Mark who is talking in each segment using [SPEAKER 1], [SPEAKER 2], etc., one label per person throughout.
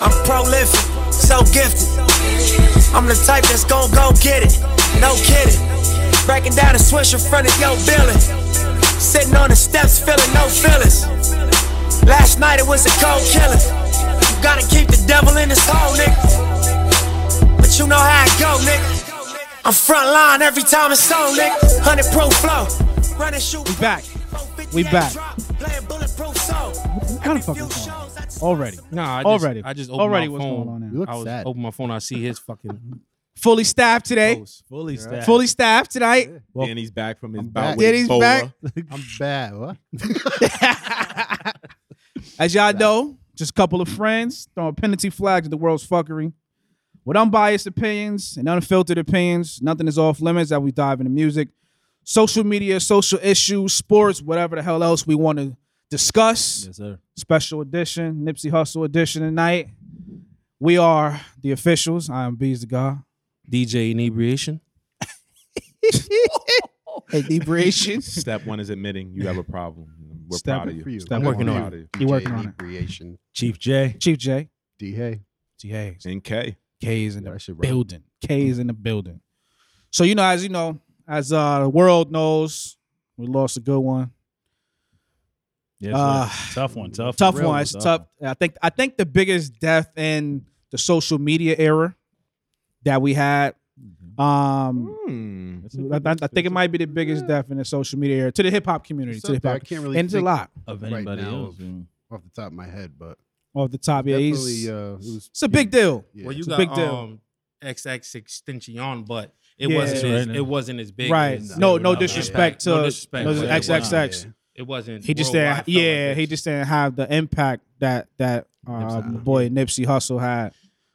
[SPEAKER 1] I'm prolific, so gifted. I'm the type that's gon' go get it, no kidding. Breaking down a swish in front of your building. Sitting on the steps, feeling no feelings. Last night it was a cold killing. You gotta keep the devil in his hole, nigga. But you know how it go, nigga. I'm front line every time it's on, nigga. Hundred pro flow, run and shoot.
[SPEAKER 2] We back. We back. What kind of fucking song? Already.
[SPEAKER 3] Nah, I
[SPEAKER 2] Already.
[SPEAKER 3] Just, I just opened
[SPEAKER 2] Already
[SPEAKER 3] my
[SPEAKER 2] what's
[SPEAKER 3] phone.
[SPEAKER 2] going on now?
[SPEAKER 4] You look
[SPEAKER 3] I was
[SPEAKER 4] sad.
[SPEAKER 3] open my phone. I see his fucking
[SPEAKER 2] Fully staffed today.
[SPEAKER 3] post.
[SPEAKER 5] Fully staffed.
[SPEAKER 2] Fully staffed tonight.
[SPEAKER 5] Well, Danny's back from his
[SPEAKER 4] I'm
[SPEAKER 5] bout
[SPEAKER 4] back.
[SPEAKER 5] with
[SPEAKER 2] Danny's
[SPEAKER 5] Ebola.
[SPEAKER 2] back.
[SPEAKER 4] I'm bad. What?
[SPEAKER 2] As y'all know, just a couple of friends throwing penalty flags at the world's fuckery. With unbiased opinions and unfiltered opinions, nothing is off limits that we dive into music, social media, social issues, sports, whatever the hell else we want to discuss.
[SPEAKER 5] Yes, sir.
[SPEAKER 2] Special edition, Nipsey Hustle edition tonight. We are the officials. I am Bees the God.
[SPEAKER 3] DJ inebriation.
[SPEAKER 2] Inebriation.
[SPEAKER 5] Step one is admitting you have a problem. We're
[SPEAKER 2] Step
[SPEAKER 5] proud of you.
[SPEAKER 4] for you.
[SPEAKER 5] We're
[SPEAKER 4] I'm
[SPEAKER 2] working
[SPEAKER 5] proud
[SPEAKER 2] on
[SPEAKER 5] of you.
[SPEAKER 2] You working on it.
[SPEAKER 4] Creation.
[SPEAKER 5] Chief J.
[SPEAKER 2] Chief J.
[SPEAKER 4] D. Hey.
[SPEAKER 2] T. Hayes.
[SPEAKER 5] And K.
[SPEAKER 2] K is in
[SPEAKER 4] Yeah,
[SPEAKER 2] the
[SPEAKER 4] that shit right.
[SPEAKER 2] building. K is in the building. So you know, as you know, as uh, the world knows, we lost a good one.
[SPEAKER 5] Yes,
[SPEAKER 2] Uh,
[SPEAKER 5] tough one. Tough.
[SPEAKER 2] tough one. It's tough. I think I think the biggest death in the social media era that we had. Um,
[SPEAKER 5] Hmm.
[SPEAKER 2] I, I- I think it might be the biggest death in the social media era to the hip hop community.
[SPEAKER 4] It's
[SPEAKER 2] To the
[SPEAKER 4] up
[SPEAKER 2] hip
[SPEAKER 4] there. I
[SPEAKER 2] hop,
[SPEAKER 4] can't really
[SPEAKER 2] and it's a
[SPEAKER 4] think
[SPEAKER 2] lot
[SPEAKER 5] Of
[SPEAKER 4] right
[SPEAKER 5] anybody
[SPEAKER 4] now,
[SPEAKER 5] else.
[SPEAKER 4] off the top of my head, but
[SPEAKER 2] off the top. Yeah, he's,
[SPEAKER 4] definitely, uh, it was,
[SPEAKER 2] it's a big deal.
[SPEAKER 4] yeah.
[SPEAKER 3] Well, you
[SPEAKER 2] It's a
[SPEAKER 3] got
[SPEAKER 2] big deal.
[SPEAKER 3] um XX extension, but it
[SPEAKER 2] Yeah.
[SPEAKER 3] wasn't
[SPEAKER 2] Right
[SPEAKER 3] as,
[SPEAKER 5] now.
[SPEAKER 3] it wasn't as big.
[SPEAKER 2] Right?
[SPEAKER 3] as-
[SPEAKER 2] No,
[SPEAKER 3] it
[SPEAKER 2] no
[SPEAKER 3] wasn't-
[SPEAKER 2] disrespect to
[SPEAKER 3] no
[SPEAKER 2] no
[SPEAKER 3] disrespect. but it wasn't-
[SPEAKER 2] XXX.
[SPEAKER 3] It wasn't.
[SPEAKER 2] He just
[SPEAKER 3] worldwide
[SPEAKER 2] didn't.
[SPEAKER 3] felt like
[SPEAKER 2] Yeah, he
[SPEAKER 3] this.
[SPEAKER 2] just didn't have the impact that that uh,
[SPEAKER 4] Nipsey.
[SPEAKER 2] boy Nipsey Hustle had.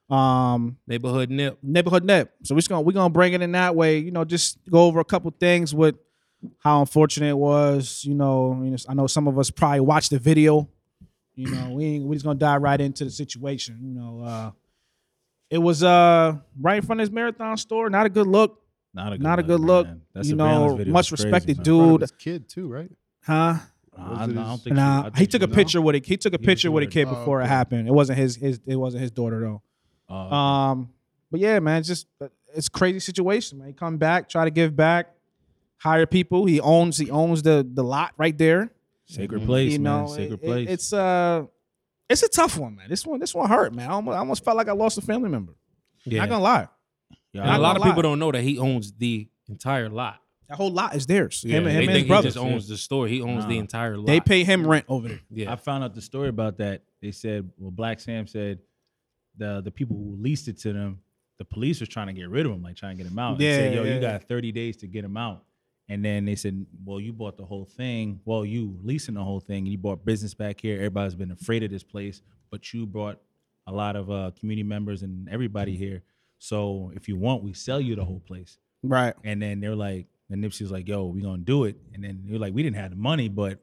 [SPEAKER 2] Um,
[SPEAKER 3] neighborhood nip.
[SPEAKER 2] neighborhood Nip. So we're just gonna we're gonna bring it in that way. You know, just go over a couple things with how unfortunate it was. You know, I, mean, it's- I know some of us probably watched the video. You know, we ain't, we just gonna dive right into the situation. You know, uh, it was uh right in front of his marathon store. Not a good look,
[SPEAKER 6] Not a good
[SPEAKER 2] Not a
[SPEAKER 6] look.
[SPEAKER 2] good look.
[SPEAKER 6] man. That
[SPEAKER 2] you
[SPEAKER 6] surveillance
[SPEAKER 2] know.
[SPEAKER 6] video
[SPEAKER 2] Much
[SPEAKER 6] was crazy,
[SPEAKER 2] respected
[SPEAKER 4] In
[SPEAKER 6] man.
[SPEAKER 4] front of
[SPEAKER 2] dude,
[SPEAKER 4] his kid too, right?
[SPEAKER 2] huh?
[SPEAKER 6] Nah, I, I don't think
[SPEAKER 2] Nah,
[SPEAKER 6] I think
[SPEAKER 2] he took a
[SPEAKER 6] was-
[SPEAKER 2] picture with it. He took a
[SPEAKER 6] was
[SPEAKER 2] picture with a
[SPEAKER 6] with it.
[SPEAKER 2] kid
[SPEAKER 4] Oh,
[SPEAKER 2] before it
[SPEAKER 4] okay.
[SPEAKER 2] happened. It wasn't his. His. It wasn't his daughter though.
[SPEAKER 6] Uh,
[SPEAKER 2] Um, but yeah, man, it's just it's a crazy situation. Man, he come back, try to give back, hire people. He owns. He owns the the lot right there.
[SPEAKER 6] sacred place,
[SPEAKER 2] you know,
[SPEAKER 6] man. Sacred
[SPEAKER 2] it- it-
[SPEAKER 6] place.
[SPEAKER 2] it's uh, it's a tough one, man. This one, this one hurt, man. I almost, I almost felt like I lost a family member.
[SPEAKER 3] Yeah.
[SPEAKER 2] Not gonna lie,
[SPEAKER 6] Yeah,
[SPEAKER 3] and
[SPEAKER 2] not
[SPEAKER 3] a lot of
[SPEAKER 2] gonna
[SPEAKER 3] people
[SPEAKER 2] lie.
[SPEAKER 3] don't know that he owns the entire lot.
[SPEAKER 2] that whole lot is theirs. him
[SPEAKER 3] they
[SPEAKER 2] and him and
[SPEAKER 3] think
[SPEAKER 2] his brother.
[SPEAKER 3] he just owns the store. He owns the
[SPEAKER 6] Nah.
[SPEAKER 3] entire lot.
[SPEAKER 2] They pay him rent over there.
[SPEAKER 3] Yeah.
[SPEAKER 6] I found out the story about that. They said, well, Black Sam said the the people who leased it to them, the police was trying to get rid of him, like trying to get him out. They said,
[SPEAKER 2] Yeah,
[SPEAKER 6] yo,
[SPEAKER 2] yeah.
[SPEAKER 6] you got 30 days to get him out. And then they said, well, you bought the whole thing. Well, you leasing the whole thing and you bought business back here. Everybody's been afraid of this place, but you brought a lot of uh, community members and everybody here. So if you want, we sell you the whole place.
[SPEAKER 2] Right.
[SPEAKER 6] And then they're like, and Nipsey was like, yo, we gonna do it. And then they're like, we didn't have the money, but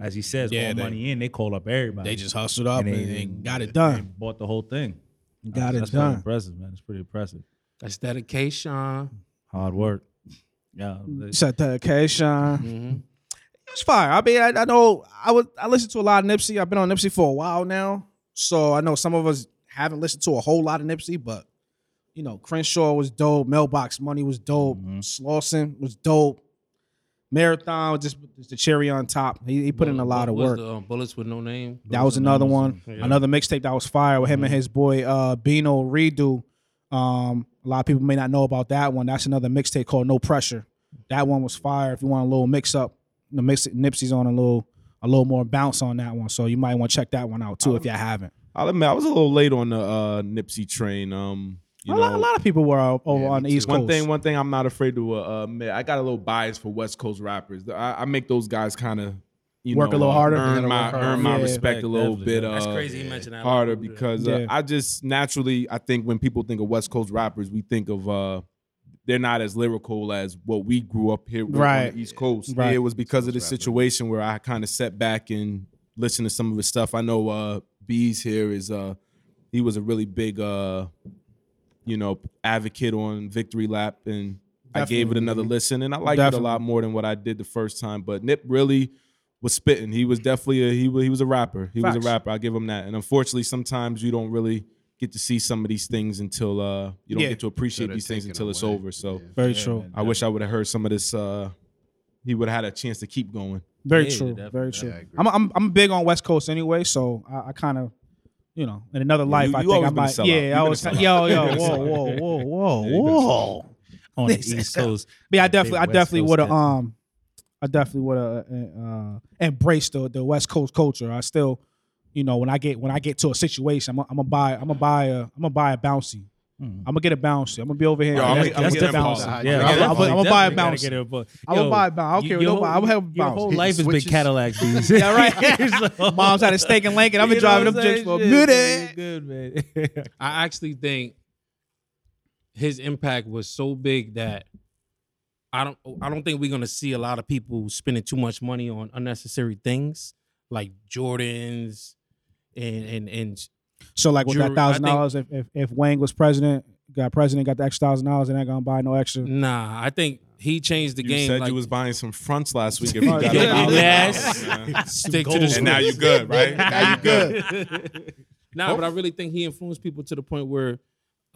[SPEAKER 6] as he says,
[SPEAKER 2] Yeah,
[SPEAKER 6] all
[SPEAKER 2] they-
[SPEAKER 6] money in, they call up everybody.
[SPEAKER 2] They just hustled up
[SPEAKER 6] And
[SPEAKER 2] and,
[SPEAKER 6] they-
[SPEAKER 2] and got it done.
[SPEAKER 6] bought the whole thing.
[SPEAKER 2] Got
[SPEAKER 6] That's-
[SPEAKER 2] it
[SPEAKER 6] that's pretty
[SPEAKER 2] done.
[SPEAKER 6] impressive, man. It's pretty impressive.
[SPEAKER 3] That's dedication.
[SPEAKER 6] Hard work. Yeah. they-
[SPEAKER 2] Set dedication.
[SPEAKER 5] Mm-hmm.
[SPEAKER 3] hmm
[SPEAKER 2] It was fire. I mean, I, I know I was I listened to a lot of Nipsey. I've been on Nipsey for a while now, so I know some of us haven't listened to a whole lot of Nipsey, but you know, Crenshaw was dope. Mailbox Money was dope.
[SPEAKER 6] Mhm.
[SPEAKER 2] Slauson was dope. Marathon was just, just the cherry on top. He, he put in a lot of work.
[SPEAKER 3] The, um, Bullets with no name.
[SPEAKER 2] that was another one.
[SPEAKER 3] Yeah.
[SPEAKER 2] Another mixtape that was fire with him
[SPEAKER 5] Mm-hmm.
[SPEAKER 2] and his boy uh, Bino Redo. Um, a lot of people may not know about that one. That's another mixtape called No Pressure. That one was fire. If you want a little mix up, the mix Nipsey's on a little a little more bounce on that one. So you might want to check that one out too if you
[SPEAKER 5] Uh,
[SPEAKER 2] haven't.
[SPEAKER 5] I'll admit, I was a little late on the uh, Nipsey train. Um, you
[SPEAKER 2] a,
[SPEAKER 5] know,
[SPEAKER 2] lot, a lot of people were uh, over
[SPEAKER 4] Yeah,
[SPEAKER 2] on the
[SPEAKER 4] me
[SPEAKER 2] East
[SPEAKER 5] one
[SPEAKER 2] Coast.
[SPEAKER 5] thing, one thing I'm not afraid to uh, admit, I got a little bias for West Coast rappers. I, I make those guys kind of you
[SPEAKER 2] Work a
[SPEAKER 5] know,
[SPEAKER 2] little harder.
[SPEAKER 5] earn
[SPEAKER 4] They gotta
[SPEAKER 5] my
[SPEAKER 4] work harder.
[SPEAKER 5] earn my
[SPEAKER 2] Yeah.
[SPEAKER 5] respect a little
[SPEAKER 6] Definitely.
[SPEAKER 5] bit. Uh,
[SPEAKER 3] That's crazy. He mentioned that
[SPEAKER 5] harder because uh,
[SPEAKER 2] Yeah.
[SPEAKER 5] I just naturally I think when people think of West Coast rappers, we think of uh, they're not as lyrical as what we grew up here with
[SPEAKER 2] Right.
[SPEAKER 5] on the East Coast.
[SPEAKER 2] Right.
[SPEAKER 5] It was because of the
[SPEAKER 4] Coast rapper.
[SPEAKER 5] situation where I kind of sat back and listened to some of his stuff. I know uh, Bees here is uh, he was a really big uh, you know advocate on Victory Lap and. I gave it
[SPEAKER 2] Definitely.
[SPEAKER 5] another listen and I liked it a
[SPEAKER 2] Definitely.
[SPEAKER 5] lot more than what I did the first time. But Nip really was spitting. He was definitely a, he was he was a rapper. He was
[SPEAKER 2] Facts.
[SPEAKER 5] a rapper. I give him that. And unfortunately, sometimes you don't really get to see some of these things until uh you don't
[SPEAKER 2] Yeah.
[SPEAKER 5] get to appreciate
[SPEAKER 4] They're
[SPEAKER 5] these things
[SPEAKER 4] taken
[SPEAKER 5] until it's
[SPEAKER 4] away.
[SPEAKER 5] over. So
[SPEAKER 4] Yeah.
[SPEAKER 2] Very true.
[SPEAKER 5] I wish I would have heard some of this. uh He would have had a chance to keep going.
[SPEAKER 2] Very
[SPEAKER 6] Yeah,
[SPEAKER 2] true.
[SPEAKER 6] definitely.
[SPEAKER 2] Very
[SPEAKER 6] Yeah,
[SPEAKER 2] true.
[SPEAKER 4] I agree.
[SPEAKER 2] I'm, I'm I'm big on West Coast anyway, so I, I kind of, you know, in another life
[SPEAKER 5] you-
[SPEAKER 2] I
[SPEAKER 5] you
[SPEAKER 2] think
[SPEAKER 5] always
[SPEAKER 2] I
[SPEAKER 5] been a
[SPEAKER 2] might.
[SPEAKER 5] sellout. You've
[SPEAKER 2] Yeah,
[SPEAKER 5] been
[SPEAKER 2] I
[SPEAKER 5] a
[SPEAKER 2] was.
[SPEAKER 5] sellout.
[SPEAKER 2] Yo, yo,
[SPEAKER 5] You've been a
[SPEAKER 2] whoa,
[SPEAKER 5] sellout.
[SPEAKER 2] whoa, whoa, whoa,
[SPEAKER 5] you've been a
[SPEAKER 2] whoa.
[SPEAKER 6] on the
[SPEAKER 2] This is
[SPEAKER 6] East
[SPEAKER 2] hell.
[SPEAKER 6] Coast.
[SPEAKER 2] But yeah, I
[SPEAKER 6] Big
[SPEAKER 2] definitely, I
[SPEAKER 6] West
[SPEAKER 2] definitely
[SPEAKER 6] Coast
[SPEAKER 2] would have,
[SPEAKER 6] head.
[SPEAKER 2] um, I definitely would have uh, embraced the the West Coast culture. I still, you know, when I get when I get to a situation, I'm gonna buy, I'm gonna buy a, I'm gonna buy a bouncy.
[SPEAKER 6] Mhm.
[SPEAKER 2] I'm gonna get a bouncy. I'm gonna be over here.
[SPEAKER 5] Yo,
[SPEAKER 2] and
[SPEAKER 5] I'ma-
[SPEAKER 2] get-
[SPEAKER 5] I'ma
[SPEAKER 2] get
[SPEAKER 5] get
[SPEAKER 2] a
[SPEAKER 5] that
[SPEAKER 2] bouncy.
[SPEAKER 5] ball.
[SPEAKER 6] Yeah,
[SPEAKER 4] Yeah,
[SPEAKER 6] yeah,
[SPEAKER 4] I'm-
[SPEAKER 2] I'm- I'ma buy a bounce.
[SPEAKER 6] Get a bu-
[SPEAKER 2] I will
[SPEAKER 6] Yo,
[SPEAKER 2] buy a bounce. I don't
[SPEAKER 6] you-
[SPEAKER 2] care what
[SPEAKER 6] your
[SPEAKER 2] nobody- I
[SPEAKER 6] whole-
[SPEAKER 2] will have a
[SPEAKER 6] Your
[SPEAKER 2] bounce.
[SPEAKER 6] whole
[SPEAKER 4] He
[SPEAKER 6] life has been
[SPEAKER 4] switches.
[SPEAKER 6] Cadillac these.
[SPEAKER 2] Yeah, right. Mom's had a steak and Lincoln. I've been driving them joints for a minute.
[SPEAKER 6] Good man.
[SPEAKER 3] I actually think his impact was so big that I don't I don't think we're gonna see a lot of people spending too much money on unnecessary things like Jordans and and and
[SPEAKER 2] So like with
[SPEAKER 3] Jewelry,
[SPEAKER 2] that thousand
[SPEAKER 3] I
[SPEAKER 2] dollars, if, if if Wang was president, got president, got the extra thousand dollars, and I gonna buy no extra.
[SPEAKER 3] Mm. nah. I think he changed the
[SPEAKER 5] You
[SPEAKER 3] game.
[SPEAKER 5] said
[SPEAKER 3] like,
[SPEAKER 5] you was buying some fronts last week. If you got a
[SPEAKER 2] Yeah.
[SPEAKER 5] dollar.
[SPEAKER 3] Yes.
[SPEAKER 5] Yeah.
[SPEAKER 3] stick to
[SPEAKER 6] gold.
[SPEAKER 3] the
[SPEAKER 5] And now you good, right?
[SPEAKER 4] Now you good.
[SPEAKER 3] Nah, but I really think he influenced people to the point where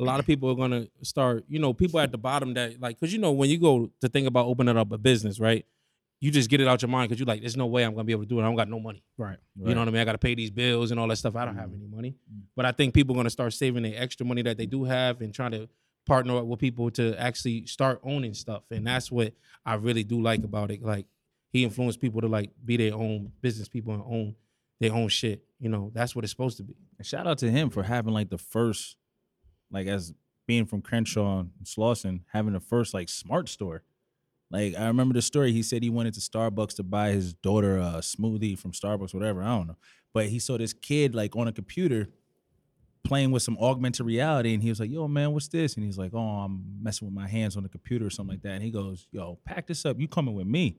[SPEAKER 3] a lot of people are gonna start, you know, people at the bottom that like, cause you know, when you go to think about opening up a business, right? You just get it out your mind because you're like, there's no way I'm gonna be able to do it. I don't got no money.
[SPEAKER 2] Right.
[SPEAKER 3] You know what I mean? I gotta pay these bills and all that stuff. I don't have any money. But I think people are gonna start saving the extra money that they do have and trying to partner up with people to actually start owning stuff. And that's what I really do like about it. Like he influenced people to like be their own business people and own their own shit. You know, that's what it's supposed to be.
[SPEAKER 6] And shout out to him for having like the first, like as being from Crenshaw and Slauson, having the first like smart store. Like I remember the story. He said he went into Starbucks to buy his daughter a smoothie from Starbucks, whatever. I don't know. But he saw this kid like on a computer playing with some augmented reality, and he was like, "Yo, man, what's this?" And he's like, "Oh, I'm messing with my hands on the computer or something like that." And he goes, "Yo, pack this up. You coming with me?"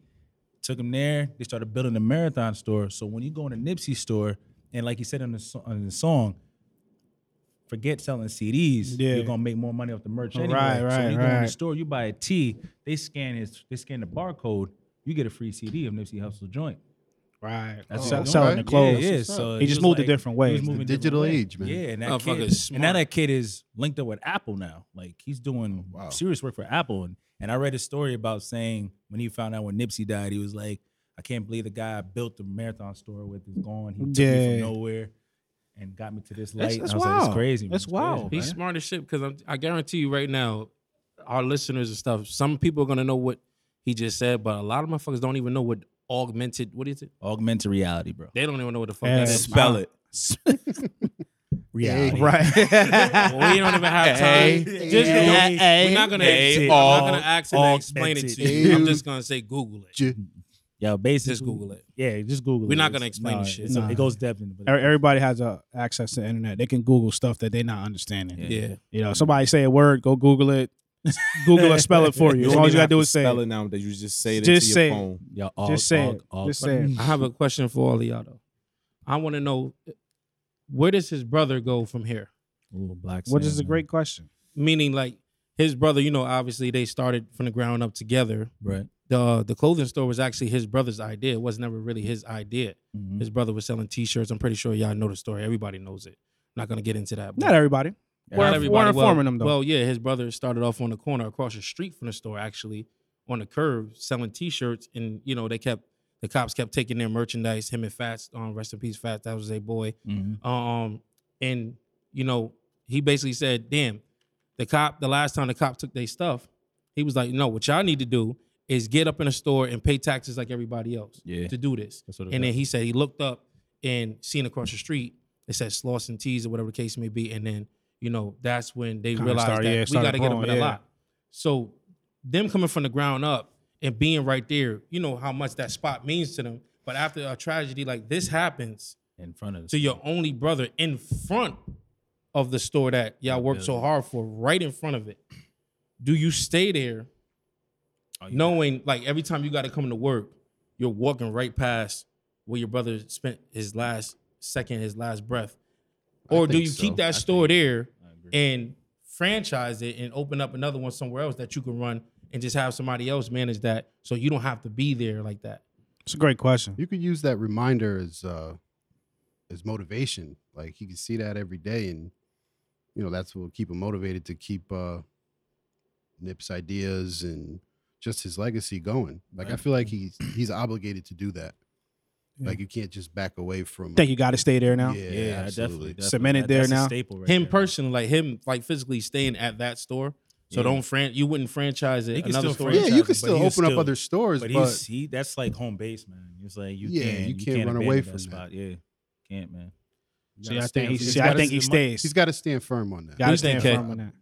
[SPEAKER 6] Took him there. They started building a marathon store. So when you go in a Nipsey store, and like he said on the, so- on the song, forget selling CDs.
[SPEAKER 2] Yeah.
[SPEAKER 6] You're gonna make more money off the merch anyway.
[SPEAKER 2] Right,
[SPEAKER 6] so
[SPEAKER 2] right,
[SPEAKER 6] when you go in
[SPEAKER 2] right.
[SPEAKER 6] the store, you buy a T. They scan his, they scan the barcode. You get a free CD of Nipsey Hussle joint.
[SPEAKER 2] Right.
[SPEAKER 6] That's
[SPEAKER 4] Oh,
[SPEAKER 6] what
[SPEAKER 2] Sell,
[SPEAKER 6] I'm
[SPEAKER 2] selling
[SPEAKER 6] doing.
[SPEAKER 2] the
[SPEAKER 4] okay.
[SPEAKER 2] clothes.
[SPEAKER 6] Yeah, yeah.
[SPEAKER 4] That's what's
[SPEAKER 6] So
[SPEAKER 4] up.
[SPEAKER 2] He
[SPEAKER 6] it
[SPEAKER 2] just
[SPEAKER 6] was
[SPEAKER 2] moved a
[SPEAKER 6] like-
[SPEAKER 2] different
[SPEAKER 6] he
[SPEAKER 2] way.
[SPEAKER 6] was
[SPEAKER 2] It's the
[SPEAKER 6] moving
[SPEAKER 4] digital
[SPEAKER 6] different way.
[SPEAKER 4] age, man.
[SPEAKER 6] Yeah, and that
[SPEAKER 3] Motherfucker
[SPEAKER 6] kid,
[SPEAKER 3] is
[SPEAKER 6] and now
[SPEAKER 3] smart.
[SPEAKER 6] that kid is linked up with Apple now. Like he's doing
[SPEAKER 4] Oh, Wow.
[SPEAKER 6] serious work for Apple. And and I read a story about saying when he found out when Nipsey died, he was like, I can't believe the guy I built the marathon store with is gone. He took me
[SPEAKER 2] Yeah.
[SPEAKER 6] from nowhere and got me to this
[SPEAKER 2] That's-
[SPEAKER 6] light.
[SPEAKER 2] that's
[SPEAKER 6] And I was like,
[SPEAKER 2] wild.
[SPEAKER 6] it's crazy. Man.
[SPEAKER 2] That's
[SPEAKER 6] It's crazy,
[SPEAKER 2] wild,
[SPEAKER 6] man."
[SPEAKER 3] He's smart as shit because I guarantee you right now, our listeners and stuff, some people are gonna know what he just said, but a lot of motherfuckers don't even know what augmented what is it?
[SPEAKER 6] Augmented reality, bro.
[SPEAKER 3] They don't even know what the fuck
[SPEAKER 2] Yeah.
[SPEAKER 3] that is.
[SPEAKER 5] Spell it.
[SPEAKER 4] Reality.
[SPEAKER 2] Right.
[SPEAKER 3] Well, we don't even have time.
[SPEAKER 5] Hey.
[SPEAKER 3] Just
[SPEAKER 4] Hey.
[SPEAKER 3] don't- we're not gonna.
[SPEAKER 5] Hey.
[SPEAKER 3] I'm not gonna ask him to
[SPEAKER 6] All-
[SPEAKER 3] explain it
[SPEAKER 6] that's
[SPEAKER 3] to
[SPEAKER 6] it.
[SPEAKER 3] you. I'm just gonna say Google it.
[SPEAKER 4] J-
[SPEAKER 6] Yo, basically,
[SPEAKER 3] Just Google it.
[SPEAKER 6] Yeah, just Google.
[SPEAKER 3] We're
[SPEAKER 6] it.
[SPEAKER 3] not gonna
[SPEAKER 6] It's-
[SPEAKER 3] explain
[SPEAKER 6] nah,
[SPEAKER 3] the shit.
[SPEAKER 6] it's-
[SPEAKER 2] Nah.
[SPEAKER 6] It goes depth into.
[SPEAKER 2] Every- Everybody has uh, access to the internet. They can Google stuff that they're not understanding.
[SPEAKER 6] Yeah.
[SPEAKER 3] Yeah.
[SPEAKER 2] You know, somebody say a word, go Google it. Google or spell it for you. All you gotta do is say
[SPEAKER 5] spell
[SPEAKER 2] it.
[SPEAKER 5] it now that you just say it
[SPEAKER 2] Just
[SPEAKER 5] into your
[SPEAKER 2] say it.
[SPEAKER 5] phone.
[SPEAKER 6] Yo, aug,
[SPEAKER 2] Just say
[SPEAKER 6] aug,
[SPEAKER 2] it.
[SPEAKER 6] aug.
[SPEAKER 2] Just say it.
[SPEAKER 3] I have a question for all of y'all though. I want to know where does his brother go from here?
[SPEAKER 6] Ooh, black
[SPEAKER 2] Which
[SPEAKER 6] Sand,
[SPEAKER 2] is a
[SPEAKER 6] man.
[SPEAKER 2] great question.
[SPEAKER 3] Meaning like his brother, you know, obviously they started from the ground up together.
[SPEAKER 6] right?
[SPEAKER 3] the the clothing store was actually his brother's idea. It was never really his idea.
[SPEAKER 6] Mhm.
[SPEAKER 2] Mm-hmm.
[SPEAKER 3] His brother was selling T-shirts. I'm pretty sure y'all know the story. Everybody knows it. I'm not gonna get into that. but-
[SPEAKER 2] Not everybody. We're,
[SPEAKER 3] not
[SPEAKER 2] we
[SPEAKER 3] everybody-
[SPEAKER 2] informing
[SPEAKER 3] well,
[SPEAKER 2] them though.
[SPEAKER 3] Well, yeah, his brother started off on the corner across the street from the store, actually on the curb selling T-shirts, and you know they kept the cops kept taking their merchandise. Him and Fats, um, rest in peace, Fats. That was a boy.
[SPEAKER 6] Mhm.
[SPEAKER 3] Um, and you know, he basically said, "Damn, the cop. The last time the cop took their stuff, he was like, no, what y'all need to do is get up in a store and pay taxes like everybody else
[SPEAKER 6] Yeah.
[SPEAKER 3] to do this."
[SPEAKER 6] That's what it
[SPEAKER 3] and
[SPEAKER 6] is.
[SPEAKER 3] then he said he looked up and seen across the street it said Sloss and Tees or whatever the case may be, and then you know that's when they
[SPEAKER 2] Kinda
[SPEAKER 3] realized
[SPEAKER 2] start-
[SPEAKER 3] that
[SPEAKER 2] yeah,
[SPEAKER 3] we
[SPEAKER 2] started
[SPEAKER 3] got to get them
[SPEAKER 2] growing,
[SPEAKER 3] in a
[SPEAKER 2] yeah.
[SPEAKER 3] lot. So them coming from the ground up and being right there, you know how much that spot means to them. But after a tragedy like this happens,
[SPEAKER 6] in front of
[SPEAKER 3] to your only brother in front of the store that y'all worked so hard for, right in front of it. Do you stay there
[SPEAKER 6] Oh,
[SPEAKER 3] knowing like every time you got to come to work, you're walking right past where your brother spent his last second, his last breath?
[SPEAKER 4] I
[SPEAKER 3] Or do
[SPEAKER 4] think
[SPEAKER 3] you
[SPEAKER 4] so.
[SPEAKER 3] keep that
[SPEAKER 4] I
[SPEAKER 3] store
[SPEAKER 4] think-
[SPEAKER 3] there and franchise it and open up another one somewhere else that you can run and just have somebody else manage that so you don't have to be there like that?
[SPEAKER 2] It's a great question.
[SPEAKER 4] You could use that reminder as uh as motivation. Like he could see that every day and you know, that's what will keep him motivated to keep uh Nip's ideas and just his legacy going. Like I feel like he's he's obligated to do that.
[SPEAKER 2] Yeah.
[SPEAKER 4] Like you can't just back away from
[SPEAKER 2] I think you got to stay there now.
[SPEAKER 4] Yeah,
[SPEAKER 6] Yeah,
[SPEAKER 4] absolutely.
[SPEAKER 6] definitely. definitely.
[SPEAKER 2] Cemented there
[SPEAKER 6] that's
[SPEAKER 2] now.
[SPEAKER 6] A staple right
[SPEAKER 3] him
[SPEAKER 6] there.
[SPEAKER 3] personally, like him, like physically staying at that store. So
[SPEAKER 6] Yeah.
[SPEAKER 3] don't fran- you wouldn't franchise it
[SPEAKER 6] You can
[SPEAKER 3] another
[SPEAKER 6] still
[SPEAKER 3] store.
[SPEAKER 6] franchise
[SPEAKER 4] Yeah, you can
[SPEAKER 6] but
[SPEAKER 4] still
[SPEAKER 6] he
[SPEAKER 4] open
[SPEAKER 6] was
[SPEAKER 4] up
[SPEAKER 6] still-
[SPEAKER 4] other stores,
[SPEAKER 6] But
[SPEAKER 4] but,
[SPEAKER 6] he's he. That's like home base, man. It's like you
[SPEAKER 4] Yeah,
[SPEAKER 6] can't.
[SPEAKER 4] you
[SPEAKER 6] You,
[SPEAKER 4] can't
[SPEAKER 6] can't,
[SPEAKER 4] run
[SPEAKER 6] abandon
[SPEAKER 4] away
[SPEAKER 6] that
[SPEAKER 4] from that.
[SPEAKER 6] spot. Yeah, can't man.
[SPEAKER 4] you
[SPEAKER 2] See,
[SPEAKER 4] gotta
[SPEAKER 2] I
[SPEAKER 4] stand-
[SPEAKER 2] think he,
[SPEAKER 4] he's
[SPEAKER 2] see, I
[SPEAKER 4] gotta-
[SPEAKER 2] think he stays.
[SPEAKER 4] he's got to stand firm on that.
[SPEAKER 2] Got to
[SPEAKER 3] He's
[SPEAKER 2] stand
[SPEAKER 3] okay.
[SPEAKER 2] firm on that.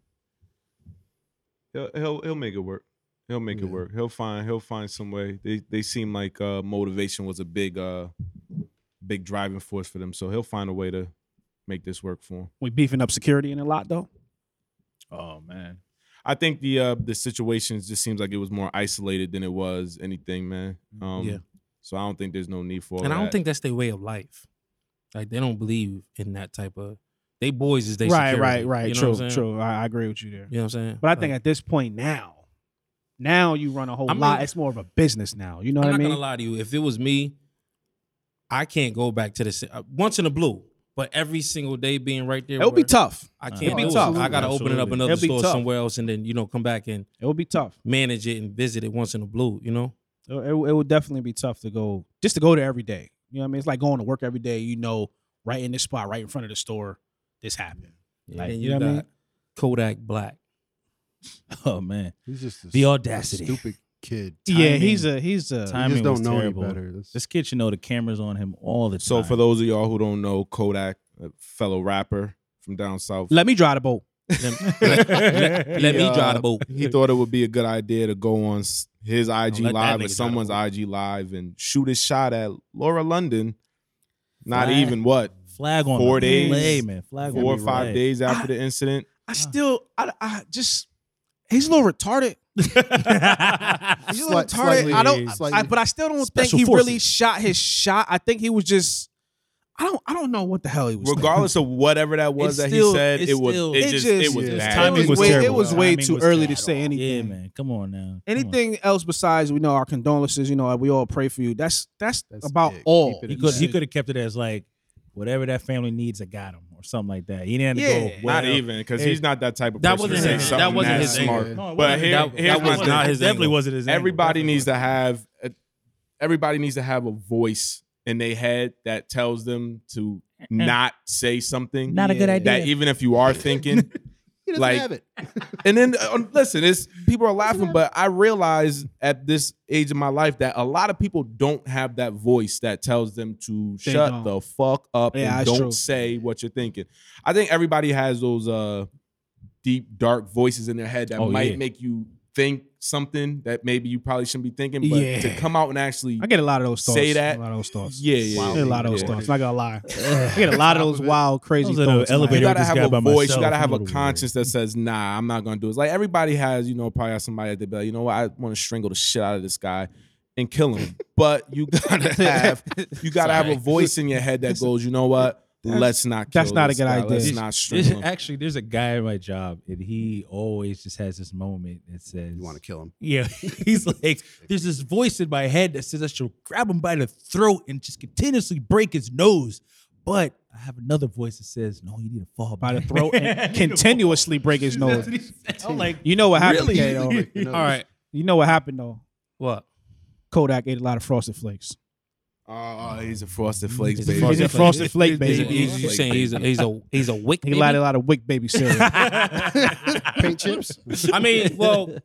[SPEAKER 5] He'll he'll, he'll make it work. He'll make
[SPEAKER 4] Yeah.
[SPEAKER 5] it work. He'll find he'll find some way. They they seem like uh, motivation was a big uh big driving force for them. So he'll find a way to make this work for him.
[SPEAKER 2] We beefing up security in a lot though.
[SPEAKER 6] Oh man.
[SPEAKER 5] I think the uh the situation just seems like it was more isolated than it was anything, man. Um,
[SPEAKER 3] Mm, Yeah.
[SPEAKER 5] So I don't think there's no need for. all
[SPEAKER 3] and I don't
[SPEAKER 5] that.
[SPEAKER 3] think that's their way of life. Like they don't believe in that type of. They boys is they
[SPEAKER 2] right,
[SPEAKER 3] security.
[SPEAKER 2] right, right.
[SPEAKER 3] You know
[SPEAKER 2] True,
[SPEAKER 3] what I'm saying?
[SPEAKER 2] true. I, I agree with you there.
[SPEAKER 3] You know what I'm saying?
[SPEAKER 2] But I think at this point now, now you run a whole
[SPEAKER 3] I mean-
[SPEAKER 2] lot. It's more of a business now. You know what
[SPEAKER 3] I'm
[SPEAKER 2] I
[SPEAKER 3] not
[SPEAKER 2] mean?
[SPEAKER 3] gonna lie to you. If it was me, I can't go back to the si- uh, once in a blue. But every single day being right there,
[SPEAKER 2] It would be
[SPEAKER 3] where
[SPEAKER 2] tough.
[SPEAKER 3] I
[SPEAKER 6] Uh,
[SPEAKER 3] can't.
[SPEAKER 2] it'll be
[SPEAKER 3] do it.
[SPEAKER 2] tough.
[SPEAKER 3] I gotta open it up
[SPEAKER 6] Absolutely.
[SPEAKER 3] another
[SPEAKER 2] It'll be
[SPEAKER 3] store
[SPEAKER 2] tough.
[SPEAKER 3] somewhere else, and then you know come back and
[SPEAKER 2] It would be tough.
[SPEAKER 3] manage it and visit it once in a blue. You know.
[SPEAKER 2] It, it, it would definitely be tough to go just to go there every day. You know what I mean? It's like going to work every day. You know, right in this spot, right in front of the store, this happened. Like,
[SPEAKER 3] and
[SPEAKER 2] you
[SPEAKER 3] you,
[SPEAKER 2] know what I
[SPEAKER 3] got
[SPEAKER 2] mean?
[SPEAKER 3] Kodak Black.
[SPEAKER 6] Oh man.
[SPEAKER 4] He's just a
[SPEAKER 6] The
[SPEAKER 4] s-
[SPEAKER 6] audacity.
[SPEAKER 4] stupid kid.
[SPEAKER 2] yeah, he's
[SPEAKER 6] Timing.
[SPEAKER 2] a he's a
[SPEAKER 6] Timing
[SPEAKER 4] you just don't
[SPEAKER 6] was
[SPEAKER 4] know
[SPEAKER 6] terrible.
[SPEAKER 4] any better. That's-
[SPEAKER 6] This kid should know the cameras on him all the time.
[SPEAKER 5] So for those of y'all who don't know, Kodak, a fellow rapper from down south,
[SPEAKER 2] let me drive the boat.
[SPEAKER 3] Let, let- let- let me
[SPEAKER 5] uh,
[SPEAKER 3] drive the boat.
[SPEAKER 5] he thought it would be a good idea to go on s- his IG
[SPEAKER 3] let that
[SPEAKER 5] live or
[SPEAKER 3] nigga
[SPEAKER 5] someone's
[SPEAKER 3] drive
[SPEAKER 5] IG live and shoot a shot at Laura London. Not
[SPEAKER 6] Flag.
[SPEAKER 5] even what
[SPEAKER 6] flag on
[SPEAKER 5] four
[SPEAKER 6] the
[SPEAKER 5] days,
[SPEAKER 6] play, man. Flag
[SPEAKER 5] four or
[SPEAKER 6] on the
[SPEAKER 5] five
[SPEAKER 6] play.
[SPEAKER 5] days after the incident.
[SPEAKER 2] I still I, I just he's a little retarded. He's a little
[SPEAKER 4] Slight- slightly-
[SPEAKER 2] retarded. I don't
[SPEAKER 4] slightly-
[SPEAKER 2] I, but I still don't think
[SPEAKER 6] Special
[SPEAKER 2] he
[SPEAKER 6] forces.
[SPEAKER 2] really shot his shot. I think he was just I don't I don't know what the hell he was. thinking.
[SPEAKER 5] Regardless of whatever that was
[SPEAKER 6] It's
[SPEAKER 5] that
[SPEAKER 6] still-
[SPEAKER 5] he said,
[SPEAKER 6] it's
[SPEAKER 5] it was
[SPEAKER 6] still-
[SPEAKER 5] it
[SPEAKER 2] It
[SPEAKER 5] just
[SPEAKER 2] just-
[SPEAKER 5] it was
[SPEAKER 4] yeah.
[SPEAKER 5] bad.
[SPEAKER 6] Timing
[SPEAKER 2] it was,
[SPEAKER 6] was
[SPEAKER 2] way, It
[SPEAKER 6] terrible.
[SPEAKER 2] was way
[SPEAKER 6] Timing
[SPEAKER 2] too
[SPEAKER 6] was
[SPEAKER 2] early to
[SPEAKER 6] terrible.
[SPEAKER 2] say anything.
[SPEAKER 6] Yeah, man. Come on now. Come on.
[SPEAKER 2] Anything else besides we know our condolences, you know, we all pray for you. That's that's,
[SPEAKER 4] That's
[SPEAKER 2] about
[SPEAKER 4] it.
[SPEAKER 2] all.
[SPEAKER 4] Keep it
[SPEAKER 6] He
[SPEAKER 4] at
[SPEAKER 6] could
[SPEAKER 4] that.
[SPEAKER 6] he could have kept it as like whatever that family needs, I got him or something like that. He didn't have to
[SPEAKER 2] Yeah.
[SPEAKER 6] go.
[SPEAKER 2] Not
[SPEAKER 5] Not
[SPEAKER 6] well,
[SPEAKER 5] even because
[SPEAKER 6] Hey,
[SPEAKER 5] he's not that type of
[SPEAKER 3] that
[SPEAKER 5] person. to
[SPEAKER 3] wasn't
[SPEAKER 5] say
[SPEAKER 4] his-
[SPEAKER 5] something
[SPEAKER 4] that wasn't
[SPEAKER 5] that
[SPEAKER 4] his
[SPEAKER 5] smart.
[SPEAKER 4] angle.
[SPEAKER 6] No, it
[SPEAKER 5] But
[SPEAKER 6] wasn't.
[SPEAKER 5] here-
[SPEAKER 6] That-
[SPEAKER 5] here's
[SPEAKER 6] that
[SPEAKER 5] my
[SPEAKER 6] wasn't-
[SPEAKER 5] thing.
[SPEAKER 6] it
[SPEAKER 3] His
[SPEAKER 6] Definitely
[SPEAKER 3] angle.
[SPEAKER 6] wasn't his. angle.
[SPEAKER 5] everybody
[SPEAKER 6] Definitely
[SPEAKER 5] needs to have a, everybody needs to have a voice in their head that tells them to not say something
[SPEAKER 6] Not a good
[SPEAKER 4] Yeah.
[SPEAKER 6] idea.
[SPEAKER 5] that even if you are thinking
[SPEAKER 4] He doesn't
[SPEAKER 5] like-
[SPEAKER 4] have it.
[SPEAKER 5] and then uh, listen it's people are laughing but i realize at this age of my life that a lot of people don't have that voice that tells them to
[SPEAKER 2] They
[SPEAKER 5] shut
[SPEAKER 2] don't.
[SPEAKER 5] the fuck up
[SPEAKER 2] Yeah,
[SPEAKER 5] and
[SPEAKER 2] that's
[SPEAKER 5] don't
[SPEAKER 2] true.
[SPEAKER 5] say what you're thinking i think everybody has those uh deep dark voices in their head that
[SPEAKER 6] Oh,
[SPEAKER 5] might
[SPEAKER 6] yeah.
[SPEAKER 5] make you think something that maybe you probably shouldn't be thinking but
[SPEAKER 2] Yeah.
[SPEAKER 5] to come out and actually
[SPEAKER 2] I get a lot of those thoughts.
[SPEAKER 5] Say that.
[SPEAKER 2] A lot of those thoughts.
[SPEAKER 5] Yeah, yeah,
[SPEAKER 2] I
[SPEAKER 5] yeah,
[SPEAKER 2] get a lot of those
[SPEAKER 5] yeah.
[SPEAKER 2] thoughts. Not gonna lie. I get a lot of
[SPEAKER 4] Top
[SPEAKER 2] those
[SPEAKER 4] of it.
[SPEAKER 2] wild,
[SPEAKER 6] I
[SPEAKER 2] crazy
[SPEAKER 6] was at an
[SPEAKER 2] thoughts. man.
[SPEAKER 6] elevator
[SPEAKER 5] you gotta
[SPEAKER 6] with this
[SPEAKER 5] have
[SPEAKER 6] guy
[SPEAKER 5] a
[SPEAKER 6] by
[SPEAKER 5] voice.
[SPEAKER 6] myself.
[SPEAKER 5] You gotta have
[SPEAKER 6] I'm
[SPEAKER 5] a
[SPEAKER 6] little worried.
[SPEAKER 5] conscience that says, "Nah, I'm not gonna do it." It's like everybody has, you know, probably has somebody that be like, "You know what? I want to strangle the shit out of this guy and kill him." but you gotta have, you gotta have a voice in your head that goes, "You know what? Let's not." Kill
[SPEAKER 2] that's not a
[SPEAKER 5] this
[SPEAKER 2] good
[SPEAKER 5] guy.
[SPEAKER 2] idea.
[SPEAKER 5] Let's
[SPEAKER 2] This-
[SPEAKER 5] not
[SPEAKER 6] There's-
[SPEAKER 5] strangle him.
[SPEAKER 6] actually, there's a guy at my job, and he always just has this moment that says,
[SPEAKER 4] You want to kill him.
[SPEAKER 6] Yeah, he's like, there's this voice in my head that says I should grab him by the throat and just continuously break his nose. But I have another voice that says, no, you need to fall
[SPEAKER 2] by the throat and continuously break his nose.
[SPEAKER 6] I'm like,
[SPEAKER 2] You know what happened,
[SPEAKER 6] Really?
[SPEAKER 2] Kato.
[SPEAKER 4] Like, you know,
[SPEAKER 3] All right.
[SPEAKER 2] You know what happened though.
[SPEAKER 3] What?
[SPEAKER 2] Kodak ate a lot of frosted flakes.
[SPEAKER 5] Oh, he's a frosted flakes
[SPEAKER 3] He's a
[SPEAKER 5] baby.
[SPEAKER 2] He's a
[SPEAKER 3] Frosted
[SPEAKER 2] frosted flake
[SPEAKER 3] He's a,
[SPEAKER 5] Flake
[SPEAKER 2] baby.
[SPEAKER 3] he's,
[SPEAKER 5] Baby.
[SPEAKER 3] you saying he's a he's a he's a wick.
[SPEAKER 2] He
[SPEAKER 3] baby?
[SPEAKER 2] lied a lot of wick baby cereal.
[SPEAKER 4] Paint chips.
[SPEAKER 3] I mean, well,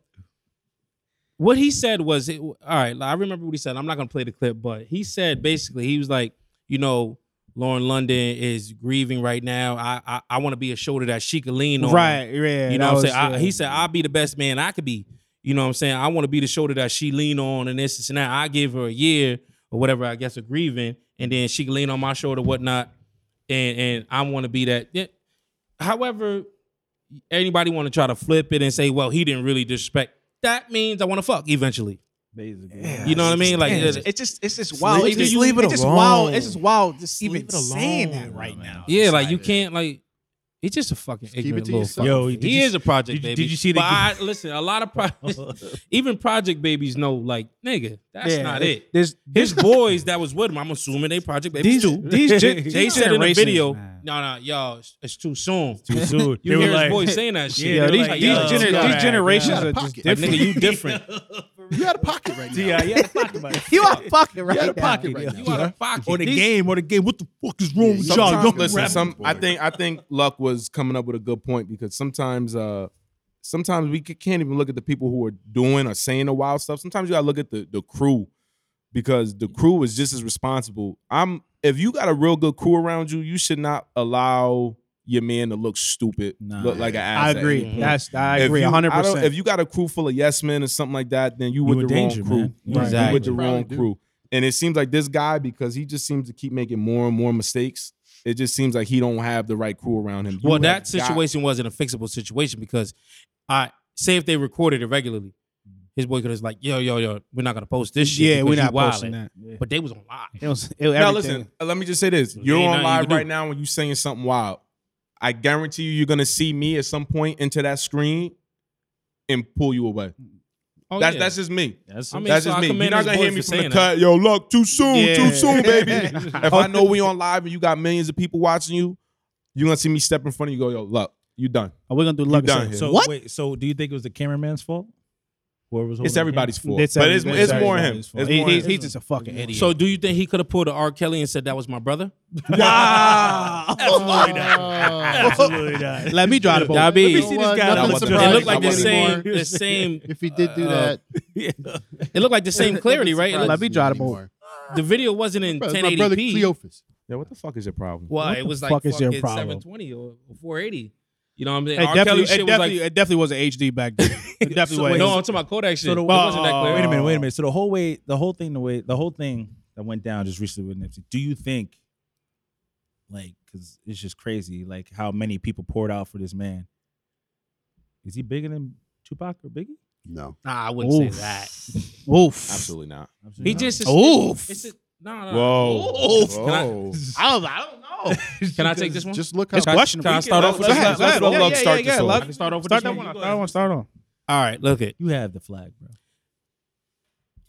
[SPEAKER 3] what he said was, it, all right. like, I remember what he said. I'm not gonna play the clip, but he said basically he was like, you know, Lauren London is grieving right now. I I, I want to be a shoulder that she can lean on.
[SPEAKER 2] right, yeah.
[SPEAKER 3] You
[SPEAKER 2] that
[SPEAKER 3] know what I'm
[SPEAKER 2] was,
[SPEAKER 3] saying? I,
[SPEAKER 2] yeah.
[SPEAKER 3] he said, I'll be the best man I could be. You know what I'm saying? I want to be the shoulder that she lean on and this, this, and that. I give her a year or whatever, I guess, a grieving, and then she can lean on my shoulder, whatnot. And and I want to be that. Yeah. However, anybody want to try to flip it and say, well, he didn't really disrespect. That means I want to fuck eventually.
[SPEAKER 6] basically.
[SPEAKER 3] You know what I mean? Like,
[SPEAKER 2] Man, it's,
[SPEAKER 3] yeah,
[SPEAKER 2] it's just it's just wild.
[SPEAKER 3] leave-
[SPEAKER 2] even
[SPEAKER 3] just
[SPEAKER 2] you-
[SPEAKER 3] leave it
[SPEAKER 2] it's just
[SPEAKER 3] alone.
[SPEAKER 2] wild. It's just wild. Just even
[SPEAKER 3] it
[SPEAKER 2] saying
[SPEAKER 3] alone,
[SPEAKER 2] that right now.
[SPEAKER 3] yeah, like you
[SPEAKER 4] decided.
[SPEAKER 3] can't like He's just a fucking
[SPEAKER 4] it
[SPEAKER 3] ignorant
[SPEAKER 4] to
[SPEAKER 3] little fuck.
[SPEAKER 4] yourself.
[SPEAKER 6] Yo,
[SPEAKER 3] He
[SPEAKER 6] did you-
[SPEAKER 3] is a project
[SPEAKER 6] did you-
[SPEAKER 3] baby.
[SPEAKER 6] did you see the-
[SPEAKER 3] But I, listen, a lot of pro- even project babies know, like, nigga, that's
[SPEAKER 2] Yeah,
[SPEAKER 3] not it.
[SPEAKER 2] There's
[SPEAKER 3] His boys that was with him, I'm assuming they project babies
[SPEAKER 2] these
[SPEAKER 3] too.
[SPEAKER 2] these gen-
[SPEAKER 3] They
[SPEAKER 2] these
[SPEAKER 3] said in the
[SPEAKER 2] generations,
[SPEAKER 3] video,
[SPEAKER 2] man.
[SPEAKER 3] no, no, y'all, it's, it's too soon.
[SPEAKER 6] Too soon.
[SPEAKER 3] You hear his voice saying that shit.
[SPEAKER 6] Yeah,
[SPEAKER 2] Yeah,
[SPEAKER 3] You're
[SPEAKER 6] they're
[SPEAKER 2] these,
[SPEAKER 3] like,
[SPEAKER 2] these,
[SPEAKER 3] yo,
[SPEAKER 2] gener-
[SPEAKER 3] all
[SPEAKER 2] these
[SPEAKER 3] right,
[SPEAKER 2] generations
[SPEAKER 4] Out
[SPEAKER 2] are
[SPEAKER 4] of
[SPEAKER 2] just
[SPEAKER 4] pocket.
[SPEAKER 3] Like,
[SPEAKER 2] different.
[SPEAKER 3] nigga, you different.
[SPEAKER 4] You out of pocket right now.
[SPEAKER 6] yeah, yeah, fucking about it.
[SPEAKER 2] you are fucking right.
[SPEAKER 4] You out of
[SPEAKER 2] now.
[SPEAKER 4] pocket right now.
[SPEAKER 3] You out of pocket.
[SPEAKER 6] Or the
[SPEAKER 3] These-
[SPEAKER 6] game, or the game. What the fuck is wrong with y'all?
[SPEAKER 5] Sometimes-
[SPEAKER 6] Y'all can
[SPEAKER 5] listen,
[SPEAKER 6] rap.
[SPEAKER 5] some, I
[SPEAKER 4] boy.
[SPEAKER 5] think I think Luck was coming up with a good point because sometimes uh sometimes we c- can't even look at the people who are doing or saying the wild stuff. Sometimes you gotta look at the the crew because the crew is just as responsible. I'm if you got a real good crew around you, you should not allow your man to look stupid,
[SPEAKER 6] Nah.
[SPEAKER 5] look like an
[SPEAKER 2] I
[SPEAKER 5] ass. at
[SPEAKER 2] agree.
[SPEAKER 5] any point.
[SPEAKER 2] That's I
[SPEAKER 5] If
[SPEAKER 2] agree.
[SPEAKER 5] you- I
[SPEAKER 2] hundred
[SPEAKER 5] don't- If
[SPEAKER 2] percent.
[SPEAKER 5] you got a crew full of yes men or something like that, then you with
[SPEAKER 6] in
[SPEAKER 5] the
[SPEAKER 6] danger,
[SPEAKER 5] wrong crew.
[SPEAKER 6] man.
[SPEAKER 5] You- you
[SPEAKER 3] Exactly.
[SPEAKER 5] with the
[SPEAKER 4] Probably
[SPEAKER 5] wrong
[SPEAKER 4] do.
[SPEAKER 5] crew. And it seems like this guy, because he just seems to keep making more and more mistakes. It just seems like he don't have the right crew around him. You
[SPEAKER 3] Well,
[SPEAKER 5] have
[SPEAKER 3] that
[SPEAKER 5] got-
[SPEAKER 3] situation wasn't a fixable situation because I say if they recorded it regularly, his boy could have like, yo, yo, yo, we're not gonna post this shit.
[SPEAKER 2] Yeah,
[SPEAKER 3] because
[SPEAKER 2] we're
[SPEAKER 3] you
[SPEAKER 2] not
[SPEAKER 3] wildin'.
[SPEAKER 2] posting that.
[SPEAKER 3] But they was on live.
[SPEAKER 2] It was it,
[SPEAKER 5] Now
[SPEAKER 2] everything.
[SPEAKER 5] listen, uh, let me just say this: you're
[SPEAKER 3] ain't nothing
[SPEAKER 5] on
[SPEAKER 3] you
[SPEAKER 5] live
[SPEAKER 3] can do.
[SPEAKER 5] right now when you saying something wild. I guarantee you, you're gonna see me at some point into that screen and pull you away.
[SPEAKER 3] Oh,
[SPEAKER 5] that's
[SPEAKER 3] yeah.
[SPEAKER 5] that's just me.
[SPEAKER 6] That's
[SPEAKER 3] I mean,
[SPEAKER 5] That's
[SPEAKER 3] so
[SPEAKER 5] just me. You're
[SPEAKER 3] commend
[SPEAKER 5] not
[SPEAKER 3] his
[SPEAKER 5] gonna
[SPEAKER 3] boy
[SPEAKER 5] hear
[SPEAKER 3] for
[SPEAKER 5] me from the
[SPEAKER 3] saying
[SPEAKER 5] cut.
[SPEAKER 3] that.
[SPEAKER 5] Yo, look, too soon,
[SPEAKER 2] Yeah.
[SPEAKER 5] too soon, baby. if I know we on live and you got millions of people watching you, you're gonna see me step in front of you. Go, yo, look, you done.
[SPEAKER 2] Are we gonna do luck?
[SPEAKER 5] done
[SPEAKER 2] So-
[SPEAKER 5] here.
[SPEAKER 6] So
[SPEAKER 2] What?
[SPEAKER 6] Wait, so do you think it was the cameraman's fault? Whoever was holding
[SPEAKER 5] It's
[SPEAKER 6] the
[SPEAKER 5] everybody's fault,
[SPEAKER 2] It's
[SPEAKER 5] but it's,
[SPEAKER 2] everybody-
[SPEAKER 5] it's more him.
[SPEAKER 6] everybody's
[SPEAKER 5] It's
[SPEAKER 6] fault.
[SPEAKER 5] more
[SPEAKER 2] He-
[SPEAKER 5] him.
[SPEAKER 2] he's, he's just a fucking idiot.
[SPEAKER 3] So do you think he could have pulled a R. Kelly and said that was my brother?
[SPEAKER 2] wow.
[SPEAKER 4] Oh,
[SPEAKER 6] Absolutely not.
[SPEAKER 2] Let me drive the
[SPEAKER 3] Nah,
[SPEAKER 2] ball.
[SPEAKER 3] B.
[SPEAKER 6] Let me see
[SPEAKER 4] Well,
[SPEAKER 6] this guy.
[SPEAKER 4] nothing
[SPEAKER 6] look
[SPEAKER 5] surprised.
[SPEAKER 6] good.
[SPEAKER 3] It looked like
[SPEAKER 4] I
[SPEAKER 3] the
[SPEAKER 4] wasn't
[SPEAKER 3] same,
[SPEAKER 4] born.
[SPEAKER 3] the same.
[SPEAKER 4] if he did do
[SPEAKER 3] uh,
[SPEAKER 4] that,
[SPEAKER 3] It looked like the same clarity, right? It
[SPEAKER 2] Let
[SPEAKER 3] looked-
[SPEAKER 2] me drive the ball.
[SPEAKER 4] anymore.
[SPEAKER 3] The video wasn't in
[SPEAKER 4] Bro, my brother
[SPEAKER 3] 1080p.
[SPEAKER 4] Cleophas.
[SPEAKER 5] Yeah, what the fuck is your problem?
[SPEAKER 3] Well,
[SPEAKER 2] What
[SPEAKER 3] it
[SPEAKER 2] the
[SPEAKER 3] was
[SPEAKER 2] fuck
[SPEAKER 3] like
[SPEAKER 2] is your
[SPEAKER 3] fucking
[SPEAKER 2] problem?
[SPEAKER 3] 720 or 480. You know what I'm saying?
[SPEAKER 2] It
[SPEAKER 3] R.
[SPEAKER 2] definitely,
[SPEAKER 3] Kelly
[SPEAKER 2] it
[SPEAKER 3] shit was
[SPEAKER 2] definitely,
[SPEAKER 3] like.
[SPEAKER 2] it definitely was an HD back then. It definitely
[SPEAKER 3] So,
[SPEAKER 2] was.
[SPEAKER 3] no, I'm talking about Kodak shit.
[SPEAKER 6] So the,
[SPEAKER 3] it wasn't that
[SPEAKER 2] Oh,
[SPEAKER 3] clear.
[SPEAKER 6] wait a minute, wait a minute. So the whole way, the whole thing, the way, the whole thing that went down just recently with Nipsey. Do you think, like, because it's just crazy, like how many people poured out for this man? Is he bigger than Tupac or Biggie?
[SPEAKER 4] No.
[SPEAKER 3] Nah, I wouldn't
[SPEAKER 2] Oof.
[SPEAKER 3] say that.
[SPEAKER 2] Oof.
[SPEAKER 5] Absolutely not.
[SPEAKER 3] He just it's-
[SPEAKER 2] Oof.
[SPEAKER 3] It's, it's a, no, no, no.
[SPEAKER 5] Whoa.
[SPEAKER 3] Can I-
[SPEAKER 5] Whoa.
[SPEAKER 2] I, don't- I don't know.
[SPEAKER 3] Can I take this one?
[SPEAKER 4] Just look how
[SPEAKER 2] It's questionable.
[SPEAKER 3] Can I start off with
[SPEAKER 2] Go
[SPEAKER 3] this?
[SPEAKER 2] ahead,
[SPEAKER 5] Let's
[SPEAKER 2] go ahead.
[SPEAKER 5] let Lug
[SPEAKER 2] Yeah, yeah,
[SPEAKER 5] start
[SPEAKER 2] yeah,
[SPEAKER 5] this off.
[SPEAKER 2] Lug,
[SPEAKER 3] Can I start off with
[SPEAKER 2] Start
[SPEAKER 3] this
[SPEAKER 2] that
[SPEAKER 3] one?
[SPEAKER 2] one. Start on. Start on.
[SPEAKER 3] All right, look it.
[SPEAKER 6] You have the flag, bro.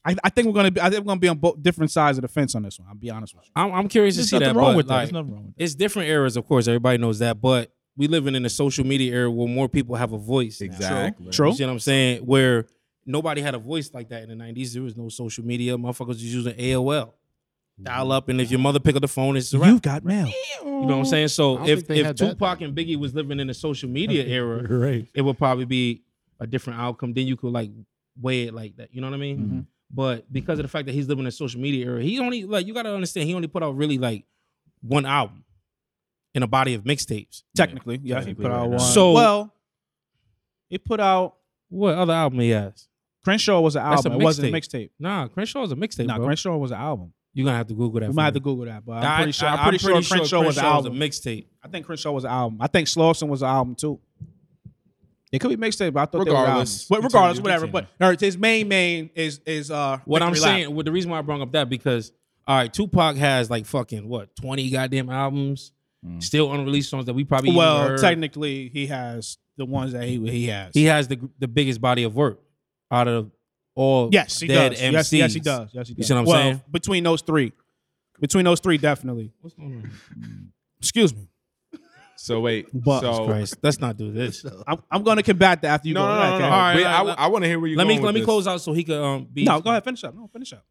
[SPEAKER 2] I, I think we're gonna be. I think we're gonna be on both different sides of the fence on this one. I'll be honest with you.
[SPEAKER 3] I'm, I'm curious to
[SPEAKER 6] There's
[SPEAKER 3] see
[SPEAKER 6] nothing
[SPEAKER 3] that.
[SPEAKER 6] wrong
[SPEAKER 3] but,
[SPEAKER 6] with that.
[SPEAKER 3] like,
[SPEAKER 6] There's nothing wrong with that.
[SPEAKER 3] It's different eras, of course. Everybody knows that, but we living in a social media era where more people have a voice. now.
[SPEAKER 5] Exactly.
[SPEAKER 2] True.
[SPEAKER 3] You see what I'm saying? Where nobody had a voice like that in the '90s. There was no social media. Motherfuckers was using AOL, dial up, and if your mother pick up the phone, it's a wrap.
[SPEAKER 2] You've
[SPEAKER 3] You,
[SPEAKER 2] got mail.
[SPEAKER 3] know what I'm saying?
[SPEAKER 4] I
[SPEAKER 3] So
[SPEAKER 4] don't think
[SPEAKER 3] if
[SPEAKER 4] they
[SPEAKER 3] if
[SPEAKER 4] had that
[SPEAKER 3] Tupac
[SPEAKER 4] then.
[SPEAKER 3] and Biggie was living in the social media era,
[SPEAKER 6] Right.
[SPEAKER 3] it would probably be a different outcome. Then you could like weigh it like that. You know what I mean?
[SPEAKER 4] Mm-hmm.
[SPEAKER 6] Mm-hmm.
[SPEAKER 2] Mhm.
[SPEAKER 3] But because of the fact that he's living in a social media era, he only like you gotta understand he only put out really like one album in a body of mixtapes.
[SPEAKER 2] Technically, yeah.
[SPEAKER 6] Technically,
[SPEAKER 2] he put out
[SPEAKER 6] right.
[SPEAKER 2] one.
[SPEAKER 3] So-
[SPEAKER 2] well, it put out.
[SPEAKER 3] What other album he has?
[SPEAKER 2] Crenshaw was an
[SPEAKER 3] That's a
[SPEAKER 2] album. It wasn't a mixtape.
[SPEAKER 3] Nah, Crenshaw is a mixtape.
[SPEAKER 2] Nah,
[SPEAKER 3] bro.
[SPEAKER 2] Crenshaw was an album.
[SPEAKER 3] You're gonna have to Google that.
[SPEAKER 2] We
[SPEAKER 3] for
[SPEAKER 2] might
[SPEAKER 3] me.
[SPEAKER 2] have to Google that, but
[SPEAKER 3] I-
[SPEAKER 2] I'm pretty sure.
[SPEAKER 3] I-
[SPEAKER 2] I'm pretty sure
[SPEAKER 3] sure
[SPEAKER 2] Crenshaw was an
[SPEAKER 3] Crenshaw
[SPEAKER 2] album.
[SPEAKER 3] a mixtape.
[SPEAKER 2] I think Crenshaw was an album. I think Slauson was an album too. It could be mixtape, but I thought
[SPEAKER 5] Regardless.
[SPEAKER 2] they were albums. But regardless,
[SPEAKER 3] Continue,
[SPEAKER 2] whatever. But all right, his main main is is uh
[SPEAKER 3] What I'm
[SPEAKER 2] Victory Lap.
[SPEAKER 3] saying, well, the reason why I brought up that because all right, Tupac has like fucking what 20 goddamn albums,
[SPEAKER 6] Mm.
[SPEAKER 3] still unreleased songs that we probably even
[SPEAKER 2] Well,
[SPEAKER 3] heard.
[SPEAKER 2] technically, he has the ones that he he has.
[SPEAKER 3] he has the the biggest body of work out of all
[SPEAKER 2] yes, he
[SPEAKER 3] dead
[SPEAKER 2] does.
[SPEAKER 3] MCs.
[SPEAKER 2] Yes, yes, he does. Yes, he does.
[SPEAKER 3] see what I'm
[SPEAKER 2] well,
[SPEAKER 3] saying?
[SPEAKER 2] between those three, between those three, definitely.
[SPEAKER 3] What's going on?
[SPEAKER 2] Excuse me.
[SPEAKER 5] So wait.
[SPEAKER 2] But-
[SPEAKER 5] so
[SPEAKER 3] Christ, let's not do this.
[SPEAKER 2] I'm, I'm going to combat that after you
[SPEAKER 5] no,
[SPEAKER 2] go.
[SPEAKER 5] no, no, no.
[SPEAKER 2] Okay.
[SPEAKER 5] no.
[SPEAKER 3] All right,
[SPEAKER 5] Wait,
[SPEAKER 3] all
[SPEAKER 5] I,
[SPEAKER 3] right.
[SPEAKER 5] want to hear where you
[SPEAKER 3] let
[SPEAKER 5] going
[SPEAKER 3] me
[SPEAKER 5] with
[SPEAKER 3] let me
[SPEAKER 5] this.
[SPEAKER 3] close out so he could um be
[SPEAKER 2] No, go ahead. Finish up. No, finish up.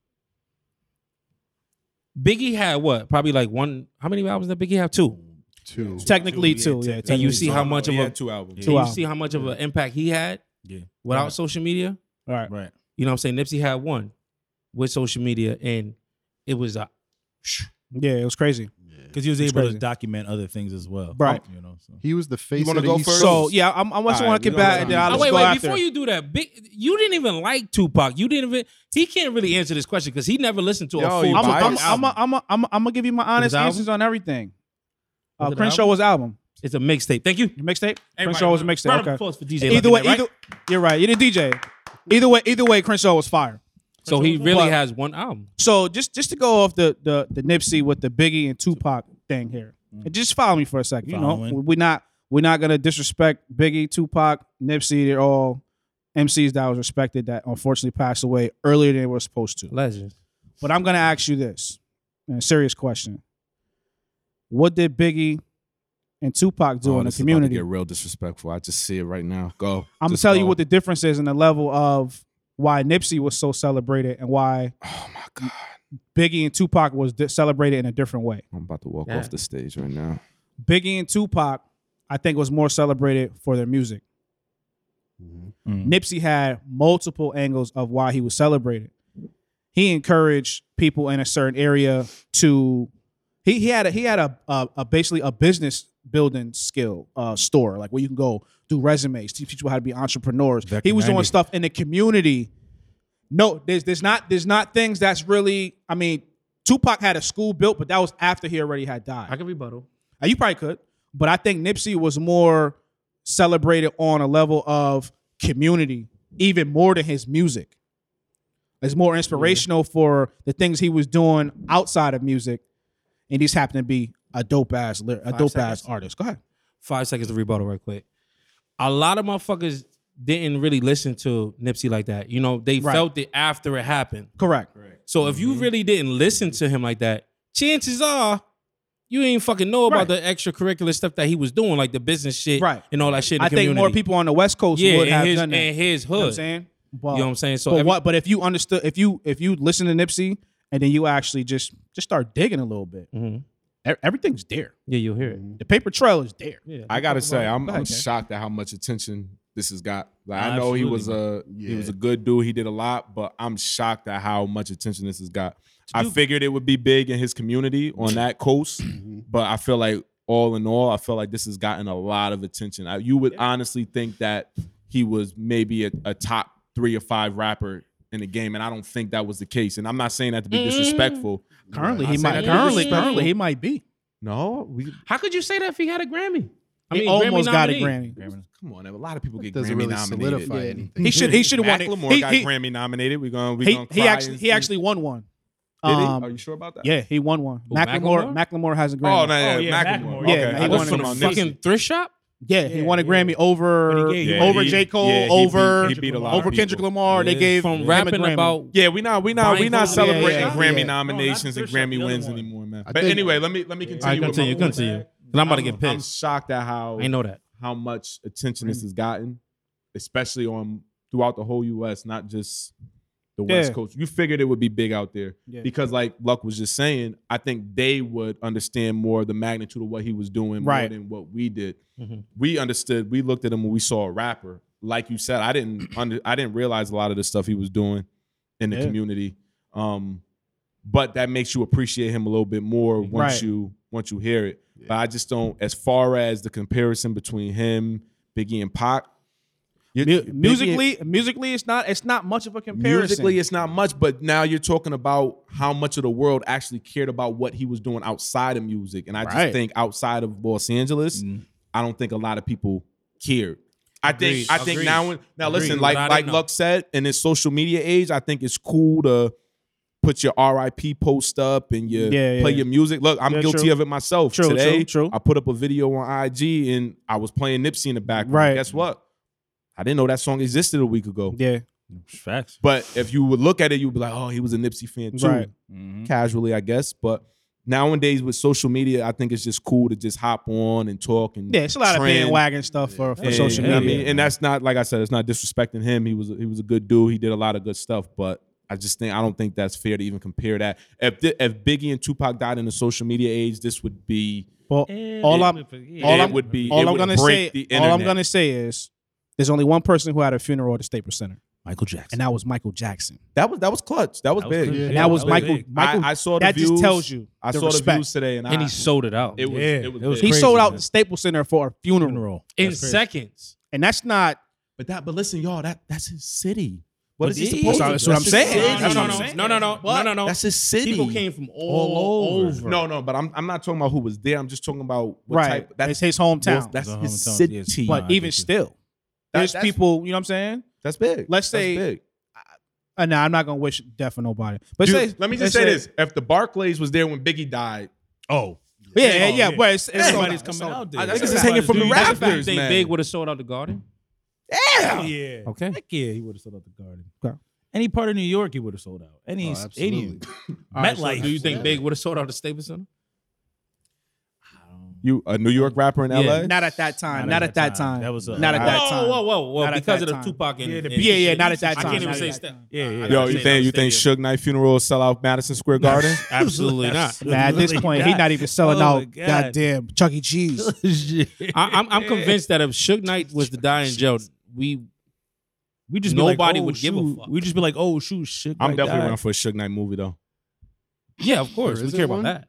[SPEAKER 3] Biggie had what probably like one how many albums did Biggie have two
[SPEAKER 4] Two.
[SPEAKER 2] Technically, too. Yeah.
[SPEAKER 3] and you
[SPEAKER 2] technically
[SPEAKER 3] see
[SPEAKER 2] two.
[SPEAKER 3] how much of
[SPEAKER 5] He
[SPEAKER 3] a
[SPEAKER 5] had two albums.
[SPEAKER 2] Two
[SPEAKER 3] you
[SPEAKER 2] albums.
[SPEAKER 3] see how much of an impact he had
[SPEAKER 6] Yeah.
[SPEAKER 3] without
[SPEAKER 6] Right.
[SPEAKER 3] social media
[SPEAKER 2] All right.
[SPEAKER 6] Right.
[SPEAKER 3] you know what I'm saying Nipsey had one with social media and it was a
[SPEAKER 2] Yeah, it was crazy.
[SPEAKER 6] Because he was able
[SPEAKER 2] crazy.
[SPEAKER 6] to document other things as well.
[SPEAKER 2] Right.
[SPEAKER 6] You know. So.
[SPEAKER 4] He was the face
[SPEAKER 5] wanna
[SPEAKER 4] of the
[SPEAKER 5] go
[SPEAKER 4] East
[SPEAKER 5] first?
[SPEAKER 2] So
[SPEAKER 4] Coast.
[SPEAKER 2] yeah, I'm, I'm just
[SPEAKER 5] All right,
[SPEAKER 2] want
[SPEAKER 5] we
[SPEAKER 2] to
[SPEAKER 5] don't
[SPEAKER 2] get back
[SPEAKER 5] have
[SPEAKER 2] and then
[SPEAKER 5] time.
[SPEAKER 2] I'll
[SPEAKER 5] Oh,
[SPEAKER 3] Oh,
[SPEAKER 2] just
[SPEAKER 3] wait,
[SPEAKER 2] go
[SPEAKER 3] wait!
[SPEAKER 2] after.
[SPEAKER 3] Before you do that, big, you didn't even like Tupac. You didn't even. He can't really answer this question because he never listened to
[SPEAKER 5] Yo,
[SPEAKER 3] a full.
[SPEAKER 5] you
[SPEAKER 2] I'm
[SPEAKER 5] biased.
[SPEAKER 2] gonna I'm a- I'm a- I'm a- I'm gonna give you my honest
[SPEAKER 3] his album?
[SPEAKER 2] answers on everything.
[SPEAKER 3] Was
[SPEAKER 2] Uh,
[SPEAKER 3] it an
[SPEAKER 2] Crenshaw
[SPEAKER 3] album?
[SPEAKER 2] was album.
[SPEAKER 3] it's a mixtape. Thank you.
[SPEAKER 2] Your mixtape?
[SPEAKER 3] Everybody,
[SPEAKER 2] Crenshaw was a
[SPEAKER 3] round of
[SPEAKER 2] mixtape. Okay.
[SPEAKER 3] applause for DJ
[SPEAKER 2] Either
[SPEAKER 3] Lucky,
[SPEAKER 2] way,
[SPEAKER 3] right?
[SPEAKER 2] either you're right. You're the DJ. Either way, either way, Crenshaw was fire.
[SPEAKER 3] So he really
[SPEAKER 2] But-
[SPEAKER 3] has one album.
[SPEAKER 2] So just just to go off the the the Nipsey with the Biggie and Tupac thing here, and just follow me for a second. You know,
[SPEAKER 6] Following.
[SPEAKER 2] we're not We're not gonna disrespect Biggie, Tupac, Nipsey. They're all MCs that was respected that unfortunately passed away earlier than they were supposed to.
[SPEAKER 3] Legends.
[SPEAKER 2] But I'm gonna ask you this, and a serious question: What did Biggie and Tupac do
[SPEAKER 5] Oh,
[SPEAKER 2] in the
[SPEAKER 5] this is about to
[SPEAKER 2] community?
[SPEAKER 5] Get real disrespectful. I just see it right now. Go.
[SPEAKER 2] I'm gonna
[SPEAKER 5] Just
[SPEAKER 2] tell you
[SPEAKER 5] go.
[SPEAKER 2] what the difference is in the level of why Nipsey was so celebrated and why
[SPEAKER 5] Oh my god!
[SPEAKER 2] Biggie and Tupac was di- celebrated in a different way.
[SPEAKER 5] I'm about to walk
[SPEAKER 3] Yeah.
[SPEAKER 5] off the stage right now.
[SPEAKER 2] Biggie and Tupac, I think, was more celebrated for their music.
[SPEAKER 4] Mm-hmm.
[SPEAKER 6] Mm-hmm.
[SPEAKER 2] Nipsey had multiple angles of why he was celebrated. He encouraged people in a certain area to. He, he had a, he had a, a, a basically a business building skill uh, store like where you can go do resumes, teach people how to be entrepreneurs.
[SPEAKER 6] Back
[SPEAKER 2] he
[SPEAKER 6] in
[SPEAKER 2] was doing
[SPEAKER 6] 90.
[SPEAKER 2] stuff in the community. No, there's there's not there's not things that's really. I mean, Tupac had a school built, but that was after he already had died.
[SPEAKER 3] I can rebuttal.
[SPEAKER 2] Uh, You probably could, but I think Nipsey was more celebrated on a level of community, even more than his music. It's more inspirational for the things he was doing outside of music, and he's happened to be a dope ass, ly- a
[SPEAKER 3] Five
[SPEAKER 2] dope
[SPEAKER 3] seconds.
[SPEAKER 2] ass artist. Go ahead.
[SPEAKER 3] Five seconds to rebuttal right quick. A lot of motherfuckers didn't really listen to Nipsey like that. You know, they
[SPEAKER 2] Right.
[SPEAKER 3] felt it after it happened.
[SPEAKER 2] Correct.
[SPEAKER 3] So if
[SPEAKER 2] Mm-hmm.
[SPEAKER 3] you really didn't listen to him like that, chances are you ain't fucking know about the extracurricular stuff that he was doing, like the business shit
[SPEAKER 2] Right.
[SPEAKER 3] and all that shit. in
[SPEAKER 2] I
[SPEAKER 3] the
[SPEAKER 2] think more
[SPEAKER 3] community.
[SPEAKER 2] people on the West Coast
[SPEAKER 3] yeah,
[SPEAKER 2] would
[SPEAKER 3] in
[SPEAKER 2] have
[SPEAKER 3] his,
[SPEAKER 2] done that.
[SPEAKER 3] in his hood.
[SPEAKER 2] you know what I'm saying, but,
[SPEAKER 3] You know what I'm saying? So
[SPEAKER 2] but
[SPEAKER 3] every-
[SPEAKER 2] what? But if you understood, if you if you listen to Nipsey and then you actually just just start digging a little bit,
[SPEAKER 3] Mhm.
[SPEAKER 2] e- everything's there.
[SPEAKER 3] Yeah, you'll hear it.
[SPEAKER 2] The paper trail is there.
[SPEAKER 3] Yeah.
[SPEAKER 5] I gotta say, I'm,
[SPEAKER 2] Go
[SPEAKER 5] I'm
[SPEAKER 2] ahead, Jay.
[SPEAKER 5] shocked at how much attention this has got. Like, I know he
[SPEAKER 6] Absolutely,
[SPEAKER 5] was a he was a good dude. He did a lot, but I'm shocked at how much attention this has got. I figured it would be big in his community on that coast,
[SPEAKER 4] Mm-hmm.
[SPEAKER 5] but I feel like all in all, I feel like this has gotten a lot of attention. I, you would honestly think that he was maybe a, a top three or five rapper in the game, and I don't think that was the case. And I'm not saying that to be
[SPEAKER 4] Mm-hmm.
[SPEAKER 5] disrespectful.
[SPEAKER 2] Currently,
[SPEAKER 5] I
[SPEAKER 2] he
[SPEAKER 5] say
[SPEAKER 2] might.
[SPEAKER 5] that to be
[SPEAKER 2] Currently,
[SPEAKER 5] disrespectful.
[SPEAKER 2] currently, he might be.
[SPEAKER 5] No, we
[SPEAKER 3] How could you say that if he had a Grammy? I
[SPEAKER 2] he
[SPEAKER 3] mean,
[SPEAKER 2] almost
[SPEAKER 3] Grammy
[SPEAKER 2] got a
[SPEAKER 3] nominee.
[SPEAKER 2] Grammy.
[SPEAKER 5] come on. A lot of people get
[SPEAKER 4] Doesn't
[SPEAKER 5] Grammy
[SPEAKER 4] really
[SPEAKER 5] nominated.
[SPEAKER 4] solidify anything.
[SPEAKER 2] He should. He should have won it.
[SPEAKER 5] Macklemore
[SPEAKER 2] He,
[SPEAKER 5] got
[SPEAKER 2] he,
[SPEAKER 5] Grammy nominated. We're gonna we
[SPEAKER 2] he-
[SPEAKER 5] gonna
[SPEAKER 2] he
[SPEAKER 5] cry
[SPEAKER 2] actually
[SPEAKER 5] and
[SPEAKER 2] he
[SPEAKER 5] see.
[SPEAKER 2] actually won one.
[SPEAKER 5] Did he?
[SPEAKER 2] Um,
[SPEAKER 5] Are you sure about that?
[SPEAKER 2] yeah, he won one.
[SPEAKER 3] Who,
[SPEAKER 2] Macklemore. Macklemore has a Grammy.
[SPEAKER 5] Oh, no, yeah,
[SPEAKER 6] Oh, yeah,
[SPEAKER 5] Macklemore.
[SPEAKER 6] Macklemore.
[SPEAKER 5] Okay.
[SPEAKER 2] Yeah, he
[SPEAKER 5] I
[SPEAKER 3] He
[SPEAKER 2] won
[SPEAKER 5] was
[SPEAKER 3] won
[SPEAKER 2] it.
[SPEAKER 3] from
[SPEAKER 5] talking
[SPEAKER 3] a
[SPEAKER 5] about
[SPEAKER 3] fucking thrift shop.
[SPEAKER 2] Yeah, he won a
[SPEAKER 6] yeah.
[SPEAKER 2] Grammy over
[SPEAKER 6] But he gave-
[SPEAKER 2] over
[SPEAKER 5] he-
[SPEAKER 2] J Cole,
[SPEAKER 5] yeah, he beat-
[SPEAKER 2] over
[SPEAKER 5] he beat a lot of
[SPEAKER 2] over Kendrick
[SPEAKER 5] people.
[SPEAKER 2] Lamar. They
[SPEAKER 3] Yeah.
[SPEAKER 2] gave
[SPEAKER 3] from
[SPEAKER 2] him a
[SPEAKER 3] rapping
[SPEAKER 2] Grammy.
[SPEAKER 3] about
[SPEAKER 5] Yeah, we not we not we
[SPEAKER 3] Buying
[SPEAKER 5] not
[SPEAKER 3] clothes.
[SPEAKER 5] celebrating
[SPEAKER 2] Yeah, yeah,
[SPEAKER 5] Grammy
[SPEAKER 2] yeah.
[SPEAKER 5] nominations
[SPEAKER 6] No,
[SPEAKER 5] and
[SPEAKER 6] not Bishop,
[SPEAKER 5] Grammy
[SPEAKER 6] the other
[SPEAKER 5] wins
[SPEAKER 6] one.
[SPEAKER 5] anymore, man.
[SPEAKER 4] I
[SPEAKER 5] But
[SPEAKER 4] think-
[SPEAKER 5] anyway, let me let me
[SPEAKER 3] I
[SPEAKER 5] continue. with my
[SPEAKER 3] continue,
[SPEAKER 5] point.
[SPEAKER 3] continue. Cause I'm about to get
[SPEAKER 5] I'm
[SPEAKER 3] pissed.
[SPEAKER 5] shocked at how
[SPEAKER 3] I know that.
[SPEAKER 5] how much attention
[SPEAKER 2] Mm.
[SPEAKER 5] this has gotten, especially on throughout the whole U.S., not just the West
[SPEAKER 2] Yeah.
[SPEAKER 5] Coast. You figured it would be big out there
[SPEAKER 2] Yeah.
[SPEAKER 5] because, like Luck was just saying, I think they would understand more the magnitude of what he was doing
[SPEAKER 2] Right. Mm-hmm.
[SPEAKER 5] more than what we did.
[SPEAKER 3] Mhm.
[SPEAKER 5] We understood. We looked at him when we saw a rapper. Like you said, I didn't under, I didn't realize a lot of the stuff he was doing in the
[SPEAKER 2] Yeah.
[SPEAKER 5] community. Um, but that makes you appreciate him a little bit more once
[SPEAKER 2] Right.
[SPEAKER 5] you once you hear it. But I just don't. As far as the comparison between him, Biggie, and Pac, you-
[SPEAKER 2] Mu-
[SPEAKER 5] Biggie-
[SPEAKER 2] musically, musically, it's not it's not much of a comparison.
[SPEAKER 5] musically, it's not much. But now you're talking about how much of the world actually cared about what he was doing outside of music, and I
[SPEAKER 2] Right. Mm.
[SPEAKER 5] just think outside of Los Angeles, I don't think a lot of people cared. I think I think
[SPEAKER 3] Agreed.
[SPEAKER 5] now now listen,
[SPEAKER 3] Agreed.
[SPEAKER 5] like
[SPEAKER 3] But I
[SPEAKER 5] like
[SPEAKER 3] didn't know.
[SPEAKER 5] Luck said, in this social media age, I think it's cool to put your RIP post up and your
[SPEAKER 2] Yeah, yeah,
[SPEAKER 5] play
[SPEAKER 2] yeah.
[SPEAKER 5] your music. Look, I'm
[SPEAKER 2] Yeah,
[SPEAKER 5] guilty
[SPEAKER 2] true.
[SPEAKER 5] of it myself.
[SPEAKER 2] True,
[SPEAKER 5] Today,
[SPEAKER 2] true, true.
[SPEAKER 5] I put up a video on IG and I was playing Nipsey in the background.
[SPEAKER 2] Right.
[SPEAKER 5] Guess what? I didn't know that song existed a week ago.
[SPEAKER 2] yeah,
[SPEAKER 6] Facts.
[SPEAKER 5] But if you would look at it, you'd be like, oh, he was a Nipsey fan too.
[SPEAKER 2] Right.
[SPEAKER 6] Mhm.
[SPEAKER 5] Casually, I guess. But nowadays with social media, I think it's just cool to just hop on and talk and
[SPEAKER 2] yeah. It's a lot
[SPEAKER 5] trend.
[SPEAKER 2] of bandwagon stuff for, for
[SPEAKER 5] And,
[SPEAKER 2] social
[SPEAKER 5] you know
[SPEAKER 2] media.
[SPEAKER 5] what I mean, and that's not like I said, it's not disrespecting him. He was he was a good dude. He did a lot of good stuff, but I just think I don't think that's fair to even compare that. If thi- if Biggie and Tupac died in the social media age, this would be
[SPEAKER 2] Well, all I'm all
[SPEAKER 5] it
[SPEAKER 2] I'm
[SPEAKER 5] would be
[SPEAKER 2] all
[SPEAKER 5] it
[SPEAKER 2] I'm
[SPEAKER 5] would
[SPEAKER 2] gonna
[SPEAKER 5] break
[SPEAKER 2] say
[SPEAKER 5] the
[SPEAKER 2] all I'm
[SPEAKER 5] internet.
[SPEAKER 2] gonna say is there's only one person who had a funeral at the Staples Center,
[SPEAKER 6] Michael Jackson.
[SPEAKER 2] and that was Michael Jackson.
[SPEAKER 5] that was that was clutch. That was
[SPEAKER 6] That was
[SPEAKER 5] big.
[SPEAKER 6] clutch.
[SPEAKER 2] And
[SPEAKER 6] Yeah,
[SPEAKER 2] that was
[SPEAKER 6] that was
[SPEAKER 2] Michael.
[SPEAKER 6] big.
[SPEAKER 2] Michael
[SPEAKER 5] I, I saw the
[SPEAKER 2] that
[SPEAKER 5] views.
[SPEAKER 2] just tells you.
[SPEAKER 5] I
[SPEAKER 2] the
[SPEAKER 5] saw the
[SPEAKER 2] respect.
[SPEAKER 5] views today, and,
[SPEAKER 3] And
[SPEAKER 5] I,
[SPEAKER 3] he sold it out.
[SPEAKER 5] it was
[SPEAKER 6] Yeah,
[SPEAKER 5] it was,
[SPEAKER 6] it was
[SPEAKER 5] big.
[SPEAKER 2] He
[SPEAKER 6] crazy,
[SPEAKER 2] sold out
[SPEAKER 6] man.
[SPEAKER 2] the Staples Center for a funeral,
[SPEAKER 6] Funeral.
[SPEAKER 3] in
[SPEAKER 6] That's crazy.
[SPEAKER 3] seconds.
[SPEAKER 2] and that's not.
[SPEAKER 5] But that but listen, y'all, that that's his city. What
[SPEAKER 6] But
[SPEAKER 5] is he
[SPEAKER 6] it is.
[SPEAKER 5] supposed to?
[SPEAKER 2] That's what I'm
[SPEAKER 5] his
[SPEAKER 2] saying.
[SPEAKER 5] city.
[SPEAKER 2] That's what I'm
[SPEAKER 3] no,
[SPEAKER 2] saying.
[SPEAKER 3] no, no, no, no, no, no.
[SPEAKER 5] That's his city.
[SPEAKER 3] People came from all,
[SPEAKER 6] All over.
[SPEAKER 3] over.
[SPEAKER 5] No, no, but I'm I'm not talking about who was there. I'm just talking about what
[SPEAKER 2] right.
[SPEAKER 5] type. That's
[SPEAKER 2] it's his hometown.
[SPEAKER 5] That's
[SPEAKER 6] His
[SPEAKER 5] his
[SPEAKER 6] hometown,
[SPEAKER 5] city.
[SPEAKER 6] yes.
[SPEAKER 2] but
[SPEAKER 6] Nah, I
[SPEAKER 2] even
[SPEAKER 6] get you.
[SPEAKER 2] still,
[SPEAKER 5] That-
[SPEAKER 2] there's
[SPEAKER 5] that's-
[SPEAKER 2] people. You know what I'm saying?
[SPEAKER 5] That's big.
[SPEAKER 2] Let's
[SPEAKER 5] That's
[SPEAKER 2] say-
[SPEAKER 5] big.
[SPEAKER 2] And nah, I'm not gonna wish death on nobody. But
[SPEAKER 5] Dude,
[SPEAKER 2] say,
[SPEAKER 5] let me
[SPEAKER 2] let's
[SPEAKER 5] just say, this: if the Barclays was there when Biggie died,
[SPEAKER 6] Oh, But yeah, yeah,
[SPEAKER 2] Oh,
[SPEAKER 6] yeah,
[SPEAKER 2] yeah.
[SPEAKER 6] but it's,
[SPEAKER 2] It's
[SPEAKER 6] everybody's
[SPEAKER 2] sold out. It's
[SPEAKER 6] coming
[SPEAKER 2] sold
[SPEAKER 6] out
[SPEAKER 2] out.
[SPEAKER 6] there.
[SPEAKER 5] I- that's
[SPEAKER 6] Niggas
[SPEAKER 5] just hanging from the
[SPEAKER 3] Do you think
[SPEAKER 5] rafters,
[SPEAKER 3] Big
[SPEAKER 5] man.
[SPEAKER 3] Big would have sold out the garden.
[SPEAKER 5] Yeah.
[SPEAKER 6] Yeah.
[SPEAKER 3] Okay.
[SPEAKER 6] Heck yeah, he would have sold out the garden.
[SPEAKER 2] Okay.
[SPEAKER 6] Any part of New York, he would have sold out. Any
[SPEAKER 4] Oh,
[SPEAKER 6] stadium.
[SPEAKER 4] absolutely.
[SPEAKER 3] All right, so
[SPEAKER 6] MetLife.
[SPEAKER 3] do you think Big would have sold out the Staples Center?
[SPEAKER 5] You a New York rapper in
[SPEAKER 3] Yeah,
[SPEAKER 5] LA?
[SPEAKER 2] Not at that time. Not at that time.
[SPEAKER 6] That was a-
[SPEAKER 2] not at that
[SPEAKER 3] whoa,
[SPEAKER 2] time.
[SPEAKER 3] whoa, whoa, whoa!
[SPEAKER 2] Not at
[SPEAKER 3] because
[SPEAKER 2] that
[SPEAKER 3] of the
[SPEAKER 2] time.
[SPEAKER 3] Tupac and
[SPEAKER 6] Yeah, the
[SPEAKER 3] and-
[SPEAKER 2] Yeah, yeah, not at that
[SPEAKER 3] I
[SPEAKER 2] time.
[SPEAKER 3] can't even
[SPEAKER 2] Not
[SPEAKER 3] say
[SPEAKER 2] at that
[SPEAKER 3] Staples.
[SPEAKER 2] time.
[SPEAKER 6] Yeah, yeah.
[SPEAKER 5] Yo, you think you think Suge Knight funeral will sell out Madison Square Garden?
[SPEAKER 3] Absolutely not.
[SPEAKER 2] Nah, at this point, he's not even selling
[SPEAKER 6] Oh my
[SPEAKER 2] out.
[SPEAKER 6] God.
[SPEAKER 2] Goddamn, Chuck E. Cheese.
[SPEAKER 3] I, I'm, I'm convinced that if Suge Knight was to die in jail, we
[SPEAKER 6] we just
[SPEAKER 3] Nobody
[SPEAKER 6] be like, oh,
[SPEAKER 3] would give a
[SPEAKER 6] shoot.
[SPEAKER 3] fuck.
[SPEAKER 6] We just be like, oh shoot, shit.
[SPEAKER 5] I'm definitely running for a Suge Knight movie though.
[SPEAKER 3] yeah, of course,
[SPEAKER 4] There
[SPEAKER 3] we
[SPEAKER 4] isn't
[SPEAKER 3] care about
[SPEAKER 4] one?
[SPEAKER 3] that.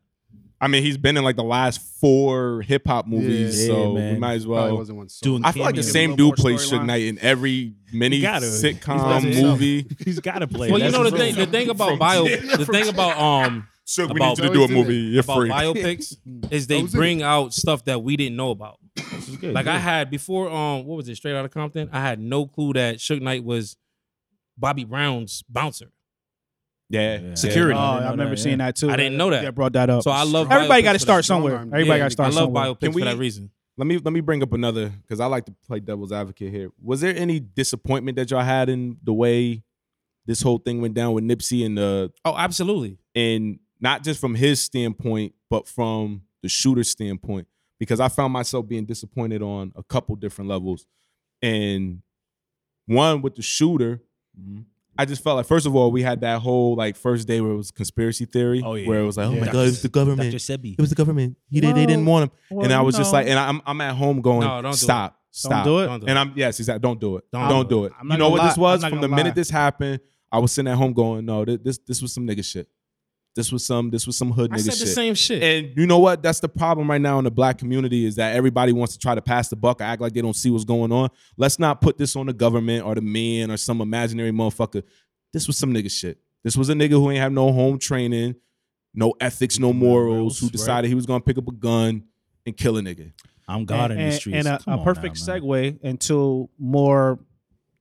[SPEAKER 5] I mean, he's been in like the last four hip hop movies,
[SPEAKER 6] Yeah,
[SPEAKER 5] so
[SPEAKER 6] man.
[SPEAKER 5] we might as
[SPEAKER 4] Probably
[SPEAKER 5] well.
[SPEAKER 4] wasn't one sold.
[SPEAKER 6] doing.
[SPEAKER 5] I feel like the
[SPEAKER 6] cameos.
[SPEAKER 5] same
[SPEAKER 2] little
[SPEAKER 5] dude
[SPEAKER 2] more
[SPEAKER 5] plays
[SPEAKER 2] storyline.
[SPEAKER 5] Suge Knight in every mini
[SPEAKER 6] He gotta.
[SPEAKER 5] sitcom
[SPEAKER 6] He's gotta.
[SPEAKER 5] movie.
[SPEAKER 6] He's got to play.
[SPEAKER 3] Well, you
[SPEAKER 6] That's
[SPEAKER 3] know the thing.
[SPEAKER 6] his
[SPEAKER 3] The
[SPEAKER 6] role.
[SPEAKER 3] thing about bio, the thing about um
[SPEAKER 5] Suge,
[SPEAKER 3] we need
[SPEAKER 4] to do a movie.
[SPEAKER 5] You're
[SPEAKER 3] about biopics is they
[SPEAKER 4] That was it.
[SPEAKER 3] bring out stuff that we didn't know about.
[SPEAKER 6] This is good,
[SPEAKER 3] Like
[SPEAKER 6] yeah.
[SPEAKER 3] I had before, um, what was it? Straight out of Compton. I had no clue that Suge Knight was Bobby Brown's bouncer.
[SPEAKER 5] Yeah, Uh,
[SPEAKER 6] Yeah.
[SPEAKER 3] Security.
[SPEAKER 2] Oh,
[SPEAKER 6] I didn't
[SPEAKER 2] I
[SPEAKER 6] know
[SPEAKER 2] remember
[SPEAKER 6] that,
[SPEAKER 2] seeing that too.
[SPEAKER 3] I didn't know that.
[SPEAKER 2] Yeah, brought that up.
[SPEAKER 3] So I love
[SPEAKER 2] Everybody
[SPEAKER 3] biopics
[SPEAKER 2] got to
[SPEAKER 3] for
[SPEAKER 2] start
[SPEAKER 3] that.
[SPEAKER 2] somewhere.
[SPEAKER 4] Strong arm.
[SPEAKER 2] Everybody got
[SPEAKER 4] Yeah,
[SPEAKER 2] to
[SPEAKER 3] I
[SPEAKER 2] start
[SPEAKER 3] love
[SPEAKER 2] somewhere.
[SPEAKER 3] biopics
[SPEAKER 5] Can
[SPEAKER 3] for
[SPEAKER 5] we-
[SPEAKER 3] that reason.
[SPEAKER 5] Let me let me bring up another because I like to play devil's advocate here. Was there any disappointment that y'all had in the way this whole thing went down with Nipsey and the
[SPEAKER 3] Oh, absolutely.
[SPEAKER 5] and not just from his standpoint, but from the shooter's standpoint, because I found myself being disappointed on a couple different levels. And one with the shooter,
[SPEAKER 6] Mhm.
[SPEAKER 5] I just felt like first of all, we had that whole like first day where it was conspiracy theory,
[SPEAKER 6] Oh, yeah.
[SPEAKER 5] where it was like, oh
[SPEAKER 6] Yeah.
[SPEAKER 5] my
[SPEAKER 6] Dr.
[SPEAKER 5] god, it was the government,
[SPEAKER 6] Dr. Sebi.
[SPEAKER 5] it was the government, he did, they didn't
[SPEAKER 2] Well,
[SPEAKER 5] want him,
[SPEAKER 2] Well,
[SPEAKER 5] and I
[SPEAKER 2] you
[SPEAKER 5] was just
[SPEAKER 2] know,
[SPEAKER 5] like, and I'm I'm at home going,
[SPEAKER 3] No, don't do
[SPEAKER 5] stop,
[SPEAKER 2] don't
[SPEAKER 5] stop,
[SPEAKER 2] do it.
[SPEAKER 3] Don't do it.
[SPEAKER 5] and I'm yes, exactly. Don't do it.
[SPEAKER 3] Don't
[SPEAKER 5] Don't,
[SPEAKER 3] do
[SPEAKER 5] do
[SPEAKER 2] it.
[SPEAKER 5] it.
[SPEAKER 2] I'm not
[SPEAKER 5] You know
[SPEAKER 2] gonna
[SPEAKER 5] what this
[SPEAKER 2] lie. I'm
[SPEAKER 5] was
[SPEAKER 2] not
[SPEAKER 5] from the
[SPEAKER 2] gonna lie.
[SPEAKER 5] minute this happened. I was sitting at home going, no, thi- this this was some nigga shit. This was some this was some hood
[SPEAKER 3] I
[SPEAKER 5] nigga
[SPEAKER 3] said
[SPEAKER 5] shit.
[SPEAKER 3] the same shit.
[SPEAKER 5] And you know what? That's the problem right now in the black community is that everybody wants to try to pass the buck or act like they don't see what's going on. Let's not put this on the government or the men or some imaginary motherfucker. This was some nigga shit. This was a nigga who ain't have no home training, no ethics, no morals, who
[SPEAKER 6] Morals, right.
[SPEAKER 5] decided he was gonna pick up a gun and kill a nigga.
[SPEAKER 6] I'm
[SPEAKER 2] and,
[SPEAKER 6] God in the
[SPEAKER 2] and-
[SPEAKER 6] streets.
[SPEAKER 2] and a,
[SPEAKER 6] Come
[SPEAKER 2] a
[SPEAKER 6] on
[SPEAKER 2] perfect
[SPEAKER 6] now, man.
[SPEAKER 2] segue into more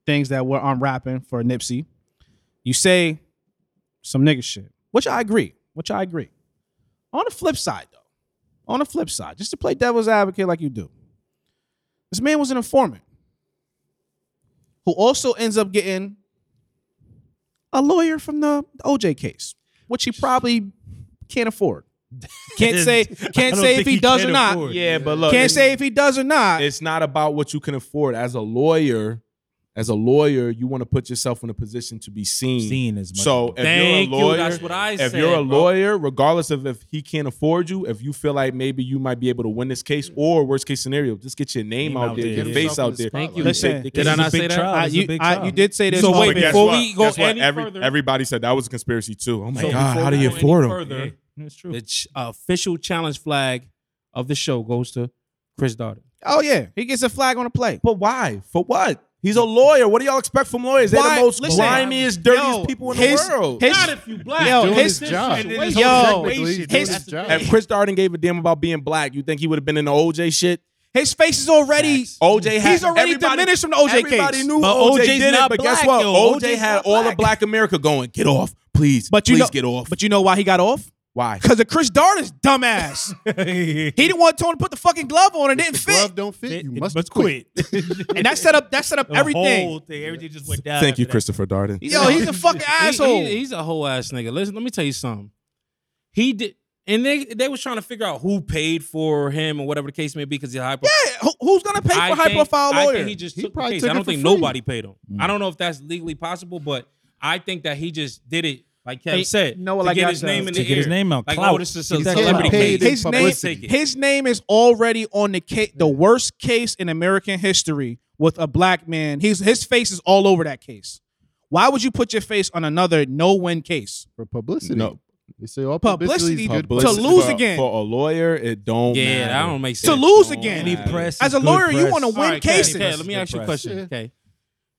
[SPEAKER 2] things that we're unwrapping for Nipsey. You say some nigga shit, which I agree, which I agree. On the flip side, though, on the flip side, just to play devil's advocate like you do, this man was an informant who also ends up getting a lawyer from the OJ case, which he probably can't afford. Can't say,
[SPEAKER 6] I
[SPEAKER 2] can't
[SPEAKER 6] don't
[SPEAKER 2] say if
[SPEAKER 6] think
[SPEAKER 2] he,
[SPEAKER 6] he
[SPEAKER 2] does
[SPEAKER 6] can
[SPEAKER 2] or not.
[SPEAKER 6] afford.
[SPEAKER 5] Yeah, but look,
[SPEAKER 2] Can't say if he does or not.
[SPEAKER 5] Uh, it's not about what you can afford. As a lawyer, as a lawyer, you want to put yourself in a position to be seen.
[SPEAKER 6] Seen as much.
[SPEAKER 5] So if
[SPEAKER 3] Thank
[SPEAKER 5] you're a lawyer,
[SPEAKER 3] you. That's what I said.
[SPEAKER 5] if you're a
[SPEAKER 3] bro.
[SPEAKER 5] lawyer, regardless of if he can't afford you, if you feel like maybe you might be able to win this case, or worst case scenario, just get your name, out, there,
[SPEAKER 6] yeah.
[SPEAKER 5] your face out there.
[SPEAKER 3] Thank you.
[SPEAKER 2] Listen,
[SPEAKER 5] Take the
[SPEAKER 3] Did I
[SPEAKER 5] case.
[SPEAKER 3] not
[SPEAKER 6] It's a
[SPEAKER 3] say
[SPEAKER 6] big
[SPEAKER 3] that?
[SPEAKER 6] trial.
[SPEAKER 2] I-
[SPEAKER 6] It's a
[SPEAKER 2] you,
[SPEAKER 6] big
[SPEAKER 2] I-
[SPEAKER 6] trial.
[SPEAKER 2] you did say this.
[SPEAKER 3] So
[SPEAKER 2] on
[SPEAKER 3] wait,
[SPEAKER 2] the-
[SPEAKER 5] But guess
[SPEAKER 3] before
[SPEAKER 5] what?
[SPEAKER 3] we go
[SPEAKER 5] Guess what?
[SPEAKER 3] any
[SPEAKER 5] Every-
[SPEAKER 3] further-
[SPEAKER 5] everybody said that was a conspiracy too. Oh my
[SPEAKER 3] So
[SPEAKER 5] god,
[SPEAKER 3] before
[SPEAKER 5] how do
[SPEAKER 3] we
[SPEAKER 5] you
[SPEAKER 3] go any
[SPEAKER 5] afford him?
[SPEAKER 3] further,
[SPEAKER 6] That's true.
[SPEAKER 3] The ch- uh, official challenge flag of the show goes to Chris Darden.
[SPEAKER 2] oh yeah, he gets a flag on the play.
[SPEAKER 5] But why? For what? He's a lawyer. What do y'all expect from lawyers? They're
[SPEAKER 2] Why-
[SPEAKER 5] the most
[SPEAKER 2] listen,
[SPEAKER 5] grimiest, dirtiest
[SPEAKER 2] yo,
[SPEAKER 5] people in
[SPEAKER 2] his-
[SPEAKER 5] the world.
[SPEAKER 2] his-
[SPEAKER 3] if you black.
[SPEAKER 2] Yo,
[SPEAKER 3] dude.
[SPEAKER 2] his-
[SPEAKER 3] This
[SPEAKER 4] job.
[SPEAKER 3] situation-
[SPEAKER 6] And his
[SPEAKER 2] whole
[SPEAKER 3] Yo,
[SPEAKER 4] technically, he's
[SPEAKER 3] his-
[SPEAKER 4] doing his job.
[SPEAKER 5] If Chris Darden gave a damn about being black, you think he would have been in the OJ shit?
[SPEAKER 2] His face is already.
[SPEAKER 3] Facts.
[SPEAKER 5] OJ had
[SPEAKER 2] He's already
[SPEAKER 5] everybody-
[SPEAKER 2] diminished from the OJ
[SPEAKER 5] Everybody
[SPEAKER 2] case.
[SPEAKER 5] knew
[SPEAKER 6] But
[SPEAKER 5] OJ
[SPEAKER 6] OJ's
[SPEAKER 5] did it,
[SPEAKER 6] not
[SPEAKER 5] but guess
[SPEAKER 6] black,
[SPEAKER 5] what?
[SPEAKER 6] yo.
[SPEAKER 5] OJ
[SPEAKER 6] OJ's
[SPEAKER 5] had
[SPEAKER 6] not
[SPEAKER 5] all
[SPEAKER 6] black.
[SPEAKER 5] of Black America going, get off, please,
[SPEAKER 2] But you
[SPEAKER 5] please
[SPEAKER 2] know,
[SPEAKER 5] get off.
[SPEAKER 2] But you know why he got off?
[SPEAKER 5] why?
[SPEAKER 2] Because of Chris Darden's dumbass. he didn't want Tony to put the fucking glove on and it didn't
[SPEAKER 4] If
[SPEAKER 2] fit,
[SPEAKER 4] glove don't fit,
[SPEAKER 6] It-
[SPEAKER 4] you
[SPEAKER 6] it
[SPEAKER 4] must, quit.
[SPEAKER 2] and that set up that set up
[SPEAKER 6] The
[SPEAKER 2] everything.
[SPEAKER 6] whole thing, everything just went
[SPEAKER 3] Uh,
[SPEAKER 6] down.
[SPEAKER 5] Thank you,
[SPEAKER 6] after that.
[SPEAKER 5] Christopher Darden.
[SPEAKER 2] Yo, he's a fucking
[SPEAKER 3] he-
[SPEAKER 2] asshole.
[SPEAKER 3] he- he's a whole ass nigga. Listen, let me tell you something. He did, and they they was trying to figure out who paid for him and whatever the case may be because he's high profile.
[SPEAKER 2] Yeah, who- who's gonna pay for
[SPEAKER 3] I
[SPEAKER 2] high
[SPEAKER 3] think-
[SPEAKER 2] profile
[SPEAKER 3] I
[SPEAKER 2] lawyer?
[SPEAKER 3] think he just
[SPEAKER 4] He
[SPEAKER 3] took the
[SPEAKER 4] probably
[SPEAKER 3] case.
[SPEAKER 4] took
[SPEAKER 3] I
[SPEAKER 4] it
[SPEAKER 3] don't
[SPEAKER 4] for
[SPEAKER 3] think
[SPEAKER 4] free.
[SPEAKER 3] nobody paid him. I
[SPEAKER 2] Mm.
[SPEAKER 3] don't know if that's legally possible, but I think that he just did it, like Kev
[SPEAKER 2] Hey,
[SPEAKER 3] said,
[SPEAKER 2] you know what,
[SPEAKER 3] to
[SPEAKER 2] like
[SPEAKER 3] get
[SPEAKER 2] I
[SPEAKER 3] his
[SPEAKER 2] said,
[SPEAKER 3] name in
[SPEAKER 6] to
[SPEAKER 3] the
[SPEAKER 6] get his
[SPEAKER 3] ear.
[SPEAKER 6] name out,
[SPEAKER 3] Like,
[SPEAKER 6] clout.
[SPEAKER 3] oh, this is a
[SPEAKER 4] He just
[SPEAKER 3] celebrity
[SPEAKER 4] got paid
[SPEAKER 3] case.
[SPEAKER 2] his
[SPEAKER 4] in
[SPEAKER 2] name,
[SPEAKER 4] publicity.
[SPEAKER 2] his name is already on the ca- the worst case in American history with a black man. He's his face is all over that case. Why would you put your face on another no-win case?
[SPEAKER 4] For publicity.
[SPEAKER 5] No.
[SPEAKER 4] They say all
[SPEAKER 2] Publicity
[SPEAKER 4] publicity, is good.
[SPEAKER 2] to
[SPEAKER 5] Publicity-
[SPEAKER 2] lose
[SPEAKER 5] for-
[SPEAKER 2] again.
[SPEAKER 5] For a lawyer, it don't
[SPEAKER 3] Yeah,
[SPEAKER 5] matter.
[SPEAKER 3] that don't make
[SPEAKER 2] To
[SPEAKER 3] sense.
[SPEAKER 2] lose
[SPEAKER 5] Don't
[SPEAKER 2] again.
[SPEAKER 6] Any
[SPEAKER 5] matter.
[SPEAKER 6] press
[SPEAKER 2] As
[SPEAKER 6] is
[SPEAKER 2] a
[SPEAKER 6] good
[SPEAKER 2] lawyer, you
[SPEAKER 6] press.
[SPEAKER 2] wanna win
[SPEAKER 3] All Kev,
[SPEAKER 2] cases.
[SPEAKER 3] Kev, let me ask you a
[SPEAKER 6] Good
[SPEAKER 3] question.
[SPEAKER 4] press.
[SPEAKER 3] Okay.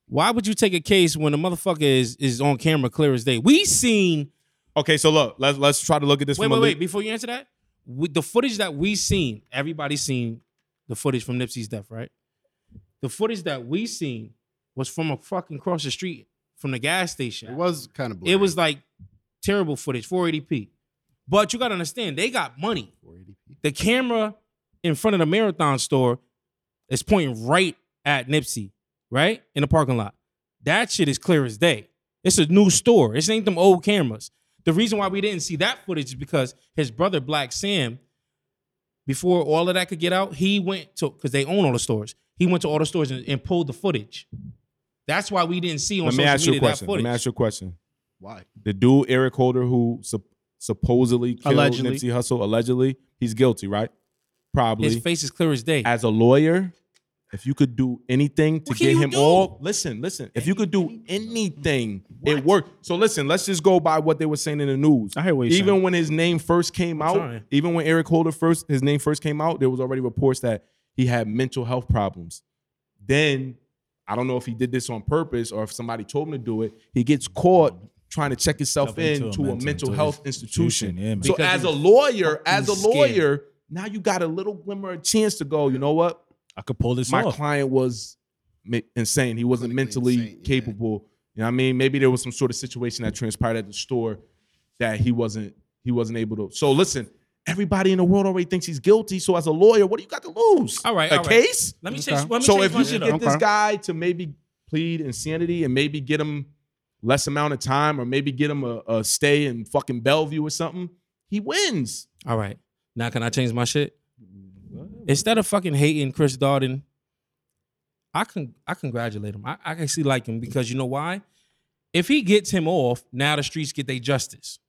[SPEAKER 3] Why would you take a case when the motherfucker is, is on camera clear as day? We seen
[SPEAKER 5] Okay, so look, let's let's try to look at this
[SPEAKER 3] wait,
[SPEAKER 5] from
[SPEAKER 3] wait,
[SPEAKER 5] a
[SPEAKER 3] wait. Before you answer that, with the footage that we seen, everybody seen the footage from Nipsey's death, right? The footage that we seen was from a fucking across the street from the gas station.
[SPEAKER 4] It was kind of blurry.
[SPEAKER 3] It was like terrible footage, 480p. But you gotta understand, they got money.
[SPEAKER 4] 480p.
[SPEAKER 3] The camera in front of the marathon store is pointing right at Nipsey, right? In the parking lot. That shit is clear as day. It's a new store. It's ain't them old cameras. The reason why we didn't see that footage is because his brother Black Sam, before all of that could get out, he went to because they own all the stores. He went to all the stores and, and pulled the footage. That's why we didn't see on
[SPEAKER 5] Let me
[SPEAKER 3] social
[SPEAKER 5] ask you a
[SPEAKER 3] media that
[SPEAKER 5] question. Let
[SPEAKER 3] footage.
[SPEAKER 5] me ask you a question.
[SPEAKER 4] Why?
[SPEAKER 5] The dude Eric Holder who sup- supposedly killed
[SPEAKER 3] Allegedly.
[SPEAKER 5] Nipsey Hussle allegedly, he's guilty, right?
[SPEAKER 3] His
[SPEAKER 5] Probably.
[SPEAKER 3] face is clear as day.
[SPEAKER 5] As a lawyer, if you could do anything to
[SPEAKER 3] What can
[SPEAKER 5] get
[SPEAKER 3] you
[SPEAKER 5] him
[SPEAKER 3] do?
[SPEAKER 5] all, listen, listen. If you could do anything, it worked. So listen, let's just go by what they were saying in the news.
[SPEAKER 2] I hear what you're
[SPEAKER 5] even when his name first came out,
[SPEAKER 3] trying.
[SPEAKER 5] even when Eric Holder first his name first came out, there was already reports that he had mental health problems. Then I don't know if he did this on purpose or if somebody told him to do it. He gets caught trying to check himself
[SPEAKER 6] Himself
[SPEAKER 5] in to a mental, health institution.
[SPEAKER 6] institution, yeah, man.
[SPEAKER 5] so
[SPEAKER 3] Because
[SPEAKER 5] as
[SPEAKER 3] he
[SPEAKER 5] a
[SPEAKER 3] was
[SPEAKER 5] lawyer, as a
[SPEAKER 3] fucking scared.
[SPEAKER 5] lawyer, now you got a little glimmer of chance to go. You know what?
[SPEAKER 6] I could pull this
[SPEAKER 5] my
[SPEAKER 6] off.
[SPEAKER 5] client was ma- insane. He wasn't
[SPEAKER 4] Clinically
[SPEAKER 5] mentally
[SPEAKER 4] insane, yeah.
[SPEAKER 5] capable. You know what I mean? Maybe there was some sort of situation that transpired at the store that he wasn't he wasn't able to. So listen, everybody in the world already thinks he's guilty. So as a lawyer, what do you got to lose?
[SPEAKER 3] All right, all
[SPEAKER 5] a
[SPEAKER 3] right.
[SPEAKER 5] case.
[SPEAKER 3] let me change. Let me
[SPEAKER 5] So
[SPEAKER 3] change
[SPEAKER 5] if
[SPEAKER 3] my
[SPEAKER 5] you
[SPEAKER 3] shit
[SPEAKER 5] could
[SPEAKER 3] up.
[SPEAKER 5] get this guy to maybe plead insanity and maybe get him less amount of time or maybe get him a, a stay in fucking Bellevue or something, he wins.
[SPEAKER 3] All right. Now can I change my shit? Instead of fucking hating Chris Darden, I can I congratulate him. I, I actually like him because you know why? If he gets him off, now the streets get their justice.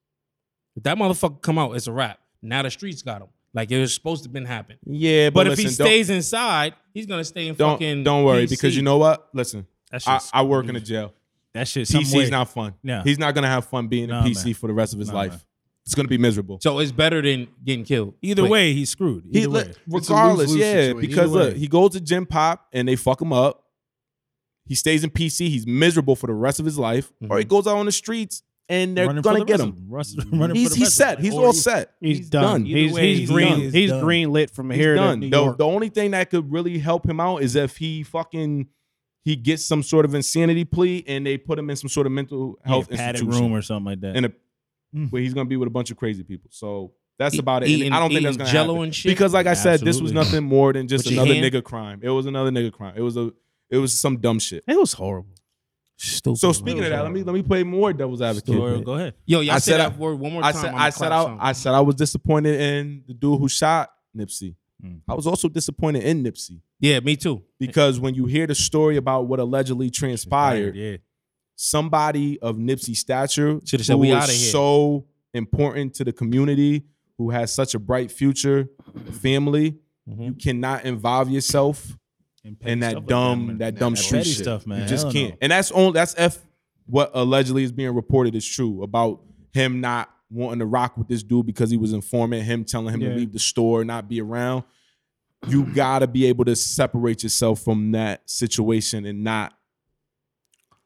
[SPEAKER 3] If that motherfucker come out, it's a wrap. Now the streets got him. Like it was supposed to been happen.
[SPEAKER 5] Yeah,
[SPEAKER 3] But, if he stays inside, he's gonna stay in
[SPEAKER 5] don't,
[SPEAKER 3] fucking.
[SPEAKER 5] don't, worry
[SPEAKER 3] DC.
[SPEAKER 5] because you know what? Listen,
[SPEAKER 6] That's
[SPEAKER 5] I,
[SPEAKER 6] just
[SPEAKER 5] I work in a jail.
[SPEAKER 6] that shit. some
[SPEAKER 5] PC's
[SPEAKER 6] way-
[SPEAKER 5] not fun.
[SPEAKER 6] Yeah.
[SPEAKER 5] He's not gonna have fun being
[SPEAKER 6] Nah,
[SPEAKER 5] in PC
[SPEAKER 6] man.
[SPEAKER 5] for the rest of his
[SPEAKER 6] Nah,
[SPEAKER 5] life.
[SPEAKER 6] man.
[SPEAKER 5] It's gonna be miserable.
[SPEAKER 3] So it's better than getting killed.
[SPEAKER 6] Either
[SPEAKER 3] Wait.
[SPEAKER 6] way, he's screwed. Either
[SPEAKER 5] he,
[SPEAKER 6] way.
[SPEAKER 5] look, regardless,
[SPEAKER 4] lose-lose
[SPEAKER 5] yeah,
[SPEAKER 4] situation.
[SPEAKER 5] because
[SPEAKER 4] Either
[SPEAKER 5] look,
[SPEAKER 4] way.
[SPEAKER 5] he goes to Gym Pop and they fuck him up. He stays in PC. He's miserable for the rest of his life, or he goes out on the streets and they're
[SPEAKER 6] Mm-hmm. Running for
[SPEAKER 5] gonna
[SPEAKER 6] the
[SPEAKER 5] get
[SPEAKER 6] resume.
[SPEAKER 5] him.
[SPEAKER 6] Rus- running
[SPEAKER 5] He's
[SPEAKER 6] for the
[SPEAKER 5] he's
[SPEAKER 6] resume.
[SPEAKER 5] set. He's
[SPEAKER 6] Or
[SPEAKER 5] all set.
[SPEAKER 2] He's, done.
[SPEAKER 6] Either
[SPEAKER 2] He's,
[SPEAKER 6] way,
[SPEAKER 2] he's,
[SPEAKER 6] he's
[SPEAKER 2] green.
[SPEAKER 6] done.
[SPEAKER 2] He's,
[SPEAKER 6] He's done.
[SPEAKER 2] green lit from
[SPEAKER 5] He's
[SPEAKER 2] here to
[SPEAKER 5] done.
[SPEAKER 2] New
[SPEAKER 5] The,
[SPEAKER 2] York.
[SPEAKER 5] the only thing that could really help him out is if he fucking he gets some sort of insanity plea and they put him in some sort of mental
[SPEAKER 6] Yeah,
[SPEAKER 5] health
[SPEAKER 6] padded
[SPEAKER 5] institution.
[SPEAKER 6] room or something like that.
[SPEAKER 5] in a where he's gonna be with a bunch of crazy people. So that's
[SPEAKER 3] E-
[SPEAKER 5] about it.
[SPEAKER 3] eating-
[SPEAKER 5] And I don't think that's
[SPEAKER 3] eating
[SPEAKER 5] gonna
[SPEAKER 3] Jell-O
[SPEAKER 5] happen.
[SPEAKER 3] and shit?
[SPEAKER 5] because, like I said, this was
[SPEAKER 6] Absolutely.
[SPEAKER 5] nothing more than just
[SPEAKER 3] With your
[SPEAKER 5] another
[SPEAKER 3] hand?
[SPEAKER 5] nigga crime. It was another nigga crime. It was a it was some dumb shit.
[SPEAKER 2] It was horrible.
[SPEAKER 3] Stupid.
[SPEAKER 5] So speaking of that, let me let me play more devil's advocate.
[SPEAKER 6] Or- go ahead.
[SPEAKER 3] Yo, y'all
[SPEAKER 5] I
[SPEAKER 3] say
[SPEAKER 5] said
[SPEAKER 3] that
[SPEAKER 5] I-
[SPEAKER 3] word one more
[SPEAKER 5] I
[SPEAKER 3] time.
[SPEAKER 5] said
[SPEAKER 3] I'ma
[SPEAKER 5] I said
[SPEAKER 3] clap
[SPEAKER 5] I,
[SPEAKER 3] something.
[SPEAKER 5] I said I was disappointed in the dude who shot Nipsey.
[SPEAKER 6] Mm.
[SPEAKER 5] I was also disappointed in Nipsey
[SPEAKER 3] yeah, me too.
[SPEAKER 5] because when you hear the story about what allegedly transpired,
[SPEAKER 6] Yeah.
[SPEAKER 5] somebody of Nipsey's stature
[SPEAKER 3] Shoulda said,
[SPEAKER 5] who
[SPEAKER 3] "We
[SPEAKER 5] is
[SPEAKER 3] outta here."
[SPEAKER 5] so important to the community, who has such a bright future, family.
[SPEAKER 3] Mhm.
[SPEAKER 5] You cannot involve yourself
[SPEAKER 6] petty
[SPEAKER 5] in
[SPEAKER 6] stuff
[SPEAKER 5] that
[SPEAKER 6] like
[SPEAKER 5] dumb
[SPEAKER 6] man.
[SPEAKER 5] that, dumb
[SPEAKER 6] that
[SPEAKER 5] street
[SPEAKER 6] petty
[SPEAKER 5] shit.
[SPEAKER 6] stuff, man.
[SPEAKER 5] You just
[SPEAKER 6] Hell
[SPEAKER 5] can't.
[SPEAKER 6] no.
[SPEAKER 5] And that's on that's f what allegedly is being reported is true about him not wanting to rock with this dude because he was informing him, telling him to
[SPEAKER 2] Yeah.
[SPEAKER 5] leave the store, not be around. You gotta be able to separate yourself from that situation and not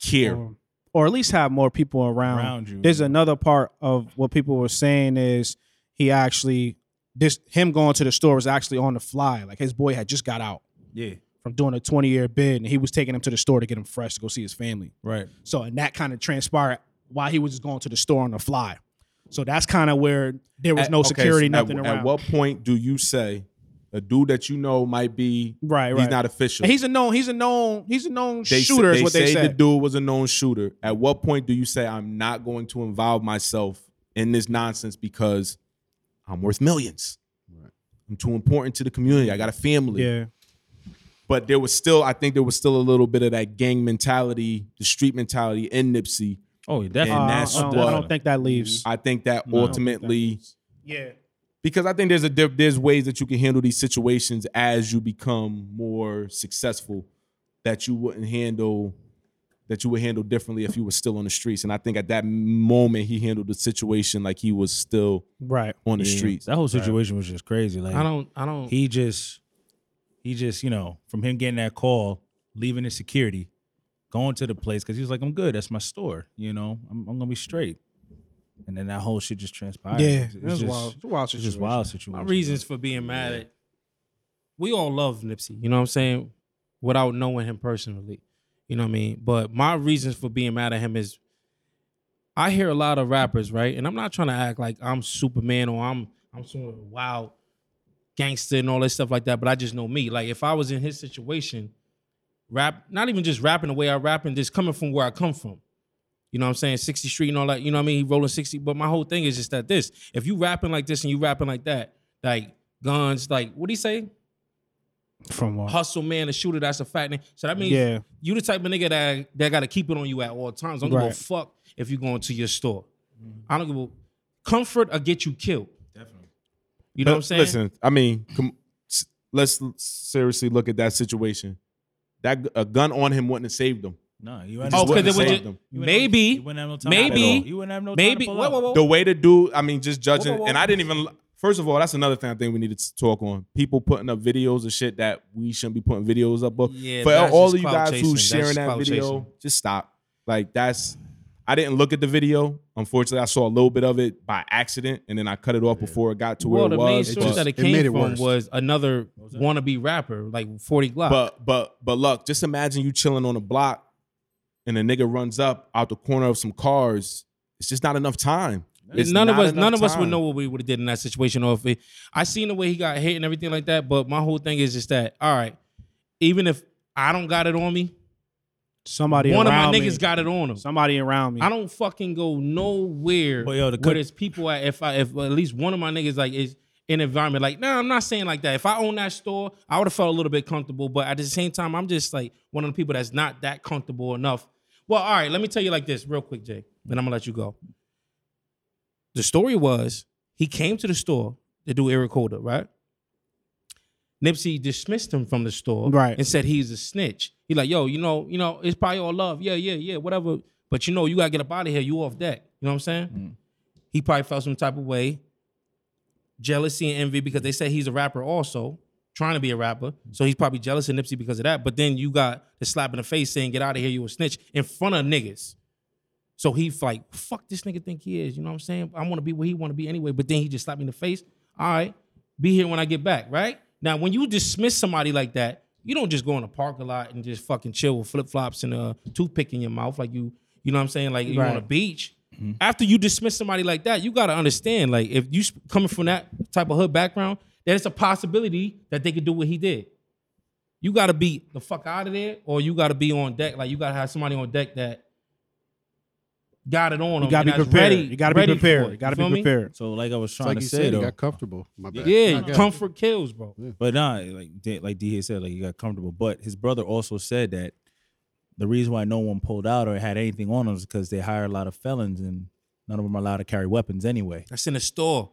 [SPEAKER 5] care.
[SPEAKER 2] Or, or at least have more people around.
[SPEAKER 6] Around you.
[SPEAKER 2] There's another part of what people were saying is he actually this him going to the store was actually on the fly. Like his boy had just got out
[SPEAKER 6] Yeah.
[SPEAKER 2] from doing a 20 year bid and he was taking him to the store to get him fresh to go see his family.
[SPEAKER 6] Right.
[SPEAKER 2] So and that kind of transpired while he was just going to the store on the fly. So that's kind of where there was
[SPEAKER 5] At-
[SPEAKER 2] no
[SPEAKER 5] okay,
[SPEAKER 2] security,
[SPEAKER 5] so at-
[SPEAKER 2] nothing
[SPEAKER 5] at,
[SPEAKER 2] around.
[SPEAKER 5] what point do you say a dude that you know might be
[SPEAKER 2] right, right.
[SPEAKER 5] he's not official?
[SPEAKER 2] And he's a known, he's a known, he's a known
[SPEAKER 5] They s-
[SPEAKER 2] shooter. is what they
[SPEAKER 5] say the
[SPEAKER 2] said.
[SPEAKER 5] dude was a known shooter. At what point do you say I'm not going to involve myself in this nonsense because I'm worth millions? I'm too important to the community. I got a family.
[SPEAKER 2] yeah,
[SPEAKER 5] But there was still, I think there was still a little bit of that gang mentality, the street mentality in Nipsey.
[SPEAKER 6] Oh, yeah, definitely.
[SPEAKER 5] And
[SPEAKER 2] Uh,
[SPEAKER 5] that's
[SPEAKER 2] I, don't,
[SPEAKER 5] what-
[SPEAKER 2] I don't think that leaves.
[SPEAKER 5] I think that
[SPEAKER 6] No, I don't think
[SPEAKER 5] ultimately.
[SPEAKER 2] yeah,
[SPEAKER 5] because I think there's a there- there's ways that you can handle these situations as you become more successful that you wouldn't handle that you would handle differently if you were still on the streets. And I think at that moment he handled the situation like he was still
[SPEAKER 2] right.
[SPEAKER 5] on the
[SPEAKER 6] Yeah.
[SPEAKER 5] streets.
[SPEAKER 6] That whole situation was just crazy. Like
[SPEAKER 3] I don't. I don't.
[SPEAKER 6] he just he just you know from him getting that call leaving his security going to the place because he was like i'm good that's my store you know i'm, I'm gonna be straight and then that whole shit just transpired
[SPEAKER 2] Yeah,
[SPEAKER 6] It's-
[SPEAKER 2] it
[SPEAKER 6] it's
[SPEAKER 2] was
[SPEAKER 6] just,
[SPEAKER 2] wild. It was a wild
[SPEAKER 6] it's Oh. just
[SPEAKER 2] situation.
[SPEAKER 6] wild situation
[SPEAKER 3] my reasons for being mad at we all love Nipsey, you know what I'm saying? Without knowing him personally. You know what I mean? But my reasons for being mad at him is I hear a lot of rappers, right? And I'm not trying to act like I'm Superman or I'm I'm someone wild. gangster and all that stuff like that. But I just know me. Like if I was in his situation, rap, not even just rapping the way I rap and just coming from where I come from. You know what I'm saying? 60 Street and all that. You know what I mean? He rolling 60. But my whole thing is just that this. If you rapping like this and you rapping like that, like guns, like what do you say?
[SPEAKER 2] From what?
[SPEAKER 3] Hustle man, a shooter, that's a fat name. So that means
[SPEAKER 2] Yeah.
[SPEAKER 3] you the type of nigga that that gotta keep it on you at all times. I don't give a
[SPEAKER 2] Right.
[SPEAKER 3] fuck if you going to your store. I don't give a comfort or get you killed.
[SPEAKER 6] Mm-hmm. Definitely.
[SPEAKER 3] You know
[SPEAKER 5] But
[SPEAKER 3] what I'm saying?
[SPEAKER 5] Listen, I mean, com- s- let's l- seriously look at that situation. That g- a gun on him wouldn't have saved him.
[SPEAKER 6] No, you
[SPEAKER 5] He
[SPEAKER 6] ain't
[SPEAKER 5] just
[SPEAKER 3] Oh,
[SPEAKER 6] no
[SPEAKER 3] 'cause
[SPEAKER 5] wouldn't
[SPEAKER 3] it
[SPEAKER 5] have
[SPEAKER 3] was
[SPEAKER 5] saved
[SPEAKER 3] just-
[SPEAKER 5] him.
[SPEAKER 6] You wouldn't have-
[SPEAKER 3] maybe,
[SPEAKER 6] you wouldn't have no time.
[SPEAKER 3] maybe-
[SPEAKER 6] to pull. you wouldn't have no time.
[SPEAKER 3] maybe.
[SPEAKER 6] to
[SPEAKER 3] Whoa,
[SPEAKER 6] pull
[SPEAKER 3] whoa,
[SPEAKER 6] out.
[SPEAKER 3] whoa.
[SPEAKER 5] The way to do, I mean, just judging,
[SPEAKER 3] whoa, whoa.
[SPEAKER 5] and I didn't even. First of all, that's another thing I think we need to talk on. People putting up videos of shit that we shouldn't be putting videos up of.
[SPEAKER 3] Yeah,
[SPEAKER 5] For
[SPEAKER 3] that's
[SPEAKER 5] all
[SPEAKER 3] just
[SPEAKER 5] of you
[SPEAKER 3] clout
[SPEAKER 5] guys
[SPEAKER 3] chasing.
[SPEAKER 5] who's
[SPEAKER 3] That's
[SPEAKER 5] sharing
[SPEAKER 3] just
[SPEAKER 5] that
[SPEAKER 3] clout
[SPEAKER 5] video,
[SPEAKER 3] chasing.
[SPEAKER 5] just stop. Like that's. I didn't look at the video. Unfortunately, I saw a little bit of it by accident, and then I cut it off before it got to where
[SPEAKER 3] well,
[SPEAKER 5] it
[SPEAKER 3] the main
[SPEAKER 5] was.
[SPEAKER 3] source
[SPEAKER 5] but-
[SPEAKER 3] that it
[SPEAKER 4] it made
[SPEAKER 3] came
[SPEAKER 4] it
[SPEAKER 3] from
[SPEAKER 4] worse.
[SPEAKER 3] was another wannabe rapper, like 40 Glock.
[SPEAKER 5] But but but look, just imagine you chilling on a block and a nigga runs up out the corner of some cars. It's just not enough time. It's
[SPEAKER 3] none of
[SPEAKER 5] not
[SPEAKER 3] us,
[SPEAKER 5] enough
[SPEAKER 3] none of us would
[SPEAKER 5] time.
[SPEAKER 3] know what we would have did in that situation. Or if it, I seen the way he got hit and everything like that. But my whole thing is just that. All right, even if I don't got it on me,
[SPEAKER 2] Somebody
[SPEAKER 3] one of my
[SPEAKER 2] around me.
[SPEAKER 3] niggas got it on him.
[SPEAKER 2] Somebody around me.
[SPEAKER 3] I don't fucking go nowhere
[SPEAKER 6] But yo,
[SPEAKER 3] where
[SPEAKER 6] the cut-
[SPEAKER 3] there's people at. If I, if at least one of my niggas like is in an environment like, nah, I'm not saying like that. If I own that store, I would have felt a little bit comfortable. But at the same time, I'm just like one of the people that's not that comfortable enough. Well, all right, let me tell you like this real quick, Jay, then I'm gonna let you go. The story was he came to the store to do Iracoda, right? Nipsey dismissed him from the store
[SPEAKER 2] Right.
[SPEAKER 3] and said he's a snitch. He's like, yo, you know, you know, it's probably all love. Yeah, yeah, yeah, whatever. But you know, you gotta get up out of here. You off deck. You know what I'm saying? He probably felt some type of way, jealousy and envy because they said he's a rapper also, trying to be a rapper. So he's probably jealous of Nipsey because of that. But then you got the slap in the face saying, get out of here, you a snitch in front of niggas. So he's like, fuck this nigga think he is. You know what I'm saying? I want to be where he want to be anyway. But then he just slapped me in the face. All right, be here when I get back, right? Now, when you dismiss somebody like that, you don't just go in the parking lot and just fucking chill with flip flops and a toothpick in your mouth like you, you know what I'm saying? Like you on a beach. After you dismiss somebody like that, you got to understand, like if you sp- coming from that type of hood background, there's a possibility that they could do what he did. You got to be the fuck out of there, or you got to be on deck. Like you got to have somebody on deck that got it on.
[SPEAKER 2] you gotta be prepared. you gotta be prepared. You gotta be prepared.
[SPEAKER 6] So like I was
[SPEAKER 4] It's
[SPEAKER 6] trying
[SPEAKER 4] like
[SPEAKER 6] to
[SPEAKER 4] you
[SPEAKER 6] say
[SPEAKER 4] said,
[SPEAKER 6] though,
[SPEAKER 4] he got comfortable. My bad.
[SPEAKER 3] Yeah,
[SPEAKER 4] Not good.
[SPEAKER 3] comfort kills, bro.
[SPEAKER 6] But nah, like D- like D had said, like he got comfortable. But his brother also said that the reason why no one pulled out or had anything on them is because they hire a lot of felons and none of them are allowed to carry weapons anyway.
[SPEAKER 3] That's in the store.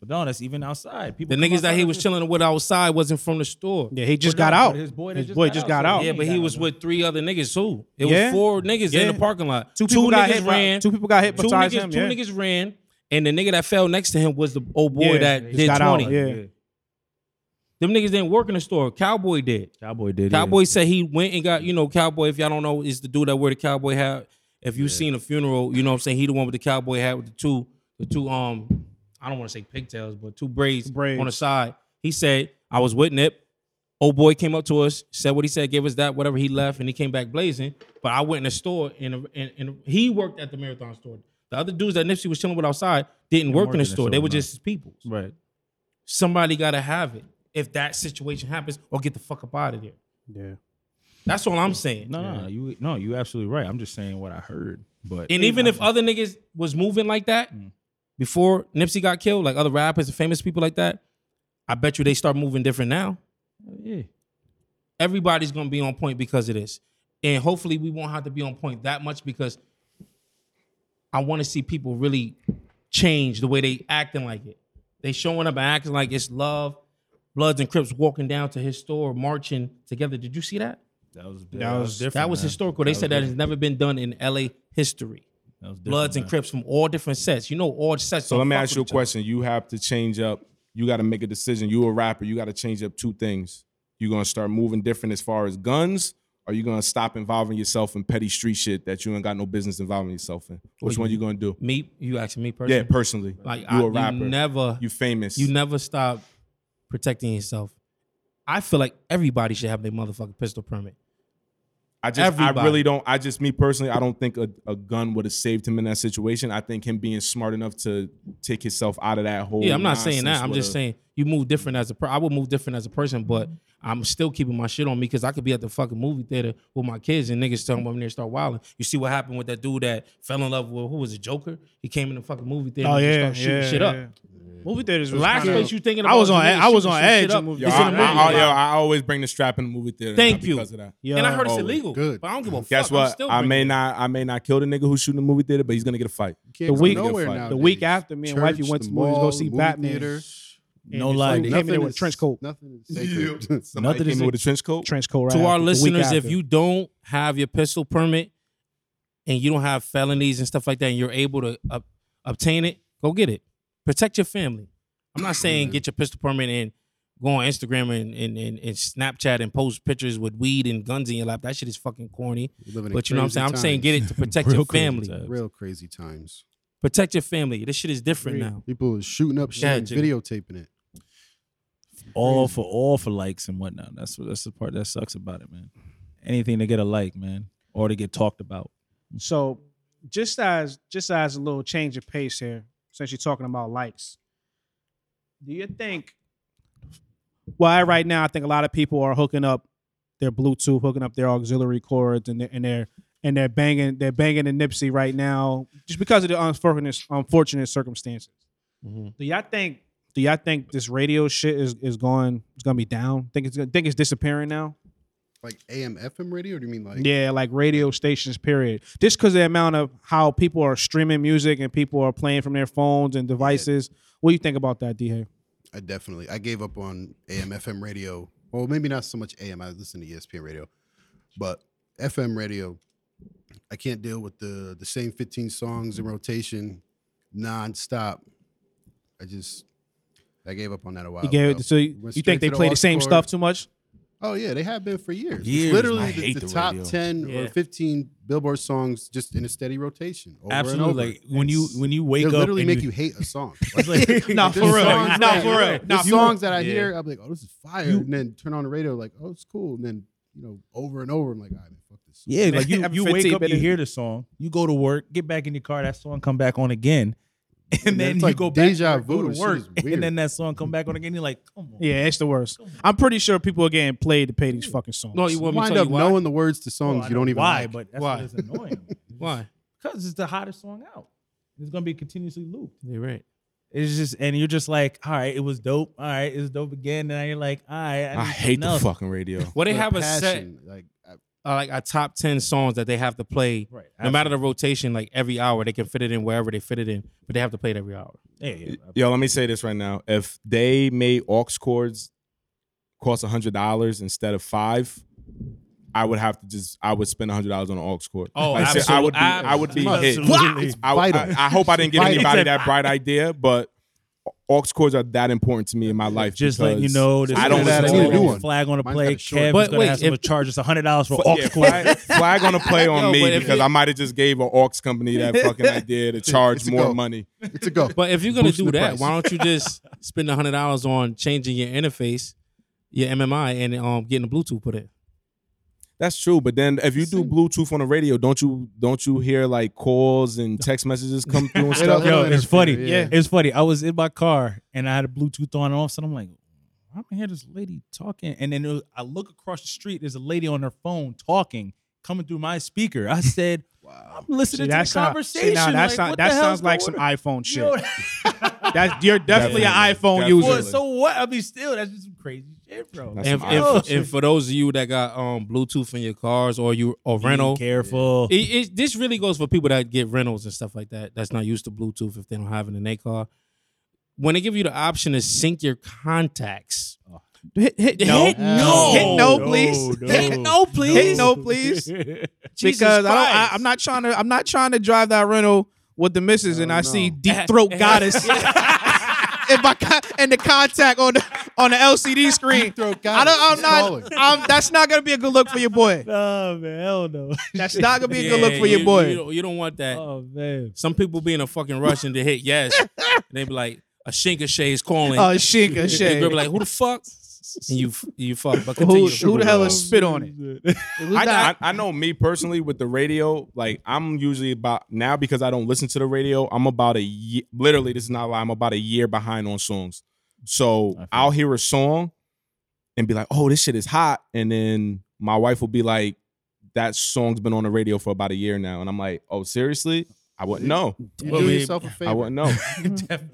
[SPEAKER 6] But no, that's even outside.
[SPEAKER 3] The
[SPEAKER 6] People come
[SPEAKER 3] niggas that
[SPEAKER 6] outside
[SPEAKER 3] he
[SPEAKER 6] and
[SPEAKER 3] was
[SPEAKER 6] do-
[SPEAKER 3] chilling with outside wasn't from the store.
[SPEAKER 2] Yeah, he just got
[SPEAKER 6] But no,
[SPEAKER 2] out.
[SPEAKER 6] but his boy, they
[SPEAKER 2] His
[SPEAKER 6] just
[SPEAKER 2] boy
[SPEAKER 6] got
[SPEAKER 2] just
[SPEAKER 6] out,
[SPEAKER 2] got
[SPEAKER 6] so
[SPEAKER 2] out.
[SPEAKER 6] he
[SPEAKER 3] Yeah, but he
[SPEAKER 6] got
[SPEAKER 3] was
[SPEAKER 6] out.
[SPEAKER 3] with three other niggas too. It
[SPEAKER 2] Yeah.
[SPEAKER 3] was four niggas in
[SPEAKER 2] Yeah.
[SPEAKER 3] the parking lot.
[SPEAKER 2] Two people got hit
[SPEAKER 3] niggas
[SPEAKER 2] by-
[SPEAKER 3] ran.
[SPEAKER 2] two people got hit
[SPEAKER 3] Two
[SPEAKER 2] besides
[SPEAKER 3] niggas,
[SPEAKER 2] him,
[SPEAKER 3] two
[SPEAKER 2] yeah.
[SPEAKER 3] niggas ran, and the nigga that fell next to him was the old boy
[SPEAKER 2] Yeah,
[SPEAKER 3] that
[SPEAKER 2] just
[SPEAKER 3] did
[SPEAKER 2] got out,
[SPEAKER 3] twenty.
[SPEAKER 2] yeah.
[SPEAKER 3] Them niggas didn't work in the store. Cowboy did.
[SPEAKER 6] Cowboy did. yeah.
[SPEAKER 3] Cowboy said he went and got, you know, Cowboy, if y'all don't know, is the dude that wear the cowboy hat. If you've seen a funeral, you know what I'm saying? He the one with the cowboy hat with the two, the two, um, I don't want to say pigtails, but two braids,
[SPEAKER 2] Braids.
[SPEAKER 3] on the side. He said, I was with Nip. Old boy came up to us, said what he said, gave us that, whatever he left, and he came back blazing. But I went in the store and, and, and he worked at the marathon store. The other dudes that Nipsey was chilling with outside didn't work in the store. They were
[SPEAKER 6] no.
[SPEAKER 3] just his people.
[SPEAKER 6] Right.
[SPEAKER 3] Somebody gotta have it if that situation happens, or get the fuck up out of there.
[SPEAKER 2] Yeah.
[SPEAKER 3] That's all I'm saying.
[SPEAKER 6] No, no, you no, you absolutely right. I'm just saying what I heard. But
[SPEAKER 3] And even if other niggas was moving like that before Nipsey got killed, like other rappers and famous people like that, I bet you they start moving different now.
[SPEAKER 6] yeah,
[SPEAKER 3] Everybody's gonna be on point because of this. And hopefully we won't have to be on point that much because I wanna see people really change the way they acting like it. They showing up and acting like it's love. Bloods and Crips walking down to his store, marching together. Did you see that?
[SPEAKER 6] that was that,
[SPEAKER 2] was-
[SPEAKER 6] was different.
[SPEAKER 3] that was
[SPEAKER 6] man.
[SPEAKER 3] historical. They
[SPEAKER 6] That
[SPEAKER 3] said
[SPEAKER 6] was
[SPEAKER 3] that has never been done in LA history.
[SPEAKER 6] That was different,
[SPEAKER 3] Bloods and
[SPEAKER 6] man.
[SPEAKER 3] Crips from all different sets. You know, all sets.
[SPEAKER 5] So
[SPEAKER 3] don't
[SPEAKER 5] let me
[SPEAKER 3] fuck
[SPEAKER 5] ask
[SPEAKER 3] with
[SPEAKER 5] you a
[SPEAKER 3] each other.
[SPEAKER 5] question. You have to change up. You got to make a decision. You a rapper. You got to change up two things. You're gonna start moving different as far as guns. Or you gonna stop involving yourself in petty street shit that you ain't got no business involving yourself in? Which one you gonna do?
[SPEAKER 3] Me, you asking me personally?
[SPEAKER 5] Yeah, personally.
[SPEAKER 3] Like
[SPEAKER 5] you
[SPEAKER 3] I,
[SPEAKER 5] a rapper.
[SPEAKER 3] you
[SPEAKER 5] You,
[SPEAKER 3] never, you,
[SPEAKER 5] famous.
[SPEAKER 3] never stop protecting yourself. I feel like everybody should have their motherfucking pistol permit.
[SPEAKER 5] I just I
[SPEAKER 3] Everybody.
[SPEAKER 5] really don't I just me personally I don't think a, a gun would have saved him in that situation. I think him being smart enough to take himself out of that whole
[SPEAKER 3] Yeah, I'm not saying
[SPEAKER 5] Oh, nonsense
[SPEAKER 3] that. I'm just
[SPEAKER 5] would've-
[SPEAKER 3] saying you move different as a per- I would move different as a person, but I'm still keeping my shit on me because I could be at the fucking movie theater with my kids and niggas telling them there start wilding. You see what happened with that dude that fell in love with who was it, Joker? He came in the fucking movie theater
[SPEAKER 7] Oh
[SPEAKER 3] and
[SPEAKER 7] yeah,
[SPEAKER 3] started shooting
[SPEAKER 7] yeah,
[SPEAKER 3] shit
[SPEAKER 7] yeah.
[SPEAKER 3] up.
[SPEAKER 7] Movie theaters. Was
[SPEAKER 3] Last
[SPEAKER 7] kinda-
[SPEAKER 3] place you thinking about
[SPEAKER 7] I was
[SPEAKER 3] is
[SPEAKER 7] on.
[SPEAKER 3] the niggas
[SPEAKER 7] I was
[SPEAKER 3] shooting
[SPEAKER 7] on
[SPEAKER 3] shit
[SPEAKER 7] edge.
[SPEAKER 3] up.
[SPEAKER 7] in movie
[SPEAKER 5] Yo,
[SPEAKER 3] It's
[SPEAKER 5] I,
[SPEAKER 3] in the
[SPEAKER 5] I-
[SPEAKER 3] movie.
[SPEAKER 5] I- yo, I always bring the strap in the movie theater.
[SPEAKER 3] Thank
[SPEAKER 5] now
[SPEAKER 3] you.
[SPEAKER 5] Because of that.
[SPEAKER 7] Yo,
[SPEAKER 3] and I heard it's
[SPEAKER 5] Always.
[SPEAKER 3] illegal.
[SPEAKER 4] Good.
[SPEAKER 3] But I don't give a fuck.
[SPEAKER 5] Oh, Guess
[SPEAKER 3] I'm
[SPEAKER 5] what?
[SPEAKER 3] still
[SPEAKER 5] I may
[SPEAKER 3] bringing it.
[SPEAKER 5] not I may not kill the nigga who's shooting the movie theater, but he's gonna get a fight.
[SPEAKER 4] Can't
[SPEAKER 2] The
[SPEAKER 4] go
[SPEAKER 2] week-
[SPEAKER 4] nowhere
[SPEAKER 5] the
[SPEAKER 4] nowadays.
[SPEAKER 2] week after, me and wifey
[SPEAKER 4] Church,
[SPEAKER 2] went
[SPEAKER 4] the
[SPEAKER 2] to movies to go
[SPEAKER 4] mall,
[SPEAKER 2] see
[SPEAKER 4] movie
[SPEAKER 2] Batman.
[SPEAKER 4] theater.
[SPEAKER 7] No
[SPEAKER 2] it's
[SPEAKER 7] lie,
[SPEAKER 2] like
[SPEAKER 7] dude.
[SPEAKER 2] Came in there
[SPEAKER 4] Nothing
[SPEAKER 2] with a
[SPEAKER 4] is-
[SPEAKER 2] trench coat,
[SPEAKER 4] Nothing is sacred.
[SPEAKER 5] Somebody
[SPEAKER 6] Nothing
[SPEAKER 5] came
[SPEAKER 6] is-
[SPEAKER 5] in with a trench coat.
[SPEAKER 2] trench coat. Right
[SPEAKER 3] to our
[SPEAKER 2] after, the week
[SPEAKER 3] listeners, if
[SPEAKER 2] after.
[SPEAKER 3] you don't have your pistol permit and you don't have felonies and stuff like that, and you're able to ob- obtain it, go get it. Protect your family. I'm not saying get your pistol permit and go on Instagram and, and, and, and Snapchat and post pictures with weed and guns in your lap. That shit is fucking corny.
[SPEAKER 4] We live in
[SPEAKER 3] But you know what I'm saying?
[SPEAKER 4] crazy
[SPEAKER 3] I'm saying
[SPEAKER 4] times.
[SPEAKER 3] get it to protect your family.
[SPEAKER 4] Real crazy times.
[SPEAKER 3] Protect your family. This shit is different now.
[SPEAKER 4] People is shooting up shit
[SPEAKER 3] Yeah,
[SPEAKER 4] and
[SPEAKER 3] Jimmy.
[SPEAKER 4] videotaping it.
[SPEAKER 6] all for all for likes and whatnot. That's what that's the part that sucks about it, man. Anything to get a like, man, or to get talked about.
[SPEAKER 2] So just as just as a little change of pace here, since you're talking about likes, do you think why right now I think a lot of people are hooking up their Bluetooth, hooking up their auxiliary cords and their and their and they're banging they're banging the Nipsey right now just because of the unfortunate unfortunate circumstances.
[SPEAKER 3] Mm-hmm.
[SPEAKER 2] Do y'all think do y'all think this radio shit is is going it's gonna be down? Think it's gonna think it's disappearing now?
[SPEAKER 4] Like AM FM radio? Or do you mean like
[SPEAKER 2] yeah, like radio stations, period. Just because the amount of how people are streaming music and people are playing from their phones and devices. What do you think about that, DH?
[SPEAKER 4] I definitely I gave up on AM FM radio. Well, maybe not so much AM. I listen to E ESPN radio, but FM radio, I can't deal with the the same 15 songs in rotation, nonstop. I just I gave up on that a while
[SPEAKER 2] You gave
[SPEAKER 4] ago.
[SPEAKER 2] it, so you,
[SPEAKER 4] It went
[SPEAKER 2] you
[SPEAKER 4] straight
[SPEAKER 2] think they
[SPEAKER 4] to the
[SPEAKER 2] play the
[SPEAKER 4] aux
[SPEAKER 2] same
[SPEAKER 4] cord.
[SPEAKER 2] stuff too much?
[SPEAKER 4] Oh yeah, they have been for years. It's
[SPEAKER 5] Years, I
[SPEAKER 4] Literally, the,
[SPEAKER 5] hate
[SPEAKER 4] the
[SPEAKER 5] the
[SPEAKER 4] top
[SPEAKER 5] radio.
[SPEAKER 4] 10 or
[SPEAKER 3] Yeah.
[SPEAKER 4] 15 Billboard songs just in a steady rotation. Over
[SPEAKER 6] Absolutely,
[SPEAKER 4] and over.
[SPEAKER 6] like when you when you
[SPEAKER 4] they
[SPEAKER 6] wake up,
[SPEAKER 4] literally
[SPEAKER 6] and
[SPEAKER 4] make you, hate a song. Like,
[SPEAKER 2] Nah,
[SPEAKER 4] there's songs
[SPEAKER 2] Nah,
[SPEAKER 4] that-
[SPEAKER 2] Nah,
[SPEAKER 4] there's songs that I hear, I'm like, oh, this is fire, and then turn on the radio, like, oh, it's cool, and then you know, over and over, I'm like, all right, man, fuck this. Song.
[SPEAKER 6] Yeah, like you,
[SPEAKER 2] Every
[SPEAKER 6] you wake
[SPEAKER 2] 15
[SPEAKER 6] up, you
[SPEAKER 2] minutes.
[SPEAKER 6] hear the song, you go to work, get back in your car, that song come back on again, and, then,
[SPEAKER 4] it's
[SPEAKER 6] you
[SPEAKER 4] like
[SPEAKER 6] go back
[SPEAKER 4] deja
[SPEAKER 6] to work, go
[SPEAKER 4] vu,
[SPEAKER 6] to
[SPEAKER 4] this
[SPEAKER 6] work,
[SPEAKER 4] shit is weird.
[SPEAKER 6] and then that song come back on again. You're like, come on,
[SPEAKER 2] Yeah, it's the worst. I'm pretty sure people are getting played to pay these fucking songs.
[SPEAKER 3] No, you
[SPEAKER 4] You
[SPEAKER 3] want me to
[SPEAKER 4] wind
[SPEAKER 3] tell
[SPEAKER 4] up
[SPEAKER 3] you why?
[SPEAKER 4] knowing the words to songs
[SPEAKER 6] Well, I
[SPEAKER 4] you
[SPEAKER 6] know
[SPEAKER 4] don't even
[SPEAKER 6] why,
[SPEAKER 4] like.
[SPEAKER 6] but that's
[SPEAKER 3] Why?
[SPEAKER 6] what is annoying.
[SPEAKER 3] Why?
[SPEAKER 6] Because it's the hottest song out. It's gonna be continuously looped.
[SPEAKER 3] You're right.
[SPEAKER 6] It's just and you're just like, all right, it was dope. All right, it's dope again. And now you're like, all right, I,
[SPEAKER 5] I hate the
[SPEAKER 6] fuck.
[SPEAKER 5] fucking radio.
[SPEAKER 3] Well, they
[SPEAKER 4] With
[SPEAKER 3] have a set,
[SPEAKER 4] passion, like I,
[SPEAKER 3] uh, like a top ten songs that they have to play.
[SPEAKER 6] Right.
[SPEAKER 3] No matter the rotation, like every hour, they can fit it in wherever they fit it in, but they have to play it every hour.
[SPEAKER 6] Yeah, yeah,
[SPEAKER 5] Yo, let me say this right now. If they made aux cords cost a hundred dollars instead of five, I would have to just I would spend a hundred dollars on an aux cord.
[SPEAKER 3] Oh,
[SPEAKER 5] Like I said, I would be I would be hit.
[SPEAKER 6] absolutely. Absolutely.
[SPEAKER 5] I,
[SPEAKER 4] vital.
[SPEAKER 5] I- I hope I didn't give
[SPEAKER 4] Vital.
[SPEAKER 5] anybody that bright idea, but aux cords are that important to me in my life.
[SPEAKER 6] Just letting you
[SPEAKER 5] because
[SPEAKER 6] know, this
[SPEAKER 5] I
[SPEAKER 4] is
[SPEAKER 5] don't
[SPEAKER 4] that
[SPEAKER 5] listen
[SPEAKER 4] I
[SPEAKER 5] to
[SPEAKER 4] need a new one.
[SPEAKER 6] Flag on the
[SPEAKER 4] Mine's
[SPEAKER 6] play.
[SPEAKER 4] kinda short.
[SPEAKER 6] Kevin's
[SPEAKER 3] But
[SPEAKER 6] gonna
[SPEAKER 3] wait,
[SPEAKER 6] have someone
[SPEAKER 3] if-
[SPEAKER 6] charge us hundred dollars for
[SPEAKER 5] But
[SPEAKER 6] aux
[SPEAKER 5] yeah,
[SPEAKER 6] cord.
[SPEAKER 5] flag, flag on a play on
[SPEAKER 3] Yo, but
[SPEAKER 5] me
[SPEAKER 3] if
[SPEAKER 5] because
[SPEAKER 3] you-
[SPEAKER 5] I might have just gave an aux company that fucking idea to charge
[SPEAKER 4] It's a
[SPEAKER 5] more
[SPEAKER 4] go.
[SPEAKER 5] money.
[SPEAKER 4] it's a go.
[SPEAKER 3] But if you're gonna
[SPEAKER 4] Boosting
[SPEAKER 3] do
[SPEAKER 4] the
[SPEAKER 3] that,
[SPEAKER 4] price.
[SPEAKER 3] why don't you just spend hundred dollars on changing your interface, your MMI, and um getting a Bluetooth put in?
[SPEAKER 5] That's true, but then if you do Bluetooth on the radio, don't you don't you hear like calls and text messages come through and
[SPEAKER 4] They don't-
[SPEAKER 5] stuff?
[SPEAKER 4] they
[SPEAKER 6] Yo,
[SPEAKER 4] don't
[SPEAKER 6] it's
[SPEAKER 4] interfere,
[SPEAKER 6] funny.
[SPEAKER 4] yeah.
[SPEAKER 6] It's funny. I was in my car and I had a Bluetooth on and all of a sudden I'm like, I'm gonna hear this lady talking. And then it was- I look across the street, there's a lady on her phone talking, coming through my speaker. I said, I'm
[SPEAKER 2] See,
[SPEAKER 6] listening to
[SPEAKER 2] that's
[SPEAKER 6] the
[SPEAKER 2] not-
[SPEAKER 6] conversation.
[SPEAKER 2] see, now
[SPEAKER 6] like,
[SPEAKER 2] that's not-
[SPEAKER 6] what
[SPEAKER 2] that
[SPEAKER 6] the hell's
[SPEAKER 2] sounds like some
[SPEAKER 6] going
[SPEAKER 2] iPhone shit.
[SPEAKER 6] on?
[SPEAKER 2] That's you're definitely, an iPhone
[SPEAKER 5] Definitely.
[SPEAKER 6] Yo,
[SPEAKER 2] user.
[SPEAKER 6] well, so what? I mean, still, that's just some crazy shit, bro.
[SPEAKER 5] That's
[SPEAKER 3] And,
[SPEAKER 5] some
[SPEAKER 3] and-
[SPEAKER 5] iPhone shit.
[SPEAKER 3] and for those of you that got um Bluetooth in your cars or you or rental,
[SPEAKER 6] Be careful.
[SPEAKER 3] it, it, this really goes for people that get rentals and stuff like that. That's not used to Bluetooth if they don't have it in their car. When they give you the option to sync your contacts,
[SPEAKER 2] hit, hit
[SPEAKER 3] No.
[SPEAKER 2] Hit
[SPEAKER 3] No.
[SPEAKER 2] no, hit no, please.
[SPEAKER 6] No,
[SPEAKER 2] hit
[SPEAKER 6] no,
[SPEAKER 2] no, please. Hit no, please.
[SPEAKER 3] Jesus
[SPEAKER 2] because I don't, I,
[SPEAKER 3] Christ.
[SPEAKER 2] I'm not trying to. I'm not trying to drive that rental with the missus, and I see deep throat goddess in my con- in the contact on the on the LCD screen.
[SPEAKER 4] Throat
[SPEAKER 2] I
[SPEAKER 4] goddess,
[SPEAKER 2] don't, I'm
[SPEAKER 4] it's
[SPEAKER 2] not.
[SPEAKER 4] calling.
[SPEAKER 2] I'm, that's not gonna be a good look for your boy.
[SPEAKER 6] Oh man, hell no.
[SPEAKER 2] That's not gonna be a good
[SPEAKER 3] Yeah,
[SPEAKER 2] look for
[SPEAKER 3] you-
[SPEAKER 2] your boy.
[SPEAKER 3] You, don't, you don't want that.
[SPEAKER 6] Oh man.
[SPEAKER 3] Some people be in a fucking rush and they hit yes, and they be like, a shinka is calling.
[SPEAKER 2] Oh, shit,
[SPEAKER 3] Your girl be
[SPEAKER 2] shit.
[SPEAKER 3] like, who the fuck? and you f- you fuck. But
[SPEAKER 2] Who,
[SPEAKER 3] continue.
[SPEAKER 2] who the hell is spit on it?
[SPEAKER 5] I, I, I know me personally with the radio, like I'm usually about now because I don't listen to the radio. I'm about a year, literally, this is not a lie. I'm about a year behind on songs. So
[SPEAKER 6] feel
[SPEAKER 5] I'll hear a song and be like, oh, this shit is hot. And then my wife will be like, that song's been on the radio for about a year now. And I'm like, oh, seriously? I wouldn't know.
[SPEAKER 4] You're
[SPEAKER 3] Well,
[SPEAKER 4] doing
[SPEAKER 3] we-
[SPEAKER 4] yourself a favor.
[SPEAKER 5] I wouldn't know.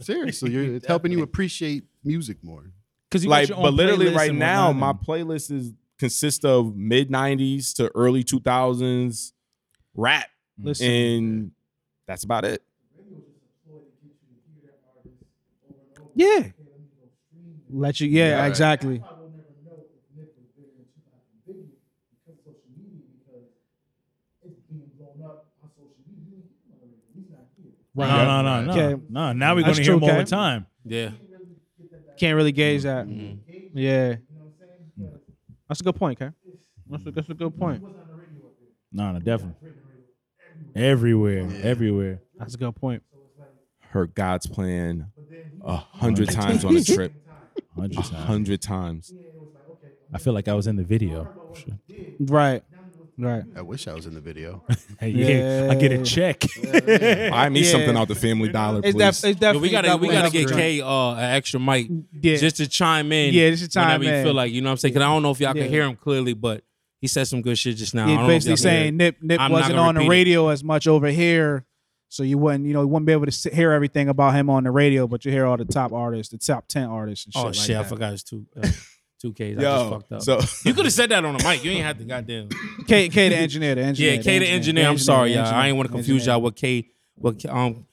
[SPEAKER 4] Seriously, you're, it's helping you appreciate music more.
[SPEAKER 6] Because
[SPEAKER 5] like, but literally right now, my playlist is consists of mid '90s to early 2000s rap,
[SPEAKER 2] Listen,
[SPEAKER 5] and that's about it.
[SPEAKER 2] yeah. Let you, yeah,
[SPEAKER 4] Yeah, right.
[SPEAKER 2] exactly.
[SPEAKER 6] Right. No, no, no, no.
[SPEAKER 2] Okay.
[SPEAKER 6] No, now we're going
[SPEAKER 2] That's
[SPEAKER 6] to hear
[SPEAKER 2] true,
[SPEAKER 6] more all
[SPEAKER 2] okay.
[SPEAKER 6] the time.
[SPEAKER 3] yeah.
[SPEAKER 2] Can't really gauge that.
[SPEAKER 3] Mm-hmm.
[SPEAKER 2] Yeah. That's a good point, Ken. That's a, that's a good point.
[SPEAKER 6] No, no, definitely. Everywhere, everywhere.
[SPEAKER 2] That's a good point.
[SPEAKER 5] Heard God's plan a hundred times on a trip,
[SPEAKER 6] Hundred
[SPEAKER 5] a
[SPEAKER 6] times.
[SPEAKER 5] hundred times.
[SPEAKER 6] I feel like I was in the video.
[SPEAKER 2] Right. Right.
[SPEAKER 4] I wish I was in the video.
[SPEAKER 6] Hey, yeah, I get a
[SPEAKER 2] Yeah.
[SPEAKER 6] check.
[SPEAKER 5] Buy me
[SPEAKER 2] Yeah.
[SPEAKER 5] something out the Family Dollar,
[SPEAKER 2] It's,
[SPEAKER 5] please.
[SPEAKER 2] def- it's definitely.
[SPEAKER 3] Yo, we gotta we
[SPEAKER 2] definitely
[SPEAKER 3] gotta
[SPEAKER 2] an
[SPEAKER 3] get
[SPEAKER 2] upgrade.
[SPEAKER 3] K uh, an extra mic
[SPEAKER 2] Yeah.
[SPEAKER 3] just to chime in.
[SPEAKER 2] Yeah, just to chime
[SPEAKER 3] whenever
[SPEAKER 2] in.
[SPEAKER 3] you feel like you know what I'm saying. Cause I don't know if y'all
[SPEAKER 2] Yeah.
[SPEAKER 3] can hear him clearly, but he said some good shit just now. I
[SPEAKER 2] Yeah,
[SPEAKER 3] don't know if
[SPEAKER 2] basically
[SPEAKER 3] y'all can hear
[SPEAKER 2] saying
[SPEAKER 3] it.
[SPEAKER 2] Nip Nip
[SPEAKER 3] I'm not
[SPEAKER 2] wasn't
[SPEAKER 3] gonna
[SPEAKER 2] on the
[SPEAKER 3] repeat it.
[SPEAKER 2] radio as much over here, so you wouldn't you know you wouldn't be able to sit, hear everything about him on the radio. But you hear all the top artists, the top ten artists. And shit
[SPEAKER 3] Oh
[SPEAKER 2] like
[SPEAKER 3] shit, I
[SPEAKER 2] that.
[SPEAKER 3] forgot it's two uh, two Ks. I just
[SPEAKER 5] Yo,
[SPEAKER 3] fucked up.
[SPEAKER 5] so
[SPEAKER 3] you could have said that on the mic. You ain't had to goddamn.
[SPEAKER 2] K K the engineer, the engineer.
[SPEAKER 3] Yeah, K the engineer. I'm
[SPEAKER 2] the
[SPEAKER 3] sorry, y'all.
[SPEAKER 2] engineer,
[SPEAKER 3] I ain't want to
[SPEAKER 2] engineer.
[SPEAKER 3] confuse y'all with K what um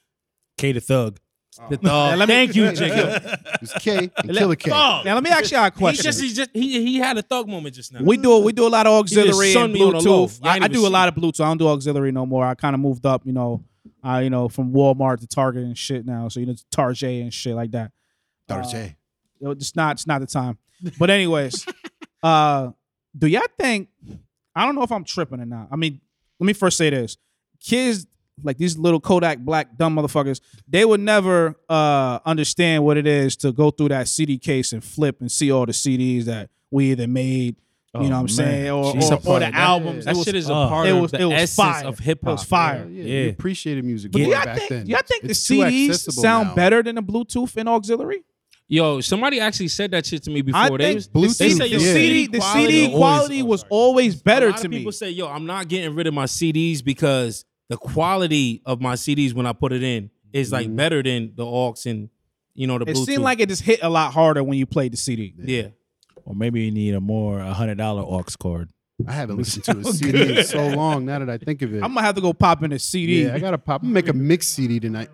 [SPEAKER 6] K the thug.
[SPEAKER 3] the thug. Thank you, Jacob.
[SPEAKER 4] It's K and Killer K.
[SPEAKER 2] Now let me ask y'all a
[SPEAKER 3] He
[SPEAKER 2] question.
[SPEAKER 3] just he just he he had a thug moment just now.
[SPEAKER 2] we do we do a lot of
[SPEAKER 3] just
[SPEAKER 2] auxiliary and
[SPEAKER 3] sunned me on the
[SPEAKER 2] Bluetooth.
[SPEAKER 3] low.
[SPEAKER 2] I,
[SPEAKER 3] I ain't
[SPEAKER 2] I
[SPEAKER 3] even
[SPEAKER 2] do a
[SPEAKER 3] see-
[SPEAKER 2] lot of Bluetooth. I don't do auxiliary no more. I kind of moved up, you know, uh, you know, from Walmart to Target and shit now. So you know, Target and shit like that. Uh,
[SPEAKER 4] Daughter J.
[SPEAKER 2] Yo, Oh, it's not it's not the time. But anyways, uh do y'all think I don't know if I'm tripping or not. I mean, let me first say this. Kids like these little Kodak black dumb motherfuckers, they would never uh understand what it is to go through that CD case and flip and see all the CDs that we either made, you know what I'm
[SPEAKER 6] man.
[SPEAKER 2] saying, or,
[SPEAKER 6] She's
[SPEAKER 2] or,
[SPEAKER 6] a
[SPEAKER 2] or
[SPEAKER 6] part
[SPEAKER 2] the
[SPEAKER 6] of that.
[SPEAKER 2] albums.
[SPEAKER 3] that
[SPEAKER 2] it was,
[SPEAKER 3] shit is a
[SPEAKER 6] uh,
[SPEAKER 3] part
[SPEAKER 2] it
[SPEAKER 3] of
[SPEAKER 2] was-
[SPEAKER 3] the
[SPEAKER 2] it was
[SPEAKER 3] essence
[SPEAKER 2] fire.
[SPEAKER 3] of hip
[SPEAKER 2] It was
[SPEAKER 3] hop.
[SPEAKER 2] fire.
[SPEAKER 4] Yeah,
[SPEAKER 6] Yeah.
[SPEAKER 4] You appreciated music
[SPEAKER 2] But
[SPEAKER 4] more
[SPEAKER 2] y'all
[SPEAKER 4] back
[SPEAKER 2] think,
[SPEAKER 4] then.
[SPEAKER 2] y'all think the
[SPEAKER 4] It's too
[SPEAKER 2] CDs
[SPEAKER 4] accessible
[SPEAKER 2] sound
[SPEAKER 4] now.
[SPEAKER 2] better than the Bluetooth and auxiliary?
[SPEAKER 3] Yo, somebody actually said that shit to me before.
[SPEAKER 2] I
[SPEAKER 3] they
[SPEAKER 2] think
[SPEAKER 3] was,
[SPEAKER 4] Bluetooth,
[SPEAKER 3] they said your
[SPEAKER 4] yeah.
[SPEAKER 2] CD, the CD
[SPEAKER 6] always-
[SPEAKER 2] quality was always
[SPEAKER 3] a
[SPEAKER 2] better
[SPEAKER 3] lot
[SPEAKER 2] to
[SPEAKER 3] of
[SPEAKER 2] me.
[SPEAKER 3] people say, "Yo, I'm not getting rid of my CDs because the quality of my CDs when I put it in is like better than the aux and you know the
[SPEAKER 2] Mm-hmm. It
[SPEAKER 3] Bluetooth."
[SPEAKER 2] seemed like it just hit a lot harder when you played the CD.
[SPEAKER 3] yeah.
[SPEAKER 6] Or maybe you need a more a hundred dollar aux card.
[SPEAKER 4] I haven't listened to a CD in so long. Now that I think of it,
[SPEAKER 2] I'm gonna have to go pop in a CD.
[SPEAKER 4] yeah, I gotta pop. I'm gonna make a mix CD tonight.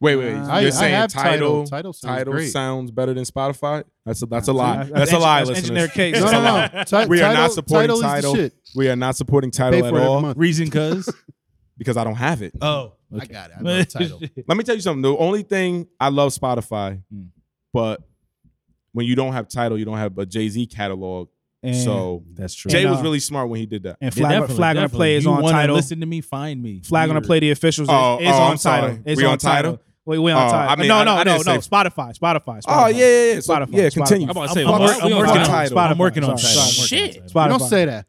[SPEAKER 5] wait, wait.
[SPEAKER 4] I- I
[SPEAKER 5] you're saying
[SPEAKER 4] have
[SPEAKER 5] title
[SPEAKER 4] Tidal. Tidal sounds
[SPEAKER 5] Tidal
[SPEAKER 4] great.
[SPEAKER 5] sounds better than Spotify? That's a that's a lie.
[SPEAKER 2] That's-
[SPEAKER 5] That's, a lie,
[SPEAKER 2] that's
[SPEAKER 5] listeners.
[SPEAKER 2] engineer case.
[SPEAKER 5] That's
[SPEAKER 4] No,
[SPEAKER 5] a
[SPEAKER 4] no,
[SPEAKER 5] lie.
[SPEAKER 4] no. Ti-
[SPEAKER 5] We are
[SPEAKER 4] Tidal-
[SPEAKER 5] not supporting
[SPEAKER 4] Tidal is the shit.
[SPEAKER 5] We are not supporting
[SPEAKER 4] Pay
[SPEAKER 5] title
[SPEAKER 4] for
[SPEAKER 5] at
[SPEAKER 4] it every
[SPEAKER 5] all
[SPEAKER 4] month.
[SPEAKER 6] Reason, cuz.
[SPEAKER 5] because I don't have it.
[SPEAKER 6] oh,
[SPEAKER 4] I got it. I love Tidal.
[SPEAKER 5] Let me tell you something. The only thing I love Spotify,
[SPEAKER 6] Mm.
[SPEAKER 5] but when you don't have title, you don't have a Jay Z catalog.
[SPEAKER 2] And,
[SPEAKER 5] so
[SPEAKER 6] That's true.
[SPEAKER 5] Jay
[SPEAKER 2] and,
[SPEAKER 5] was
[SPEAKER 2] uh,
[SPEAKER 5] really smart when he did that.
[SPEAKER 2] and
[SPEAKER 6] Yeah,
[SPEAKER 2] flag,
[SPEAKER 6] definitely,
[SPEAKER 2] flag on the
[SPEAKER 6] definitely.
[SPEAKER 2] play is
[SPEAKER 6] You
[SPEAKER 2] on
[SPEAKER 6] wanna
[SPEAKER 2] title.
[SPEAKER 6] Listen to me, find me.
[SPEAKER 2] flag on the
[SPEAKER 6] Weird.
[SPEAKER 2] play. The officials
[SPEAKER 5] Oh,
[SPEAKER 2] is, is
[SPEAKER 5] oh,
[SPEAKER 2] on
[SPEAKER 5] I'm
[SPEAKER 2] title.
[SPEAKER 5] sorry.
[SPEAKER 2] It's
[SPEAKER 5] We
[SPEAKER 2] on
[SPEAKER 5] on
[SPEAKER 2] title.
[SPEAKER 5] Tidal?
[SPEAKER 2] Wait, we on
[SPEAKER 5] Oh,
[SPEAKER 2] title.
[SPEAKER 5] I mean,
[SPEAKER 2] no,
[SPEAKER 5] I-
[SPEAKER 2] no,
[SPEAKER 5] I
[SPEAKER 2] no,
[SPEAKER 5] didn't
[SPEAKER 2] no.
[SPEAKER 5] say- Oh,
[SPEAKER 2] Spotify, Spotify, Spotify.
[SPEAKER 5] yeah, yeah.
[SPEAKER 2] Spotify, Spotify.
[SPEAKER 3] I'm about to
[SPEAKER 6] I'm,
[SPEAKER 3] say,
[SPEAKER 6] I'm,
[SPEAKER 3] I'm,
[SPEAKER 6] work- I'm
[SPEAKER 3] we on
[SPEAKER 6] working
[SPEAKER 3] title.
[SPEAKER 6] on
[SPEAKER 2] Tidal.
[SPEAKER 6] I'm working on
[SPEAKER 2] Sorry,
[SPEAKER 6] Tidal.
[SPEAKER 2] sorry.
[SPEAKER 6] I'm working on
[SPEAKER 3] Shit.
[SPEAKER 6] Tidal.
[SPEAKER 2] Spotify.
[SPEAKER 4] You don't say that.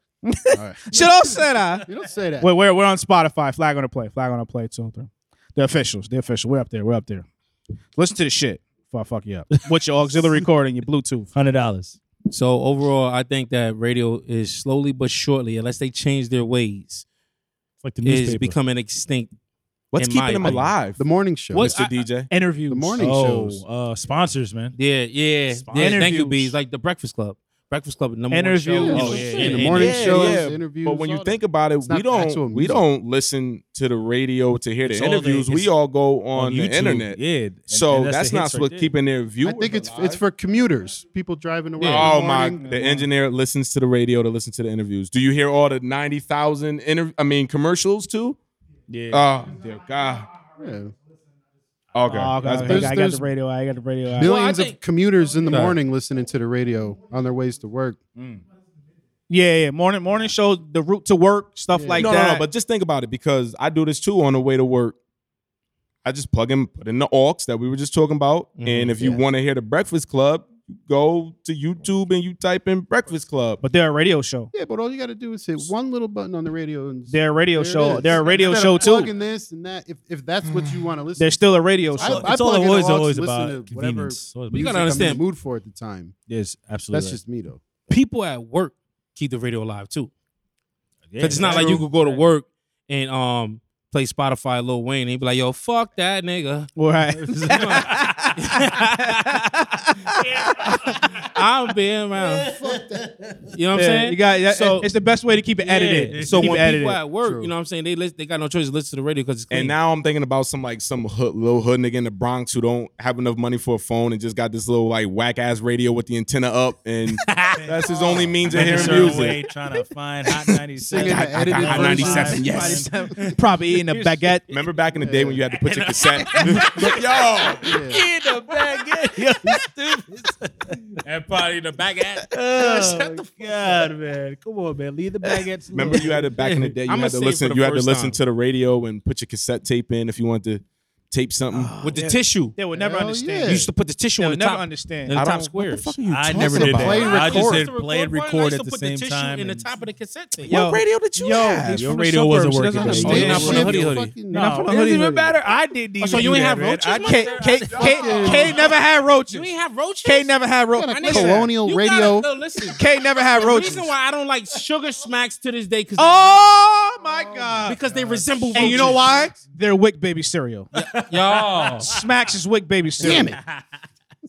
[SPEAKER 4] All right.
[SPEAKER 2] Shit, don't say that.
[SPEAKER 4] You don't say that.
[SPEAKER 2] Wait, we're we're on Spotify. Flag on the play. Flag on the play. Two and three. The officials. The official. We're up there. We're up there. Listen to the shit. Before I fuck you up. What's your auxiliary cord and your Bluetooth?
[SPEAKER 6] Hundred dollars.
[SPEAKER 3] So overall, I think that radio is slowly but surely, unless they change their ways,
[SPEAKER 6] Like the
[SPEAKER 3] is becoming extinct.
[SPEAKER 5] What's
[SPEAKER 3] in my
[SPEAKER 5] keeping him
[SPEAKER 3] opinion.
[SPEAKER 5] alive,
[SPEAKER 4] The morning show.
[SPEAKER 3] What?
[SPEAKER 5] Mr. DJ?
[SPEAKER 2] Interviews.
[SPEAKER 4] The morning
[SPEAKER 6] Oh,
[SPEAKER 4] shows.
[SPEAKER 6] uh, sponsors, man.
[SPEAKER 3] Yeah, yeah,
[SPEAKER 6] Sponsors.
[SPEAKER 3] yeah. Thank you,
[SPEAKER 2] Interviews.
[SPEAKER 3] Bees. Like the Breakfast Club. Breakfast Club is number
[SPEAKER 2] Interviews.
[SPEAKER 3] one show.
[SPEAKER 2] Oh,
[SPEAKER 4] yeah,
[SPEAKER 2] yeah,
[SPEAKER 4] the
[SPEAKER 2] yeah,
[SPEAKER 4] morning
[SPEAKER 5] yeah,
[SPEAKER 4] shows,
[SPEAKER 5] yeah.
[SPEAKER 4] interviews.
[SPEAKER 5] But when you
[SPEAKER 4] all
[SPEAKER 5] think about it,
[SPEAKER 4] It's
[SPEAKER 5] we
[SPEAKER 4] not actual
[SPEAKER 5] don't we
[SPEAKER 4] music.
[SPEAKER 5] don't listen to the radio to hear the
[SPEAKER 6] It's all the-
[SPEAKER 5] interviews. we
[SPEAKER 6] it's
[SPEAKER 5] all go on, the
[SPEAKER 6] YouTube.
[SPEAKER 5] internet.
[SPEAKER 6] Yeah. and-
[SPEAKER 5] So
[SPEAKER 6] and
[SPEAKER 5] that's,
[SPEAKER 6] the
[SPEAKER 5] not
[SPEAKER 6] hits right
[SPEAKER 5] what's
[SPEAKER 6] there.
[SPEAKER 5] keeping their view.
[SPEAKER 4] that. I think it's it's for commuters, people driving around.
[SPEAKER 5] Oh
[SPEAKER 4] in the
[SPEAKER 5] my!
[SPEAKER 4] morning.
[SPEAKER 5] The engineer listens to the radio to listen to the interviews. Do you hear all the ninety thousand inter? I mean commercials too.
[SPEAKER 6] Yeah.
[SPEAKER 5] Oh dear God.
[SPEAKER 4] Yeah.
[SPEAKER 5] Okay,
[SPEAKER 2] Oh, okay,
[SPEAKER 5] that's
[SPEAKER 2] okay,
[SPEAKER 5] better.
[SPEAKER 2] I got
[SPEAKER 4] there's-
[SPEAKER 2] the radio. I got the radio. out.
[SPEAKER 4] Millions
[SPEAKER 3] think-
[SPEAKER 4] of commuters in the
[SPEAKER 5] Sorry.
[SPEAKER 4] morning listening to the radio on their ways to work.
[SPEAKER 2] Yeah, yeah. Morning, morning shows, the route to work, stuff like
[SPEAKER 5] no,
[SPEAKER 2] that.
[SPEAKER 5] no, no. But just think about it because I do this too on the way to work. I just plug in, put in the aux that we were just talking about, and if you want to hear the Breakfast Club, go to YouTube and you type in Breakfast Club.
[SPEAKER 2] but they're a radio show.
[SPEAKER 4] Yeah, but all you got to do is hit one little button on the radio and
[SPEAKER 2] They're a radio
[SPEAKER 4] there it
[SPEAKER 2] show.
[SPEAKER 4] is.
[SPEAKER 2] They're a radio
[SPEAKER 4] Instead
[SPEAKER 2] show
[SPEAKER 4] of plugging
[SPEAKER 2] too.
[SPEAKER 4] this and that, if, if that's what you want to listen,
[SPEAKER 2] They're still a radio
[SPEAKER 4] I-
[SPEAKER 2] show.
[SPEAKER 4] I
[SPEAKER 6] it's all
[SPEAKER 4] plug
[SPEAKER 6] it
[SPEAKER 4] in
[SPEAKER 6] was
[SPEAKER 4] the aux,
[SPEAKER 6] always
[SPEAKER 4] listen
[SPEAKER 6] about
[SPEAKER 4] to whatever
[SPEAKER 6] convenience. Always-
[SPEAKER 3] You
[SPEAKER 4] music
[SPEAKER 3] gotta
[SPEAKER 4] I'm in the
[SPEAKER 3] understand-
[SPEAKER 4] mood for at the time.
[SPEAKER 6] Yes, absolutely.
[SPEAKER 4] That's just me though.
[SPEAKER 3] People at work keep the radio alive too.
[SPEAKER 6] Yeah,
[SPEAKER 3] Cause it's not
[SPEAKER 6] that's
[SPEAKER 3] like you
[SPEAKER 6] true.
[SPEAKER 3] could go to work and um play Spotify Lil Wayne and be like, yo, fuck that nigga.
[SPEAKER 2] Right.
[SPEAKER 3] I'm being around. You know what
[SPEAKER 2] Yeah,
[SPEAKER 3] I'm saying?
[SPEAKER 2] you got that,
[SPEAKER 3] So-
[SPEAKER 2] it's the best way to keep it edited.
[SPEAKER 3] So
[SPEAKER 2] keep
[SPEAKER 3] when
[SPEAKER 2] it edited.
[SPEAKER 3] people at work, you know what I'm saying, they listen, they got no choice to listen to the radio because it's clean.
[SPEAKER 5] And now I'm thinking about some like some hood, little hood nigga in the Bronx who don't have enough money for a phone and just got this little like whack ass radio with the antenna up, and that's his only means of
[SPEAKER 6] Looking a
[SPEAKER 5] hearing
[SPEAKER 6] certain
[SPEAKER 5] music.
[SPEAKER 6] way, trying to find hot 97.
[SPEAKER 4] Singing the
[SPEAKER 6] Hot
[SPEAKER 4] edited version.
[SPEAKER 5] 97, yes.
[SPEAKER 2] probably eating a baguette.
[SPEAKER 5] Remember back in the day when you had to put your cassette? Yo,
[SPEAKER 4] Yeah.
[SPEAKER 3] everybody in the back at
[SPEAKER 2] Oh,
[SPEAKER 6] God, man. Come on, man. Leave the baguettes.
[SPEAKER 5] remember you had to back in the day. You
[SPEAKER 3] I'ma
[SPEAKER 5] had
[SPEAKER 3] say
[SPEAKER 5] to
[SPEAKER 3] it for
[SPEAKER 5] listen.
[SPEAKER 3] the
[SPEAKER 5] You had to
[SPEAKER 3] first
[SPEAKER 5] listen
[SPEAKER 3] time.
[SPEAKER 5] to the radio and put your cassette tape in if you wanted to tape something.
[SPEAKER 3] with the tissue.
[SPEAKER 2] They would never
[SPEAKER 4] Hell
[SPEAKER 2] understand.
[SPEAKER 4] yeah.
[SPEAKER 3] You used to put the tissue
[SPEAKER 2] They
[SPEAKER 3] on
[SPEAKER 2] would
[SPEAKER 3] the
[SPEAKER 2] never
[SPEAKER 3] top, in
[SPEAKER 2] understand.
[SPEAKER 3] the
[SPEAKER 5] I
[SPEAKER 3] top
[SPEAKER 5] don't-
[SPEAKER 3] squares.
[SPEAKER 5] What the fuck are you
[SPEAKER 6] I
[SPEAKER 5] talking
[SPEAKER 6] never did
[SPEAKER 5] about?
[SPEAKER 6] that.
[SPEAKER 4] Play and
[SPEAKER 6] I just
[SPEAKER 4] record.
[SPEAKER 6] did play and
[SPEAKER 3] Why not
[SPEAKER 6] record
[SPEAKER 3] used
[SPEAKER 6] at
[SPEAKER 3] to
[SPEAKER 6] the
[SPEAKER 3] put
[SPEAKER 6] same
[SPEAKER 3] tissue
[SPEAKER 6] time.
[SPEAKER 3] in the
[SPEAKER 6] and-
[SPEAKER 3] top of the cassette tape.
[SPEAKER 2] Yo,
[SPEAKER 5] What radio did you have?
[SPEAKER 2] he's
[SPEAKER 6] Your
[SPEAKER 2] from the
[SPEAKER 6] radio
[SPEAKER 2] suburbs.
[SPEAKER 6] wasn't
[SPEAKER 2] He doesn't
[SPEAKER 6] working,
[SPEAKER 4] Shit,
[SPEAKER 6] though.
[SPEAKER 3] Oh, you're not
[SPEAKER 4] shit,
[SPEAKER 3] from the hoodie
[SPEAKER 4] you
[SPEAKER 3] hoodie.
[SPEAKER 4] fucking-
[SPEAKER 2] No,
[SPEAKER 4] No.
[SPEAKER 2] it doesn't even matter.
[SPEAKER 6] I didn't
[SPEAKER 2] Oh,
[SPEAKER 6] even.
[SPEAKER 3] so you ain't have roaches?
[SPEAKER 2] K, K, K, K never had
[SPEAKER 3] You
[SPEAKER 2] roaches.
[SPEAKER 3] ain't have roaches?
[SPEAKER 2] K never had
[SPEAKER 4] What
[SPEAKER 2] roaches.
[SPEAKER 4] kind of colonial
[SPEAKER 3] You Gotta,
[SPEAKER 4] radio.
[SPEAKER 3] no, listen.
[SPEAKER 2] K never had
[SPEAKER 3] the
[SPEAKER 2] roaches.
[SPEAKER 3] reason why I don't like sugar smacks to this day because
[SPEAKER 2] Oh my god!
[SPEAKER 3] because they resemble roaches.
[SPEAKER 2] And you know why? They're Wick Baby cereal.
[SPEAKER 3] Yo.
[SPEAKER 2] Smacks is Wick Baby cereal.
[SPEAKER 4] Damn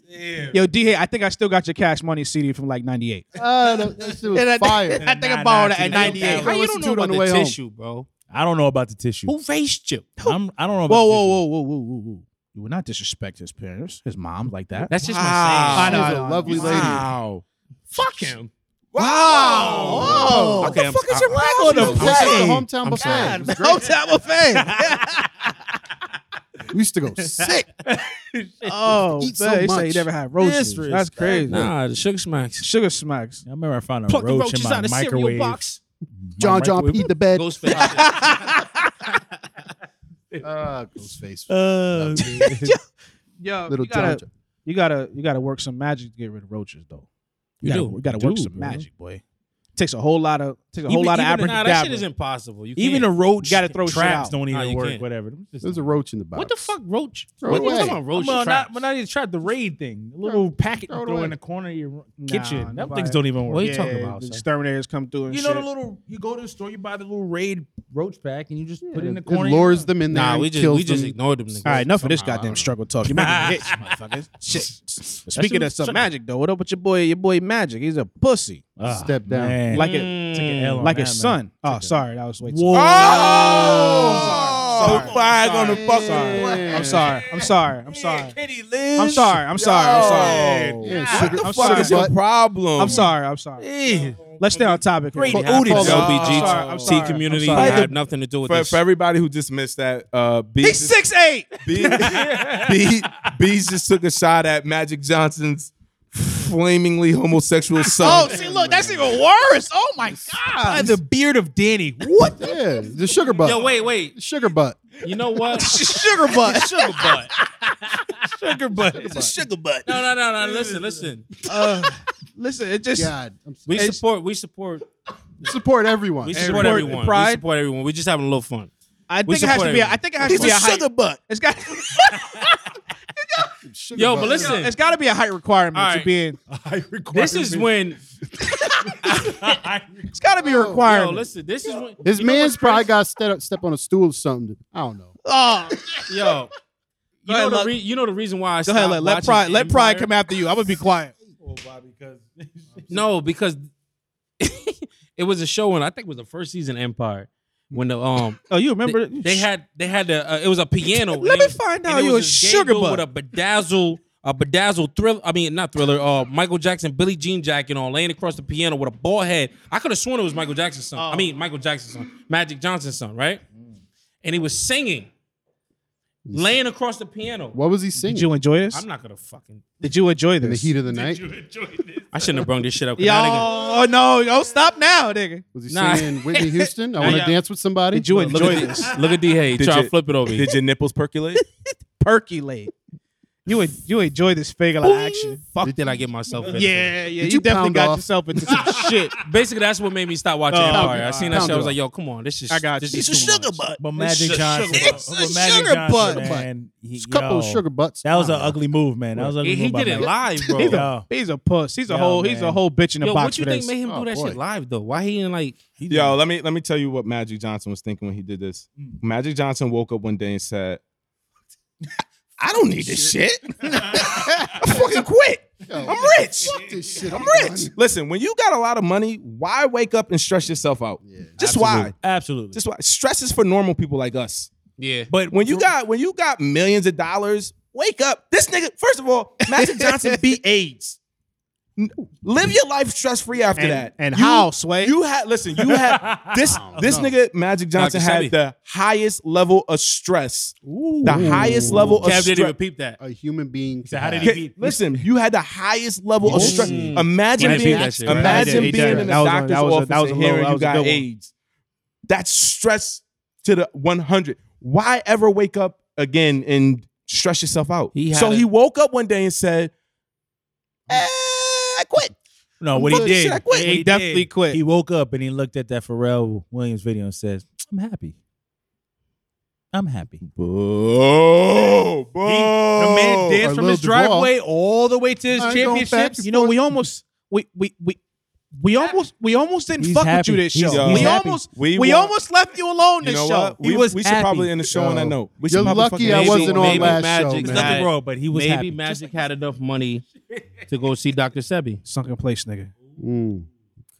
[SPEAKER 4] it!
[SPEAKER 2] Yo, D, hey, I think I still got your Cash Money CD from like '98.
[SPEAKER 4] Uh, that- that shit was fire.
[SPEAKER 2] I think I borrowed it at
[SPEAKER 6] Nah, nah,
[SPEAKER 2] '98.
[SPEAKER 3] How you don't
[SPEAKER 4] Listen
[SPEAKER 3] know
[SPEAKER 4] to it on
[SPEAKER 3] about
[SPEAKER 4] the
[SPEAKER 3] the,
[SPEAKER 4] way home.
[SPEAKER 3] tissue, bro?
[SPEAKER 6] I don't know about the tissue.
[SPEAKER 3] Who raised you?
[SPEAKER 6] I'm, I don't know. About
[SPEAKER 2] Whoa,
[SPEAKER 6] the
[SPEAKER 2] whoa, whoa,
[SPEAKER 6] tissue.
[SPEAKER 2] whoa, whoa, whoa, whoa! You would not disrespect his parents, his mom, like that.
[SPEAKER 3] That's just my
[SPEAKER 5] Wow.
[SPEAKER 4] She
[SPEAKER 3] saying.
[SPEAKER 4] was a lovely lady.
[SPEAKER 5] Wow.
[SPEAKER 3] Fuck him.
[SPEAKER 4] Oh,
[SPEAKER 3] Okay, I'm,
[SPEAKER 5] is your black
[SPEAKER 2] on
[SPEAKER 4] This is the hometown buffet. It was great.
[SPEAKER 2] Hotel of Fame.
[SPEAKER 4] We used to go sick.
[SPEAKER 2] Oh,
[SPEAKER 4] Eat so
[SPEAKER 2] man, they say
[SPEAKER 4] much.
[SPEAKER 2] you never had roaches.
[SPEAKER 6] Disrespect.
[SPEAKER 2] That's crazy.
[SPEAKER 3] nah, the sugar smacks.
[SPEAKER 2] Sugar smacks.
[SPEAKER 6] I remember I found a
[SPEAKER 3] Pluck the
[SPEAKER 6] roach in
[SPEAKER 3] roaches
[SPEAKER 6] my
[SPEAKER 3] out of cereal
[SPEAKER 6] microwave.
[SPEAKER 3] box.
[SPEAKER 6] my
[SPEAKER 4] John John
[SPEAKER 6] microwave.
[SPEAKER 4] eat the bed.
[SPEAKER 3] Ghostface.
[SPEAKER 4] Uh, Ghostface.
[SPEAKER 6] Uh,
[SPEAKER 2] Yo,
[SPEAKER 4] Little
[SPEAKER 2] you gotta,
[SPEAKER 4] John.
[SPEAKER 2] you gotta, you gotta work some magic to get rid of roaches, though. You,
[SPEAKER 3] You
[SPEAKER 2] gotta,
[SPEAKER 3] do.
[SPEAKER 2] you gotta
[SPEAKER 3] You
[SPEAKER 2] work
[SPEAKER 3] do,
[SPEAKER 2] some
[SPEAKER 3] bro.
[SPEAKER 2] magic, boy. Takes a whole lot of, takes a whole
[SPEAKER 3] Even-
[SPEAKER 2] lot of
[SPEAKER 3] even- Nah, that shit is
[SPEAKER 2] abracadabra.
[SPEAKER 3] impossible. You
[SPEAKER 6] even
[SPEAKER 3] can't.
[SPEAKER 6] a roach.
[SPEAKER 2] You gotta throw shit
[SPEAKER 6] traps
[SPEAKER 2] out.
[SPEAKER 6] don't even
[SPEAKER 3] Nah, you
[SPEAKER 6] work.
[SPEAKER 3] can't.
[SPEAKER 6] Whatever. Just-
[SPEAKER 4] There's a roach in the box.
[SPEAKER 3] What the fuck, roach?
[SPEAKER 4] Throw
[SPEAKER 3] what
[SPEAKER 4] it
[SPEAKER 3] you
[SPEAKER 4] away.
[SPEAKER 3] talking about, roach?
[SPEAKER 6] Well,
[SPEAKER 3] traps?
[SPEAKER 6] not, but not even trap. The raid thing. A little packet
[SPEAKER 4] Throw
[SPEAKER 6] throw,
[SPEAKER 4] it
[SPEAKER 6] throw
[SPEAKER 4] away.
[SPEAKER 6] in the corner of your ro-
[SPEAKER 2] Nah,
[SPEAKER 6] kitchen. Them
[SPEAKER 2] nobody-
[SPEAKER 6] things don't even work.
[SPEAKER 3] What are you
[SPEAKER 2] Yeah,
[SPEAKER 3] talking about,
[SPEAKER 2] the
[SPEAKER 3] son?
[SPEAKER 2] Exterminators come through and
[SPEAKER 6] You know
[SPEAKER 2] shit.
[SPEAKER 6] the little. You go to the store. You buy the little raid roach pack, and you just put it in the
[SPEAKER 4] It
[SPEAKER 6] corner.
[SPEAKER 4] lures them in there.
[SPEAKER 3] Nah,
[SPEAKER 4] and
[SPEAKER 3] we just
[SPEAKER 4] kills
[SPEAKER 3] we just
[SPEAKER 4] them.
[SPEAKER 3] ignored them. Niggas.
[SPEAKER 2] All right, enough of this
[SPEAKER 5] Somehow, I
[SPEAKER 2] goddamn
[SPEAKER 5] don't
[SPEAKER 2] struggle talk. You making me itch, motherfuckers. Shit. Speaking of
[SPEAKER 6] was-
[SPEAKER 2] some magic, though, what up with your boy? Your boy Magic. He's a pussy,
[SPEAKER 6] Ah,
[SPEAKER 4] Step down.
[SPEAKER 6] man.
[SPEAKER 2] like it,
[SPEAKER 3] Mm.
[SPEAKER 2] like his son. Oh, sorry, that was way too.
[SPEAKER 6] Whoa.
[SPEAKER 5] Oh, so flag on the fuck.
[SPEAKER 2] Ah. Sorry. I'm sorry. I'm sorry. I'm sorry.
[SPEAKER 6] Kitty Lynn.
[SPEAKER 2] I'm sorry. I'm sorry. I'm sorry.
[SPEAKER 5] Yo.
[SPEAKER 4] Yeah,
[SPEAKER 5] What
[SPEAKER 4] sugar,
[SPEAKER 5] the
[SPEAKER 2] I'm
[SPEAKER 5] fuck
[SPEAKER 2] sorry.
[SPEAKER 5] is your problem?
[SPEAKER 2] I'm sorry. I'm sorry.
[SPEAKER 5] Eh.
[SPEAKER 2] Let's stay on topic. Here.
[SPEAKER 5] Great
[SPEAKER 2] Fuck-
[SPEAKER 5] Oodie,
[SPEAKER 2] fuck-
[SPEAKER 5] dog.
[SPEAKER 2] I'm sorry,
[SPEAKER 3] LBG
[SPEAKER 2] I'm
[SPEAKER 3] T
[SPEAKER 2] sorry,
[SPEAKER 3] community
[SPEAKER 2] I'm sorry.
[SPEAKER 3] had nothing to do with
[SPEAKER 5] For,
[SPEAKER 3] this.
[SPEAKER 5] for everybody who dismissed that, uh, B,
[SPEAKER 2] He's six eight.
[SPEAKER 5] B, B, B's just took a shot at Magic Johnson's flamingly homosexual
[SPEAKER 2] Oh,
[SPEAKER 5] son.
[SPEAKER 2] see, look, that's even worse. Oh my god.
[SPEAKER 6] Mm. the beard of Danny. What?
[SPEAKER 4] Yeah, the sugar butt.
[SPEAKER 3] Yo, wait, wait.
[SPEAKER 4] The sugar butt.
[SPEAKER 3] You know what?
[SPEAKER 2] Sugar butt.
[SPEAKER 6] Sugar butt. Sugar butt. It's a sugar butt.
[SPEAKER 3] No, no, no, no. Listen, listen.
[SPEAKER 2] Uh, listen, it just
[SPEAKER 4] God, I'm
[SPEAKER 3] We
[SPEAKER 4] s-
[SPEAKER 3] support. We support.
[SPEAKER 4] support everyone.
[SPEAKER 3] We
[SPEAKER 4] It's
[SPEAKER 3] support
[SPEAKER 2] Everybody.
[SPEAKER 3] everyone. We
[SPEAKER 2] Pride.
[SPEAKER 3] support everyone. We're just having a little fun.
[SPEAKER 2] I
[SPEAKER 3] We
[SPEAKER 2] think it has to
[SPEAKER 3] support
[SPEAKER 2] be a,
[SPEAKER 3] him.
[SPEAKER 2] I think it has to be a height.
[SPEAKER 6] butt.
[SPEAKER 2] It's got
[SPEAKER 4] sugar
[SPEAKER 3] Yo,
[SPEAKER 4] butt.
[SPEAKER 3] but listen.
[SPEAKER 2] it's got to be a height requirement
[SPEAKER 3] All
[SPEAKER 2] to
[SPEAKER 3] right.
[SPEAKER 2] being
[SPEAKER 3] This is when.
[SPEAKER 2] It's got to be a requirement.
[SPEAKER 3] Yo, listen. This is when.
[SPEAKER 4] His
[SPEAKER 3] you know
[SPEAKER 4] man's
[SPEAKER 3] what's
[SPEAKER 4] probably
[SPEAKER 3] crazy?
[SPEAKER 4] got step step on a stool or something. I don't know.
[SPEAKER 2] oh,
[SPEAKER 3] Yo. You know,
[SPEAKER 2] ahead,
[SPEAKER 3] the
[SPEAKER 2] let-
[SPEAKER 3] re- you know the reason why I
[SPEAKER 2] go ahead. Let, let pride let pride come after you. I'm gonna be quiet.
[SPEAKER 3] No, because it was a show and I think it was the first season of Empire when the um
[SPEAKER 2] Oh, you
[SPEAKER 3] they,
[SPEAKER 2] remember
[SPEAKER 3] they had they had the uh, it was a piano.
[SPEAKER 2] Let
[SPEAKER 3] and
[SPEAKER 2] me
[SPEAKER 3] it-
[SPEAKER 2] find
[SPEAKER 3] and
[SPEAKER 2] out
[SPEAKER 3] it
[SPEAKER 2] you
[SPEAKER 3] was
[SPEAKER 2] a
[SPEAKER 3] this gay
[SPEAKER 2] sugar
[SPEAKER 3] dude
[SPEAKER 2] butt.
[SPEAKER 3] with a bedazzle a bedazzle thriller. I mean not thriller. Uh, Michael Jackson, Billie Jean jacket on, laying across the piano with a bald head. I could have sworn it was Michael Jackson's son.
[SPEAKER 2] Oh. Mm.
[SPEAKER 3] I mean Michael Jackson's son, Magic Johnson's son, right? And he was singing. laying across the piano.
[SPEAKER 4] What was he
[SPEAKER 2] Did
[SPEAKER 4] singing?
[SPEAKER 2] you enjoy this?
[SPEAKER 3] I'm not gonna fucking.
[SPEAKER 2] Did you enjoy
[SPEAKER 4] in the
[SPEAKER 2] this?
[SPEAKER 4] heat of the night?
[SPEAKER 3] You enjoy this? I shouldn't have brung this shit up. 'cause
[SPEAKER 2] Yo,
[SPEAKER 3] now they gonna-
[SPEAKER 2] oh, no, yo, stop now, nigga.
[SPEAKER 4] Was he
[SPEAKER 3] Nah.
[SPEAKER 4] singing Whitney Houston? I want to
[SPEAKER 3] yeah.
[SPEAKER 4] dance with somebody.
[SPEAKER 2] Did you
[SPEAKER 3] Look
[SPEAKER 2] enjoy
[SPEAKER 3] at
[SPEAKER 2] this?
[SPEAKER 3] this. Look at D. Hey.
[SPEAKER 5] Did
[SPEAKER 3] Try
[SPEAKER 5] you-
[SPEAKER 3] to flip it over. here.
[SPEAKER 5] Did your nipples percolate?
[SPEAKER 2] Percolate. You en- you enjoy this figure like action.
[SPEAKER 3] Fuck did I get myself? in?
[SPEAKER 2] Yeah, yeah. You,
[SPEAKER 4] you
[SPEAKER 2] definitely
[SPEAKER 4] pound
[SPEAKER 2] got
[SPEAKER 4] off?
[SPEAKER 2] yourself into some shit.
[SPEAKER 3] Basically, that's what made me stop watching
[SPEAKER 2] Oh,
[SPEAKER 3] Empire. I seen that
[SPEAKER 4] pound
[SPEAKER 3] shit. I
[SPEAKER 4] it
[SPEAKER 3] was like,
[SPEAKER 4] up.
[SPEAKER 3] yo, come on, this is
[SPEAKER 2] I got
[SPEAKER 3] this
[SPEAKER 2] you.
[SPEAKER 3] is
[SPEAKER 2] It's
[SPEAKER 3] too much.
[SPEAKER 6] But Magic
[SPEAKER 3] sugar
[SPEAKER 6] Johnson,
[SPEAKER 3] butt.
[SPEAKER 6] but
[SPEAKER 2] It's a
[SPEAKER 6] Magic
[SPEAKER 2] sugar
[SPEAKER 6] Johnson,
[SPEAKER 2] butt.
[SPEAKER 6] man, he-
[SPEAKER 4] It's a couple of
[SPEAKER 6] yo,
[SPEAKER 4] sugar butts.
[SPEAKER 6] That was an
[SPEAKER 4] Wow.
[SPEAKER 6] ugly move, man. That was an ugly
[SPEAKER 3] He, he
[SPEAKER 6] move. by
[SPEAKER 3] did it live,
[SPEAKER 6] Magic.
[SPEAKER 3] bro.
[SPEAKER 2] He's
[SPEAKER 3] yo,
[SPEAKER 2] a, he's a puss. He's a
[SPEAKER 6] Yo,
[SPEAKER 2] whole he's a
[SPEAKER 6] man.
[SPEAKER 2] whole bitch in a
[SPEAKER 3] what
[SPEAKER 2] box
[SPEAKER 3] you
[SPEAKER 2] for
[SPEAKER 3] think
[SPEAKER 2] this.
[SPEAKER 3] made him
[SPEAKER 4] Oh,
[SPEAKER 3] do that
[SPEAKER 4] boy.
[SPEAKER 3] shit live though? Why he didn't Hmm. like?
[SPEAKER 5] Yo, let me let me tell you what Magic Johnson was thinking when he did this. Magic Johnson woke up one day and said, "I don't need this shit. I fucking quit. I'm rich.
[SPEAKER 4] Fuck this shit.
[SPEAKER 5] I'm rich." Listen, when you got a lot of money, why wake up and stress yourself out?
[SPEAKER 4] Yeah.
[SPEAKER 5] Just why?
[SPEAKER 6] Absolutely.
[SPEAKER 5] Just why? Stress is for normal people like us.
[SPEAKER 3] Yeah,
[SPEAKER 6] but
[SPEAKER 5] When you got when you got millions of dollars, wake up. This nigga, first of all, Magic Johnson beat AIDS. N- Live your life stress free after
[SPEAKER 2] And,
[SPEAKER 5] that.
[SPEAKER 2] and
[SPEAKER 5] You-
[SPEAKER 2] how sway?
[SPEAKER 5] you had listen. You had this. This nigga Magic Johnson
[SPEAKER 3] Dr. Sebi.
[SPEAKER 5] had the highest level of stress. The highest level of
[SPEAKER 3] Kev didn't even
[SPEAKER 5] stress.
[SPEAKER 3] peep that.
[SPEAKER 4] A human being.
[SPEAKER 6] said, "How did he
[SPEAKER 4] could have-
[SPEAKER 6] beat-
[SPEAKER 5] Listen, you had the highest level of stress.
[SPEAKER 3] Mm.
[SPEAKER 5] Imagine
[SPEAKER 3] He beat
[SPEAKER 5] being,
[SPEAKER 3] that shit, right?
[SPEAKER 5] imagine
[SPEAKER 2] He did, he
[SPEAKER 5] being
[SPEAKER 2] did.
[SPEAKER 5] in the
[SPEAKER 2] That was a-
[SPEAKER 5] doctor's
[SPEAKER 2] that was a-
[SPEAKER 5] office
[SPEAKER 2] that was a
[SPEAKER 5] and
[SPEAKER 2] low-
[SPEAKER 5] hearing
[SPEAKER 2] that
[SPEAKER 5] you
[SPEAKER 2] was a
[SPEAKER 5] got
[SPEAKER 2] good one.
[SPEAKER 5] AIDS. That's stress to the one hundred. Why ever wake up again and stress yourself out?
[SPEAKER 3] He had
[SPEAKER 5] so
[SPEAKER 3] a-
[SPEAKER 5] he woke up one day and said, eh, "I quit."
[SPEAKER 6] No, what he
[SPEAKER 5] Fuck,
[SPEAKER 6] did,
[SPEAKER 5] shit, I quit.
[SPEAKER 6] what
[SPEAKER 5] He
[SPEAKER 2] definitely
[SPEAKER 6] did,
[SPEAKER 2] quit.
[SPEAKER 6] He woke up and he looked at that Pharrell Williams video and says, "I'm happy. I'm happy."
[SPEAKER 5] Boo, boo.
[SPEAKER 6] He- the
[SPEAKER 5] Oh,
[SPEAKER 6] man danced
[SPEAKER 4] Or
[SPEAKER 6] from
[SPEAKER 4] Lil
[SPEAKER 6] his
[SPEAKER 4] Duval.
[SPEAKER 6] driveway all the way to his
[SPEAKER 4] I ain't going back.
[SPEAKER 6] championships.
[SPEAKER 2] You know, we almost we we we we almost we almost didn't
[SPEAKER 6] He's
[SPEAKER 2] fuck
[SPEAKER 6] happy.
[SPEAKER 2] with you this show.
[SPEAKER 6] He's-
[SPEAKER 5] he's
[SPEAKER 2] we
[SPEAKER 6] happy.
[SPEAKER 2] almost we,
[SPEAKER 5] We want-
[SPEAKER 2] almost left you alone
[SPEAKER 5] You
[SPEAKER 2] this
[SPEAKER 5] know
[SPEAKER 2] show.
[SPEAKER 5] what?
[SPEAKER 6] He
[SPEAKER 5] We,
[SPEAKER 6] was
[SPEAKER 5] we should
[SPEAKER 6] happy.
[SPEAKER 5] probably end the show on that
[SPEAKER 4] Yo,
[SPEAKER 5] note. We should
[SPEAKER 4] You're
[SPEAKER 5] probably
[SPEAKER 4] lucky
[SPEAKER 5] fucking
[SPEAKER 4] I
[SPEAKER 5] end the
[SPEAKER 4] wasn't
[SPEAKER 5] show
[SPEAKER 4] on
[SPEAKER 3] maybe
[SPEAKER 4] last
[SPEAKER 3] Magic-
[SPEAKER 4] show,
[SPEAKER 3] There's
[SPEAKER 4] man.
[SPEAKER 6] Nothing
[SPEAKER 3] Had-
[SPEAKER 6] wrong, but he was
[SPEAKER 3] Maybe
[SPEAKER 6] happy. Just
[SPEAKER 3] Magic had enough money to go see Dr. Sebi.
[SPEAKER 2] Sunken place, nigga.
[SPEAKER 4] Mm.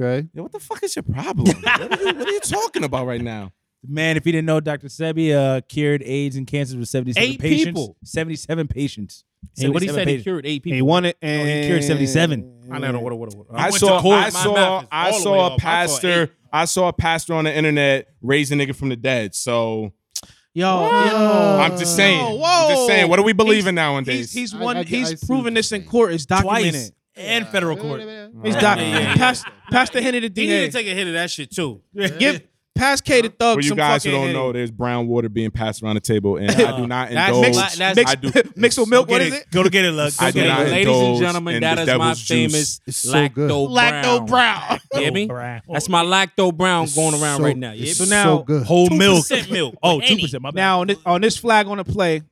[SPEAKER 4] Okay.
[SPEAKER 5] Yo, what the fuck is your problem? what, are you, what are you talking about right now?
[SPEAKER 6] Man, if you didn't know, Dr. Sebi uh, cured AIDS and cancer with 77
[SPEAKER 3] Eight
[SPEAKER 6] patients.
[SPEAKER 3] people.
[SPEAKER 6] 77 patients.
[SPEAKER 3] Hey, what he
[SPEAKER 6] 77
[SPEAKER 3] said, he
[SPEAKER 6] patients.
[SPEAKER 3] cured eight
[SPEAKER 2] He
[SPEAKER 3] people.
[SPEAKER 2] won it and
[SPEAKER 6] he cured 77.
[SPEAKER 3] I know, what, what, what,
[SPEAKER 5] I, saw, I saw, I saw a pastor, I saw a pastor on the internet raise a nigga from the dead. So
[SPEAKER 2] Yo,
[SPEAKER 5] I'm
[SPEAKER 4] Uh,
[SPEAKER 5] just saying,
[SPEAKER 2] Whoa,
[SPEAKER 5] I'm just saying, what do we believe
[SPEAKER 2] He's
[SPEAKER 5] in nowadays?
[SPEAKER 2] he's
[SPEAKER 4] I-
[SPEAKER 2] won.
[SPEAKER 4] I- I see
[SPEAKER 2] he's
[SPEAKER 4] what
[SPEAKER 2] proven
[SPEAKER 4] you're
[SPEAKER 2] this in
[SPEAKER 4] saying.
[SPEAKER 2] court. It's documented.
[SPEAKER 6] Twice. And federal court.
[SPEAKER 2] He's doc-
[SPEAKER 3] Yeah, yeah, yeah.
[SPEAKER 2] Pass, pass the Henny to
[SPEAKER 3] He
[SPEAKER 2] D.
[SPEAKER 3] need to take a hit of that shit too.
[SPEAKER 2] Give pass K to Thug
[SPEAKER 5] For you
[SPEAKER 2] some
[SPEAKER 5] guys who
[SPEAKER 2] fucking
[SPEAKER 5] don't
[SPEAKER 2] Henny.
[SPEAKER 5] know, there's brown water being passed around the table, and I do not
[SPEAKER 3] E. That's
[SPEAKER 5] indulge.
[SPEAKER 3] mixed- that's-
[SPEAKER 5] I
[SPEAKER 2] mixed,
[SPEAKER 5] do.
[SPEAKER 2] mixed with milk. What is it?
[SPEAKER 6] Go to get it, Lug. Go
[SPEAKER 5] I do
[SPEAKER 6] get
[SPEAKER 3] Okay,
[SPEAKER 6] it,
[SPEAKER 5] not
[SPEAKER 6] Lug.
[SPEAKER 3] ladies and
[SPEAKER 5] indulge
[SPEAKER 3] gentlemen,
[SPEAKER 5] in
[SPEAKER 3] that
[SPEAKER 5] the
[SPEAKER 3] is my
[SPEAKER 5] devil's juice.
[SPEAKER 3] famous
[SPEAKER 4] It's so good.
[SPEAKER 3] lacto brown.
[SPEAKER 2] Lacto brown.
[SPEAKER 3] You hear me?
[SPEAKER 6] Brown.
[SPEAKER 3] That's my lacto brown
[SPEAKER 4] It's
[SPEAKER 3] going around
[SPEAKER 4] so-
[SPEAKER 3] right now. Yeah,
[SPEAKER 4] it's
[SPEAKER 3] but
[SPEAKER 4] so
[SPEAKER 3] now
[SPEAKER 4] good.
[SPEAKER 6] Whole milk.
[SPEAKER 3] 2% milk.
[SPEAKER 6] Oh,
[SPEAKER 3] Any.
[SPEAKER 6] 2%. My bad.
[SPEAKER 2] Now on this, on this flag on the play,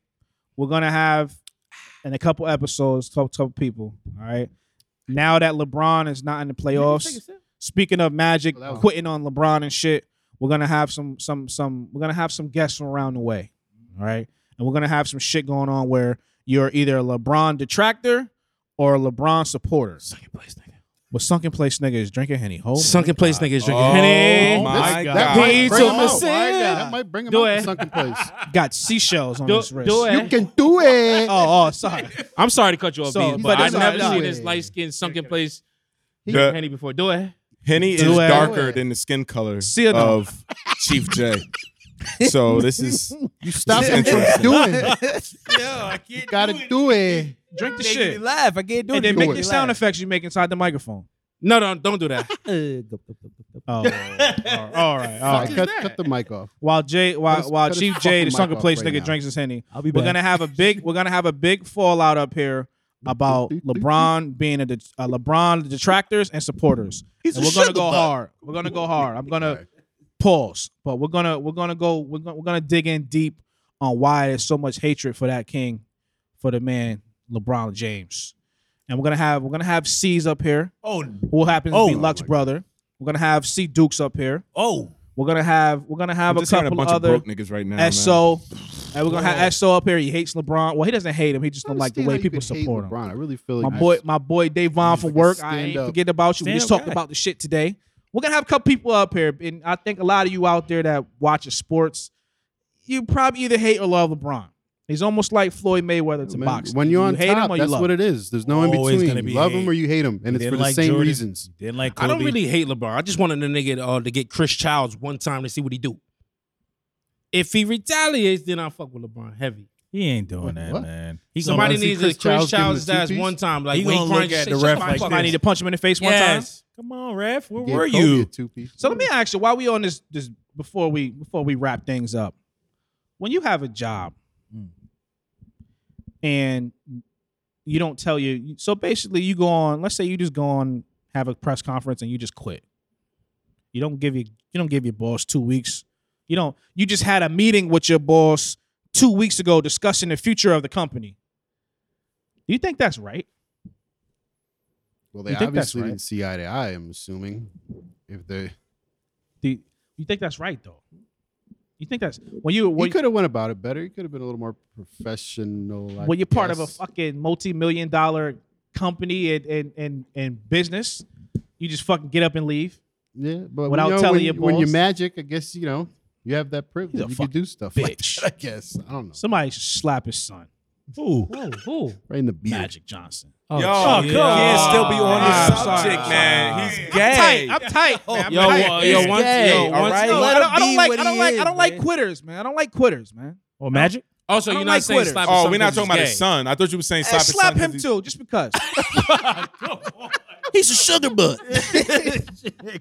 [SPEAKER 2] we're gonna have in a couple episodes, couple, couple people. All right. Now that LeBron is not in the playoffs, speaking of Magic
[SPEAKER 4] Oh, that was-
[SPEAKER 2] quitting on LeBron and shit, we're gonna have some some some we're gonna have some guests from around the way. All right. And we're gonna have some shit going on where you're either a LeBron detractor or a LeBron supporter.
[SPEAKER 3] Sunken place nigga.
[SPEAKER 2] But sunken place nigga is drinking henny. Hold
[SPEAKER 3] Sunken place nigga is drinking
[SPEAKER 5] Oh
[SPEAKER 3] Henny.
[SPEAKER 5] my
[SPEAKER 2] This-
[SPEAKER 5] god!
[SPEAKER 2] that
[SPEAKER 4] might
[SPEAKER 3] Pizza
[SPEAKER 4] bring him out.
[SPEAKER 3] machine.
[SPEAKER 4] That might bring him
[SPEAKER 3] Do
[SPEAKER 4] out
[SPEAKER 3] it.
[SPEAKER 4] to sunken place.
[SPEAKER 2] got seashells on
[SPEAKER 3] Do-
[SPEAKER 2] his wrist.
[SPEAKER 3] do it.
[SPEAKER 2] You-
[SPEAKER 4] You can do it.
[SPEAKER 2] Oh, oh, sorry.
[SPEAKER 3] I'm sorry to cut you off,
[SPEAKER 2] So,
[SPEAKER 3] Beans,
[SPEAKER 2] but
[SPEAKER 3] but I've
[SPEAKER 2] that's all
[SPEAKER 3] never
[SPEAKER 2] right.
[SPEAKER 3] seen this light skinned sunken place
[SPEAKER 5] The-
[SPEAKER 3] Henny before. Do it.
[SPEAKER 5] Henny is
[SPEAKER 2] Do it.
[SPEAKER 5] darker than the skin color
[SPEAKER 2] Seal them.
[SPEAKER 5] of Chief J. So this is
[SPEAKER 4] You stop
[SPEAKER 5] This
[SPEAKER 4] him
[SPEAKER 5] is
[SPEAKER 4] from
[SPEAKER 5] interesting.
[SPEAKER 4] doing it.
[SPEAKER 6] Yo, I can't
[SPEAKER 4] Gotta do it.
[SPEAKER 2] Drink the
[SPEAKER 6] Making me
[SPEAKER 2] shit.
[SPEAKER 6] laugh. I can't do
[SPEAKER 2] And
[SPEAKER 6] it.
[SPEAKER 2] then make
[SPEAKER 4] Do
[SPEAKER 2] the
[SPEAKER 4] it.
[SPEAKER 2] sound effects you make inside the microphone.
[SPEAKER 3] No, no, don't do that.
[SPEAKER 2] Oh, all right, all right.
[SPEAKER 4] All right, cut, cut the mic off.
[SPEAKER 2] While Jay, while,
[SPEAKER 4] Cut his-
[SPEAKER 2] while
[SPEAKER 4] cut his
[SPEAKER 2] Chief Jay,
[SPEAKER 4] fucking
[SPEAKER 2] the
[SPEAKER 4] mic
[SPEAKER 2] sunken
[SPEAKER 4] off
[SPEAKER 2] place
[SPEAKER 4] right
[SPEAKER 2] nigga,
[SPEAKER 4] now.
[SPEAKER 2] drinks his henny.
[SPEAKER 6] I'll be
[SPEAKER 2] We're
[SPEAKER 6] back.
[SPEAKER 2] gonna have a big, we're gonna have a big fallout up here about LeBron being a, det- uh LeBron detractors and supporters. and we're gonna go hard. We're gonna go hard. I'm gonna pause, but we're gonna we're gonna go we're gonna, we're gonna dig in deep on why there's so much hatred for that king, for the man LeBron James, and we're gonna have we're gonna have C's up here.
[SPEAKER 6] Oh,
[SPEAKER 2] who happens
[SPEAKER 6] Oh.
[SPEAKER 2] to be Luck's brother. We're gonna have C Dukes up here.
[SPEAKER 6] oh.
[SPEAKER 2] We're gonna have we're gonna have
[SPEAKER 5] I'm
[SPEAKER 2] a
[SPEAKER 5] just hearing
[SPEAKER 2] couple
[SPEAKER 5] a bunch of
[SPEAKER 2] other
[SPEAKER 5] broke niggas right now. man.
[SPEAKER 2] SO, and we're gonna have SO up here. He hates LeBron. Well, he doesn't hate him. He just don't like the
[SPEAKER 4] Understand
[SPEAKER 2] way
[SPEAKER 4] how you
[SPEAKER 2] people
[SPEAKER 4] could hate
[SPEAKER 2] support him.
[SPEAKER 4] LeBron. I really feel
[SPEAKER 2] My
[SPEAKER 4] like
[SPEAKER 2] boy, my boy Davon
[SPEAKER 4] He's
[SPEAKER 2] from
[SPEAKER 4] like a
[SPEAKER 2] work. I ain't
[SPEAKER 4] stand-up-
[SPEAKER 2] forget about you. We just
[SPEAKER 6] stand-up
[SPEAKER 2] talked
[SPEAKER 6] guy.
[SPEAKER 2] about the shit today. We're gonna have a couple people up here, and I think a lot of you out there that watches sports, you probably either hate or love LeBron. He's almost like Floyd Mayweather to
[SPEAKER 4] Man,
[SPEAKER 2] boxing.
[SPEAKER 4] When you're on
[SPEAKER 2] you hate
[SPEAKER 4] top,
[SPEAKER 2] him or you
[SPEAKER 4] that's
[SPEAKER 2] love
[SPEAKER 4] what
[SPEAKER 2] him.
[SPEAKER 4] it is. There's no in
[SPEAKER 6] Always
[SPEAKER 4] between.
[SPEAKER 6] gonna be
[SPEAKER 4] You love
[SPEAKER 6] hate.
[SPEAKER 4] him or you hate him, and it's
[SPEAKER 6] Didn't
[SPEAKER 4] for the
[SPEAKER 6] like
[SPEAKER 4] same
[SPEAKER 6] Jordan.
[SPEAKER 4] reasons.
[SPEAKER 6] Didn't like
[SPEAKER 3] I
[SPEAKER 6] Kobe.
[SPEAKER 3] don't really hate LeBron. I just wanted the nigga uh, to get Chris Childs one time to see what he do. If he retaliates, then I fuck with LeBron heavy.
[SPEAKER 6] He ain't doing that,
[SPEAKER 4] What?
[SPEAKER 6] man. He gonna-
[SPEAKER 3] Somebody
[SPEAKER 4] wanna see
[SPEAKER 3] needs
[SPEAKER 4] Chris
[SPEAKER 3] a Chris
[SPEAKER 4] Childs give him
[SPEAKER 3] Childs
[SPEAKER 4] a two
[SPEAKER 3] that's
[SPEAKER 4] piece?
[SPEAKER 3] one time. Like
[SPEAKER 6] He
[SPEAKER 3] when
[SPEAKER 6] gonna
[SPEAKER 3] he
[SPEAKER 6] look
[SPEAKER 3] crunch
[SPEAKER 6] at
[SPEAKER 3] shit,
[SPEAKER 6] the
[SPEAKER 3] shut
[SPEAKER 6] ref
[SPEAKER 3] my
[SPEAKER 6] like
[SPEAKER 3] fucking
[SPEAKER 2] I
[SPEAKER 6] this.
[SPEAKER 2] need to punch him in the face one time.
[SPEAKER 3] Yes.
[SPEAKER 6] Come on, ref. Where
[SPEAKER 4] Gave
[SPEAKER 6] were
[SPEAKER 4] Kobe a
[SPEAKER 6] you?
[SPEAKER 4] two-piece.
[SPEAKER 2] So let me ask you, while we on this, this before we before we wrap things up, when you have a job
[SPEAKER 6] Mm.
[SPEAKER 2] and you don't tell you, so basically you go on. Let's say you just go on have a press conference and you just quit. You don't give your you don't give your boss two weeks. You don't. You just had a meeting with your boss two weeks ago discussing the future of the company. Do you think that's right?
[SPEAKER 4] Well, they
[SPEAKER 2] You think that's
[SPEAKER 4] obviously
[SPEAKER 2] right?
[SPEAKER 4] didn't see eye to eye. I'm assuming if they
[SPEAKER 2] Do you, you think that's right though? You think that's when you when
[SPEAKER 4] he could have went about it better. He could have been a little more professional. I
[SPEAKER 2] well, you're part of a
[SPEAKER 4] guess.
[SPEAKER 2] fucking multi-million dollar company and and and, and business. You just fucking get up and leave.
[SPEAKER 4] yeah, but
[SPEAKER 2] without
[SPEAKER 4] you know,
[SPEAKER 2] telling
[SPEAKER 4] when,
[SPEAKER 2] your
[SPEAKER 4] when you're
[SPEAKER 2] boss.
[SPEAKER 4] magic, I guess you know you have that
[SPEAKER 2] He's
[SPEAKER 4] privilege.
[SPEAKER 2] a
[SPEAKER 4] You can do stuff like
[SPEAKER 2] bitch.
[SPEAKER 4] that, I guess I don't know.
[SPEAKER 2] Somebody should slap his son.
[SPEAKER 6] Ooh,
[SPEAKER 3] Who?
[SPEAKER 4] right in the beard.
[SPEAKER 2] Magic Johnson.
[SPEAKER 3] Oh,
[SPEAKER 5] Yo, Ah,
[SPEAKER 3] shit.
[SPEAKER 5] you can't still be on this
[SPEAKER 3] Ah,
[SPEAKER 2] I'm
[SPEAKER 5] subject,
[SPEAKER 2] sorry.
[SPEAKER 5] man. He's gay.
[SPEAKER 2] Tight. I'm tight. man. I'm
[SPEAKER 3] Yo,
[SPEAKER 2] tight.
[SPEAKER 3] uh, yo,
[SPEAKER 5] He's
[SPEAKER 3] once,
[SPEAKER 5] gay,
[SPEAKER 3] yo,
[SPEAKER 5] all
[SPEAKER 3] once,
[SPEAKER 5] right?
[SPEAKER 2] No,
[SPEAKER 5] Let
[SPEAKER 2] I
[SPEAKER 5] him
[SPEAKER 2] don't, I don't
[SPEAKER 5] be
[SPEAKER 2] like.
[SPEAKER 5] what
[SPEAKER 2] I don't
[SPEAKER 5] he
[SPEAKER 2] like.
[SPEAKER 5] is,
[SPEAKER 2] I don't like
[SPEAKER 5] man.
[SPEAKER 2] quitters, man. I don't like quitters, man.
[SPEAKER 6] or Magic?
[SPEAKER 3] Also,
[SPEAKER 2] I
[SPEAKER 3] you're
[SPEAKER 2] don't
[SPEAKER 3] not
[SPEAKER 2] like
[SPEAKER 3] saying
[SPEAKER 2] quitters.
[SPEAKER 3] slap
[SPEAKER 5] Oh,
[SPEAKER 3] his
[SPEAKER 5] we're
[SPEAKER 3] son
[SPEAKER 5] not
[SPEAKER 3] 'cause
[SPEAKER 5] talking about
[SPEAKER 3] he's
[SPEAKER 5] his
[SPEAKER 3] gay.
[SPEAKER 5] son. I thought you were saying
[SPEAKER 2] Slap,
[SPEAKER 5] slap, his
[SPEAKER 2] slap
[SPEAKER 5] son
[SPEAKER 2] him
[SPEAKER 5] 'cause
[SPEAKER 2] too, just because.
[SPEAKER 5] He's a sugar butt.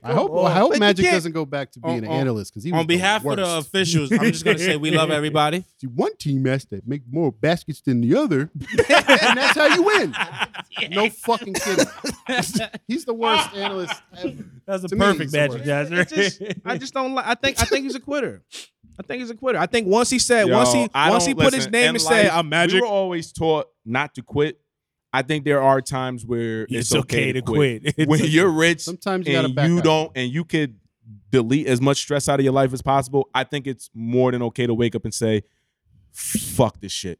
[SPEAKER 4] I hope I hope
[SPEAKER 2] But you
[SPEAKER 4] Magic
[SPEAKER 2] can't-
[SPEAKER 4] doesn't go back to being
[SPEAKER 3] On-
[SPEAKER 4] an
[SPEAKER 3] on-
[SPEAKER 4] analyst because he was
[SPEAKER 3] On behalf
[SPEAKER 4] the
[SPEAKER 3] of the
[SPEAKER 4] worst.
[SPEAKER 3] officials, I'm just gonna say we love everybody.
[SPEAKER 4] See, one team has to make more baskets than the other, and that's how you win. No fucking kidding. He's the worst analyst ever.
[SPEAKER 6] That's a
[SPEAKER 4] To me,
[SPEAKER 6] perfect
[SPEAKER 4] it's the
[SPEAKER 6] Magic
[SPEAKER 4] worst.
[SPEAKER 6] Johnson.
[SPEAKER 2] It's just- I just don't like. I think. I think he's a quitter. I think he's a quitter. I think once he said, once he, once he put his name and said, "I'm
[SPEAKER 5] We
[SPEAKER 2] magic."
[SPEAKER 5] were always taught not to quit. I think there are times where it's,
[SPEAKER 6] It's okay to quit. It's
[SPEAKER 5] When
[SPEAKER 6] okay.
[SPEAKER 5] you're rich,
[SPEAKER 4] Sometimes you gotta
[SPEAKER 5] and
[SPEAKER 4] back
[SPEAKER 5] you
[SPEAKER 4] out.
[SPEAKER 5] don't, and you could delete as much stress out of your life as possible. I think it's more than okay to wake up and say, "Fuck this shit."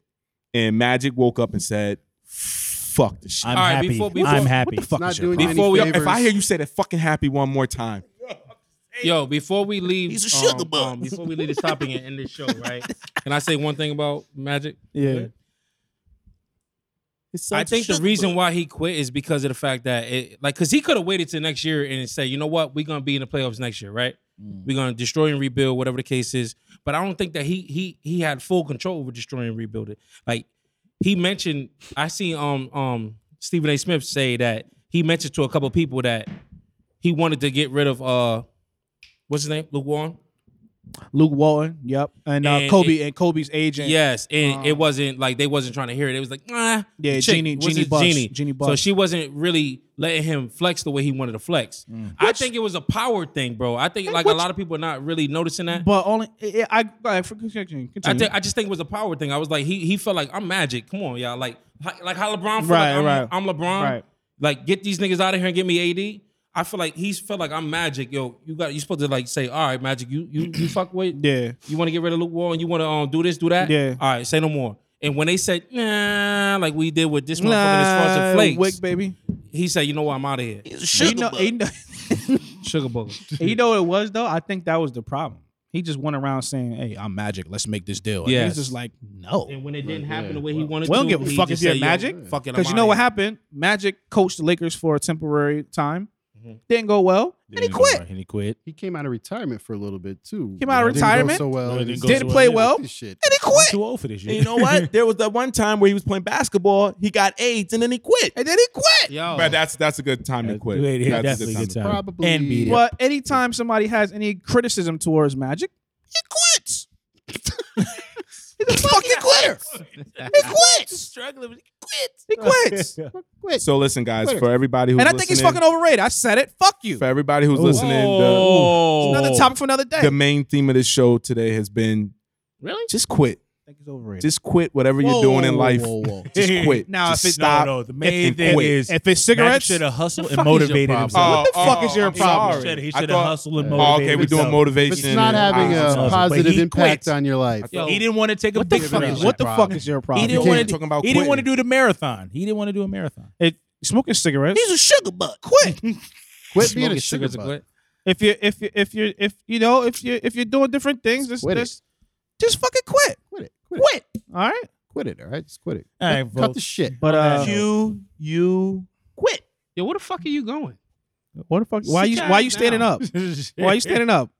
[SPEAKER 5] And Magic woke up and said, "Fuck this shit."
[SPEAKER 6] I'm
[SPEAKER 3] All right,
[SPEAKER 6] happy.
[SPEAKER 3] before- before-
[SPEAKER 6] I'm happy.
[SPEAKER 4] It's not doing you
[SPEAKER 5] Before
[SPEAKER 4] any
[SPEAKER 5] we,
[SPEAKER 4] favors.
[SPEAKER 5] if I hear you say that fucking happy one more time,
[SPEAKER 3] Yo, before we leave,
[SPEAKER 5] He's a sugar
[SPEAKER 3] um,
[SPEAKER 5] butt.
[SPEAKER 3] um, before we leave this topic and end this show, right? Can I say one thing about Magic?
[SPEAKER 2] Yeah.
[SPEAKER 3] I think the reason why he quit is because of the fact that it, like, because he could have waited till next year and said, you know what, we're gonna be in the playoffs next year, right? We're gonna destroy and rebuild, whatever the case is. But I don't think that he he he had full control over destroying and rebuilding. Like he mentioned, I seen um um Stephen A. Smith say that he mentioned to a couple people that he wanted to get rid of uh what's his name, Luke Warren.
[SPEAKER 2] Luke Walton. Yep. And, uh,
[SPEAKER 3] And
[SPEAKER 2] Kobe and Kobe's agent.
[SPEAKER 3] Yes, and it wasn't like they wasn't trying to hear it. It was like, nah,
[SPEAKER 2] Um, Yeah,
[SPEAKER 3] the chick,
[SPEAKER 2] Jeannie-
[SPEAKER 3] what's
[SPEAKER 2] Jeannie
[SPEAKER 3] his-
[SPEAKER 2] Buss,
[SPEAKER 3] Jeannie.
[SPEAKER 2] Jeannie
[SPEAKER 3] So
[SPEAKER 2] Buss.
[SPEAKER 3] she wasn't really letting him flex the way he wanted to flex.
[SPEAKER 2] Mm.
[SPEAKER 3] I think it was a power thing, bro. I think like a
[SPEAKER 2] which-
[SPEAKER 3] lot of people are not really noticing that.
[SPEAKER 2] But only I, I, I continue.
[SPEAKER 3] I,
[SPEAKER 2] continue.
[SPEAKER 3] think I just think it was a power thing. I was like, he he felt like I'm magic. Come on, y'all. Like hi- like how LeBron felt
[SPEAKER 2] Right,
[SPEAKER 3] like I'm,
[SPEAKER 2] right.
[SPEAKER 3] I'm LeBron.
[SPEAKER 2] Right.
[SPEAKER 3] Like get these niggas out of here and get me AD. I feel like he's felt like I'm magic. Yo, you got you supposed to like say, all right, magic, you you you fuck with
[SPEAKER 2] yeah.
[SPEAKER 3] you want to get rid of Luke Wall and you want to um do this, do that.
[SPEAKER 2] Yeah.
[SPEAKER 3] All right, say no more. And when they said nah, like we did with this motherfucker, that's
[SPEAKER 2] Nah,
[SPEAKER 3] sponsored flakes,
[SPEAKER 2] Wick, baby.
[SPEAKER 3] he said, you know what, I'm out of here.
[SPEAKER 2] You know, you, know,
[SPEAKER 3] Sugar booger.
[SPEAKER 2] you know what it was though. I think that was the problem. He just went around saying, "Hey, I'm Magic. Let's make this deal." And
[SPEAKER 3] Yes.
[SPEAKER 2] He's just like, "No."
[SPEAKER 3] and when it didn't happen the way he wanted
[SPEAKER 2] We
[SPEAKER 3] to,
[SPEAKER 2] don't give a
[SPEAKER 3] he
[SPEAKER 2] fuck
[SPEAKER 3] just
[SPEAKER 2] if you're
[SPEAKER 3] said, yo,
[SPEAKER 2] Magic,
[SPEAKER 3] Fuck it, I'm
[SPEAKER 2] Because you know
[SPEAKER 3] outta
[SPEAKER 2] what
[SPEAKER 3] here.
[SPEAKER 2] happened? Magic coached the Lakers for a temporary time.
[SPEAKER 5] Mm-hmm.
[SPEAKER 2] Didn't go well, and he
[SPEAKER 6] Didn't go
[SPEAKER 2] quit.
[SPEAKER 6] right, And he quit.
[SPEAKER 4] He came out of retirement for a little bit too.
[SPEAKER 2] Came out of
[SPEAKER 4] It didn't go
[SPEAKER 2] retirement.
[SPEAKER 4] so well.
[SPEAKER 6] No, it
[SPEAKER 4] It
[SPEAKER 6] didn't go
[SPEAKER 2] Didn't
[SPEAKER 6] so
[SPEAKER 2] play
[SPEAKER 6] well.
[SPEAKER 2] well, and
[SPEAKER 4] This shit.
[SPEAKER 2] he
[SPEAKER 6] I'm
[SPEAKER 2] quit.
[SPEAKER 6] too old for this
[SPEAKER 5] And
[SPEAKER 6] shit.
[SPEAKER 5] you know what? there was that one time where he was playing basketball. He got AIDS and then he quit.
[SPEAKER 2] And then he quit.
[SPEAKER 3] Yo,
[SPEAKER 5] But that's that's a good time to
[SPEAKER 6] That's
[SPEAKER 5] quit.
[SPEAKER 6] good. Yeah,
[SPEAKER 5] That's
[SPEAKER 6] definitely a good time.
[SPEAKER 4] Probably.
[SPEAKER 6] And beat it.
[SPEAKER 2] But anytime somebody has any criticism towards Magic, he quits. He's a fucking quitter. He quits.
[SPEAKER 3] struggling. with-
[SPEAKER 2] He quits.
[SPEAKER 4] Quit.
[SPEAKER 5] So listen, guys, for everybody who's
[SPEAKER 2] And I think he's
[SPEAKER 5] listening-
[SPEAKER 2] fucking overrated. I said it. Fuck you.
[SPEAKER 5] for everybody who's listening. The,
[SPEAKER 2] It's another topic for another day.
[SPEAKER 5] the main theme of this show today has been
[SPEAKER 3] Really?
[SPEAKER 5] just quit,
[SPEAKER 2] think he's overrated.
[SPEAKER 5] just quit whatever you're doing in life. Just quit.
[SPEAKER 2] Now,
[SPEAKER 5] Just
[SPEAKER 2] if it's- no,
[SPEAKER 5] stop.
[SPEAKER 6] no, the main
[SPEAKER 5] and
[SPEAKER 6] thing
[SPEAKER 5] quit.
[SPEAKER 6] is
[SPEAKER 2] if it's
[SPEAKER 6] Magic
[SPEAKER 2] cigarettes,
[SPEAKER 6] should have hustled
[SPEAKER 3] The
[SPEAKER 6] and
[SPEAKER 3] fuck is your
[SPEAKER 6] motivated
[SPEAKER 3] problem?
[SPEAKER 6] himself. Oh,
[SPEAKER 2] what the fuck is your problem?
[SPEAKER 6] He should- he
[SPEAKER 5] I
[SPEAKER 6] should have
[SPEAKER 5] thought-
[SPEAKER 6] hustled and
[SPEAKER 5] Oh, okay,
[SPEAKER 6] motivated
[SPEAKER 5] we're doing
[SPEAKER 6] himself.
[SPEAKER 5] motivation. Ah.
[SPEAKER 4] It's not having
[SPEAKER 5] and-
[SPEAKER 6] But
[SPEAKER 4] a
[SPEAKER 6] he
[SPEAKER 4] positive impact
[SPEAKER 6] quits.
[SPEAKER 4] on your life.
[SPEAKER 3] Yo,
[SPEAKER 6] He didn't want to take a
[SPEAKER 2] what the
[SPEAKER 6] big
[SPEAKER 2] fuck?
[SPEAKER 6] risk.
[SPEAKER 2] Is, what the fuck
[SPEAKER 4] problem.
[SPEAKER 2] is your
[SPEAKER 6] He
[SPEAKER 2] problem?
[SPEAKER 6] didn't
[SPEAKER 5] You
[SPEAKER 6] want to.
[SPEAKER 5] can't talk about
[SPEAKER 6] he didn't want to
[SPEAKER 5] quitting.
[SPEAKER 6] do the marathon. He didn't want to do a marathon.
[SPEAKER 2] It- smoking cigarettes.
[SPEAKER 5] a sugar butt. Quit.
[SPEAKER 4] Quit being
[SPEAKER 3] Smoking
[SPEAKER 4] a sugar
[SPEAKER 3] cigarettes and
[SPEAKER 4] butt.
[SPEAKER 3] quit.
[SPEAKER 2] if you if you if you if you know if you if you're doing different things, just
[SPEAKER 4] Quit it.
[SPEAKER 2] just just fucking quit.
[SPEAKER 4] Quit it. Quit it.
[SPEAKER 2] Quit. All right.
[SPEAKER 4] Quit it. All right, just quit it.
[SPEAKER 6] All right,
[SPEAKER 4] Cut
[SPEAKER 6] folks.
[SPEAKER 4] the shit.
[SPEAKER 2] But uh,
[SPEAKER 5] You you quit.
[SPEAKER 3] Yo, where the fuck are you going?
[SPEAKER 2] what the fuck? Why
[SPEAKER 3] Sit
[SPEAKER 2] you
[SPEAKER 3] your
[SPEAKER 2] why
[SPEAKER 3] ass
[SPEAKER 2] you standing up? Why you standing up?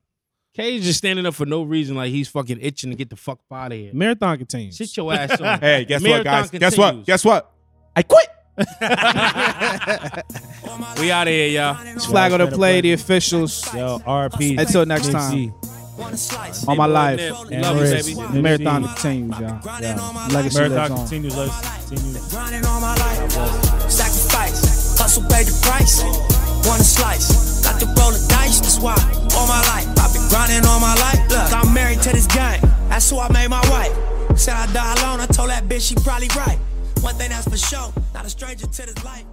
[SPEAKER 3] K's just standing up for no reason, like he's fucking itching to get the fuck out of here.
[SPEAKER 2] Marathon continues.
[SPEAKER 3] Sit your ass on.
[SPEAKER 5] Hey, guess what,
[SPEAKER 3] Marathon
[SPEAKER 5] guys? Guess what?
[SPEAKER 3] continues.
[SPEAKER 5] Guess what? I quit.
[SPEAKER 3] we out of here, y'all.
[SPEAKER 2] Flag on the play, the officials.
[SPEAKER 6] Yo, RP.
[SPEAKER 2] Until next time. On my life.
[SPEAKER 3] And Love you,
[SPEAKER 2] Reds.
[SPEAKER 3] baby.
[SPEAKER 2] The Marathon continues, y'all. Legacy lives
[SPEAKER 7] Marathon
[SPEAKER 2] on.
[SPEAKER 7] continues. Let's continue.
[SPEAKER 1] grinding all my life. Sacrifice, hustle pay the price. Wanna slice, got to roll the dice. That's why all my life I've been grinding all my life. Look, I'm married to this game. That's who I made my wife. Said I die alone. I told that bitch she probably right. One thing that's for sure, not a stranger to this life.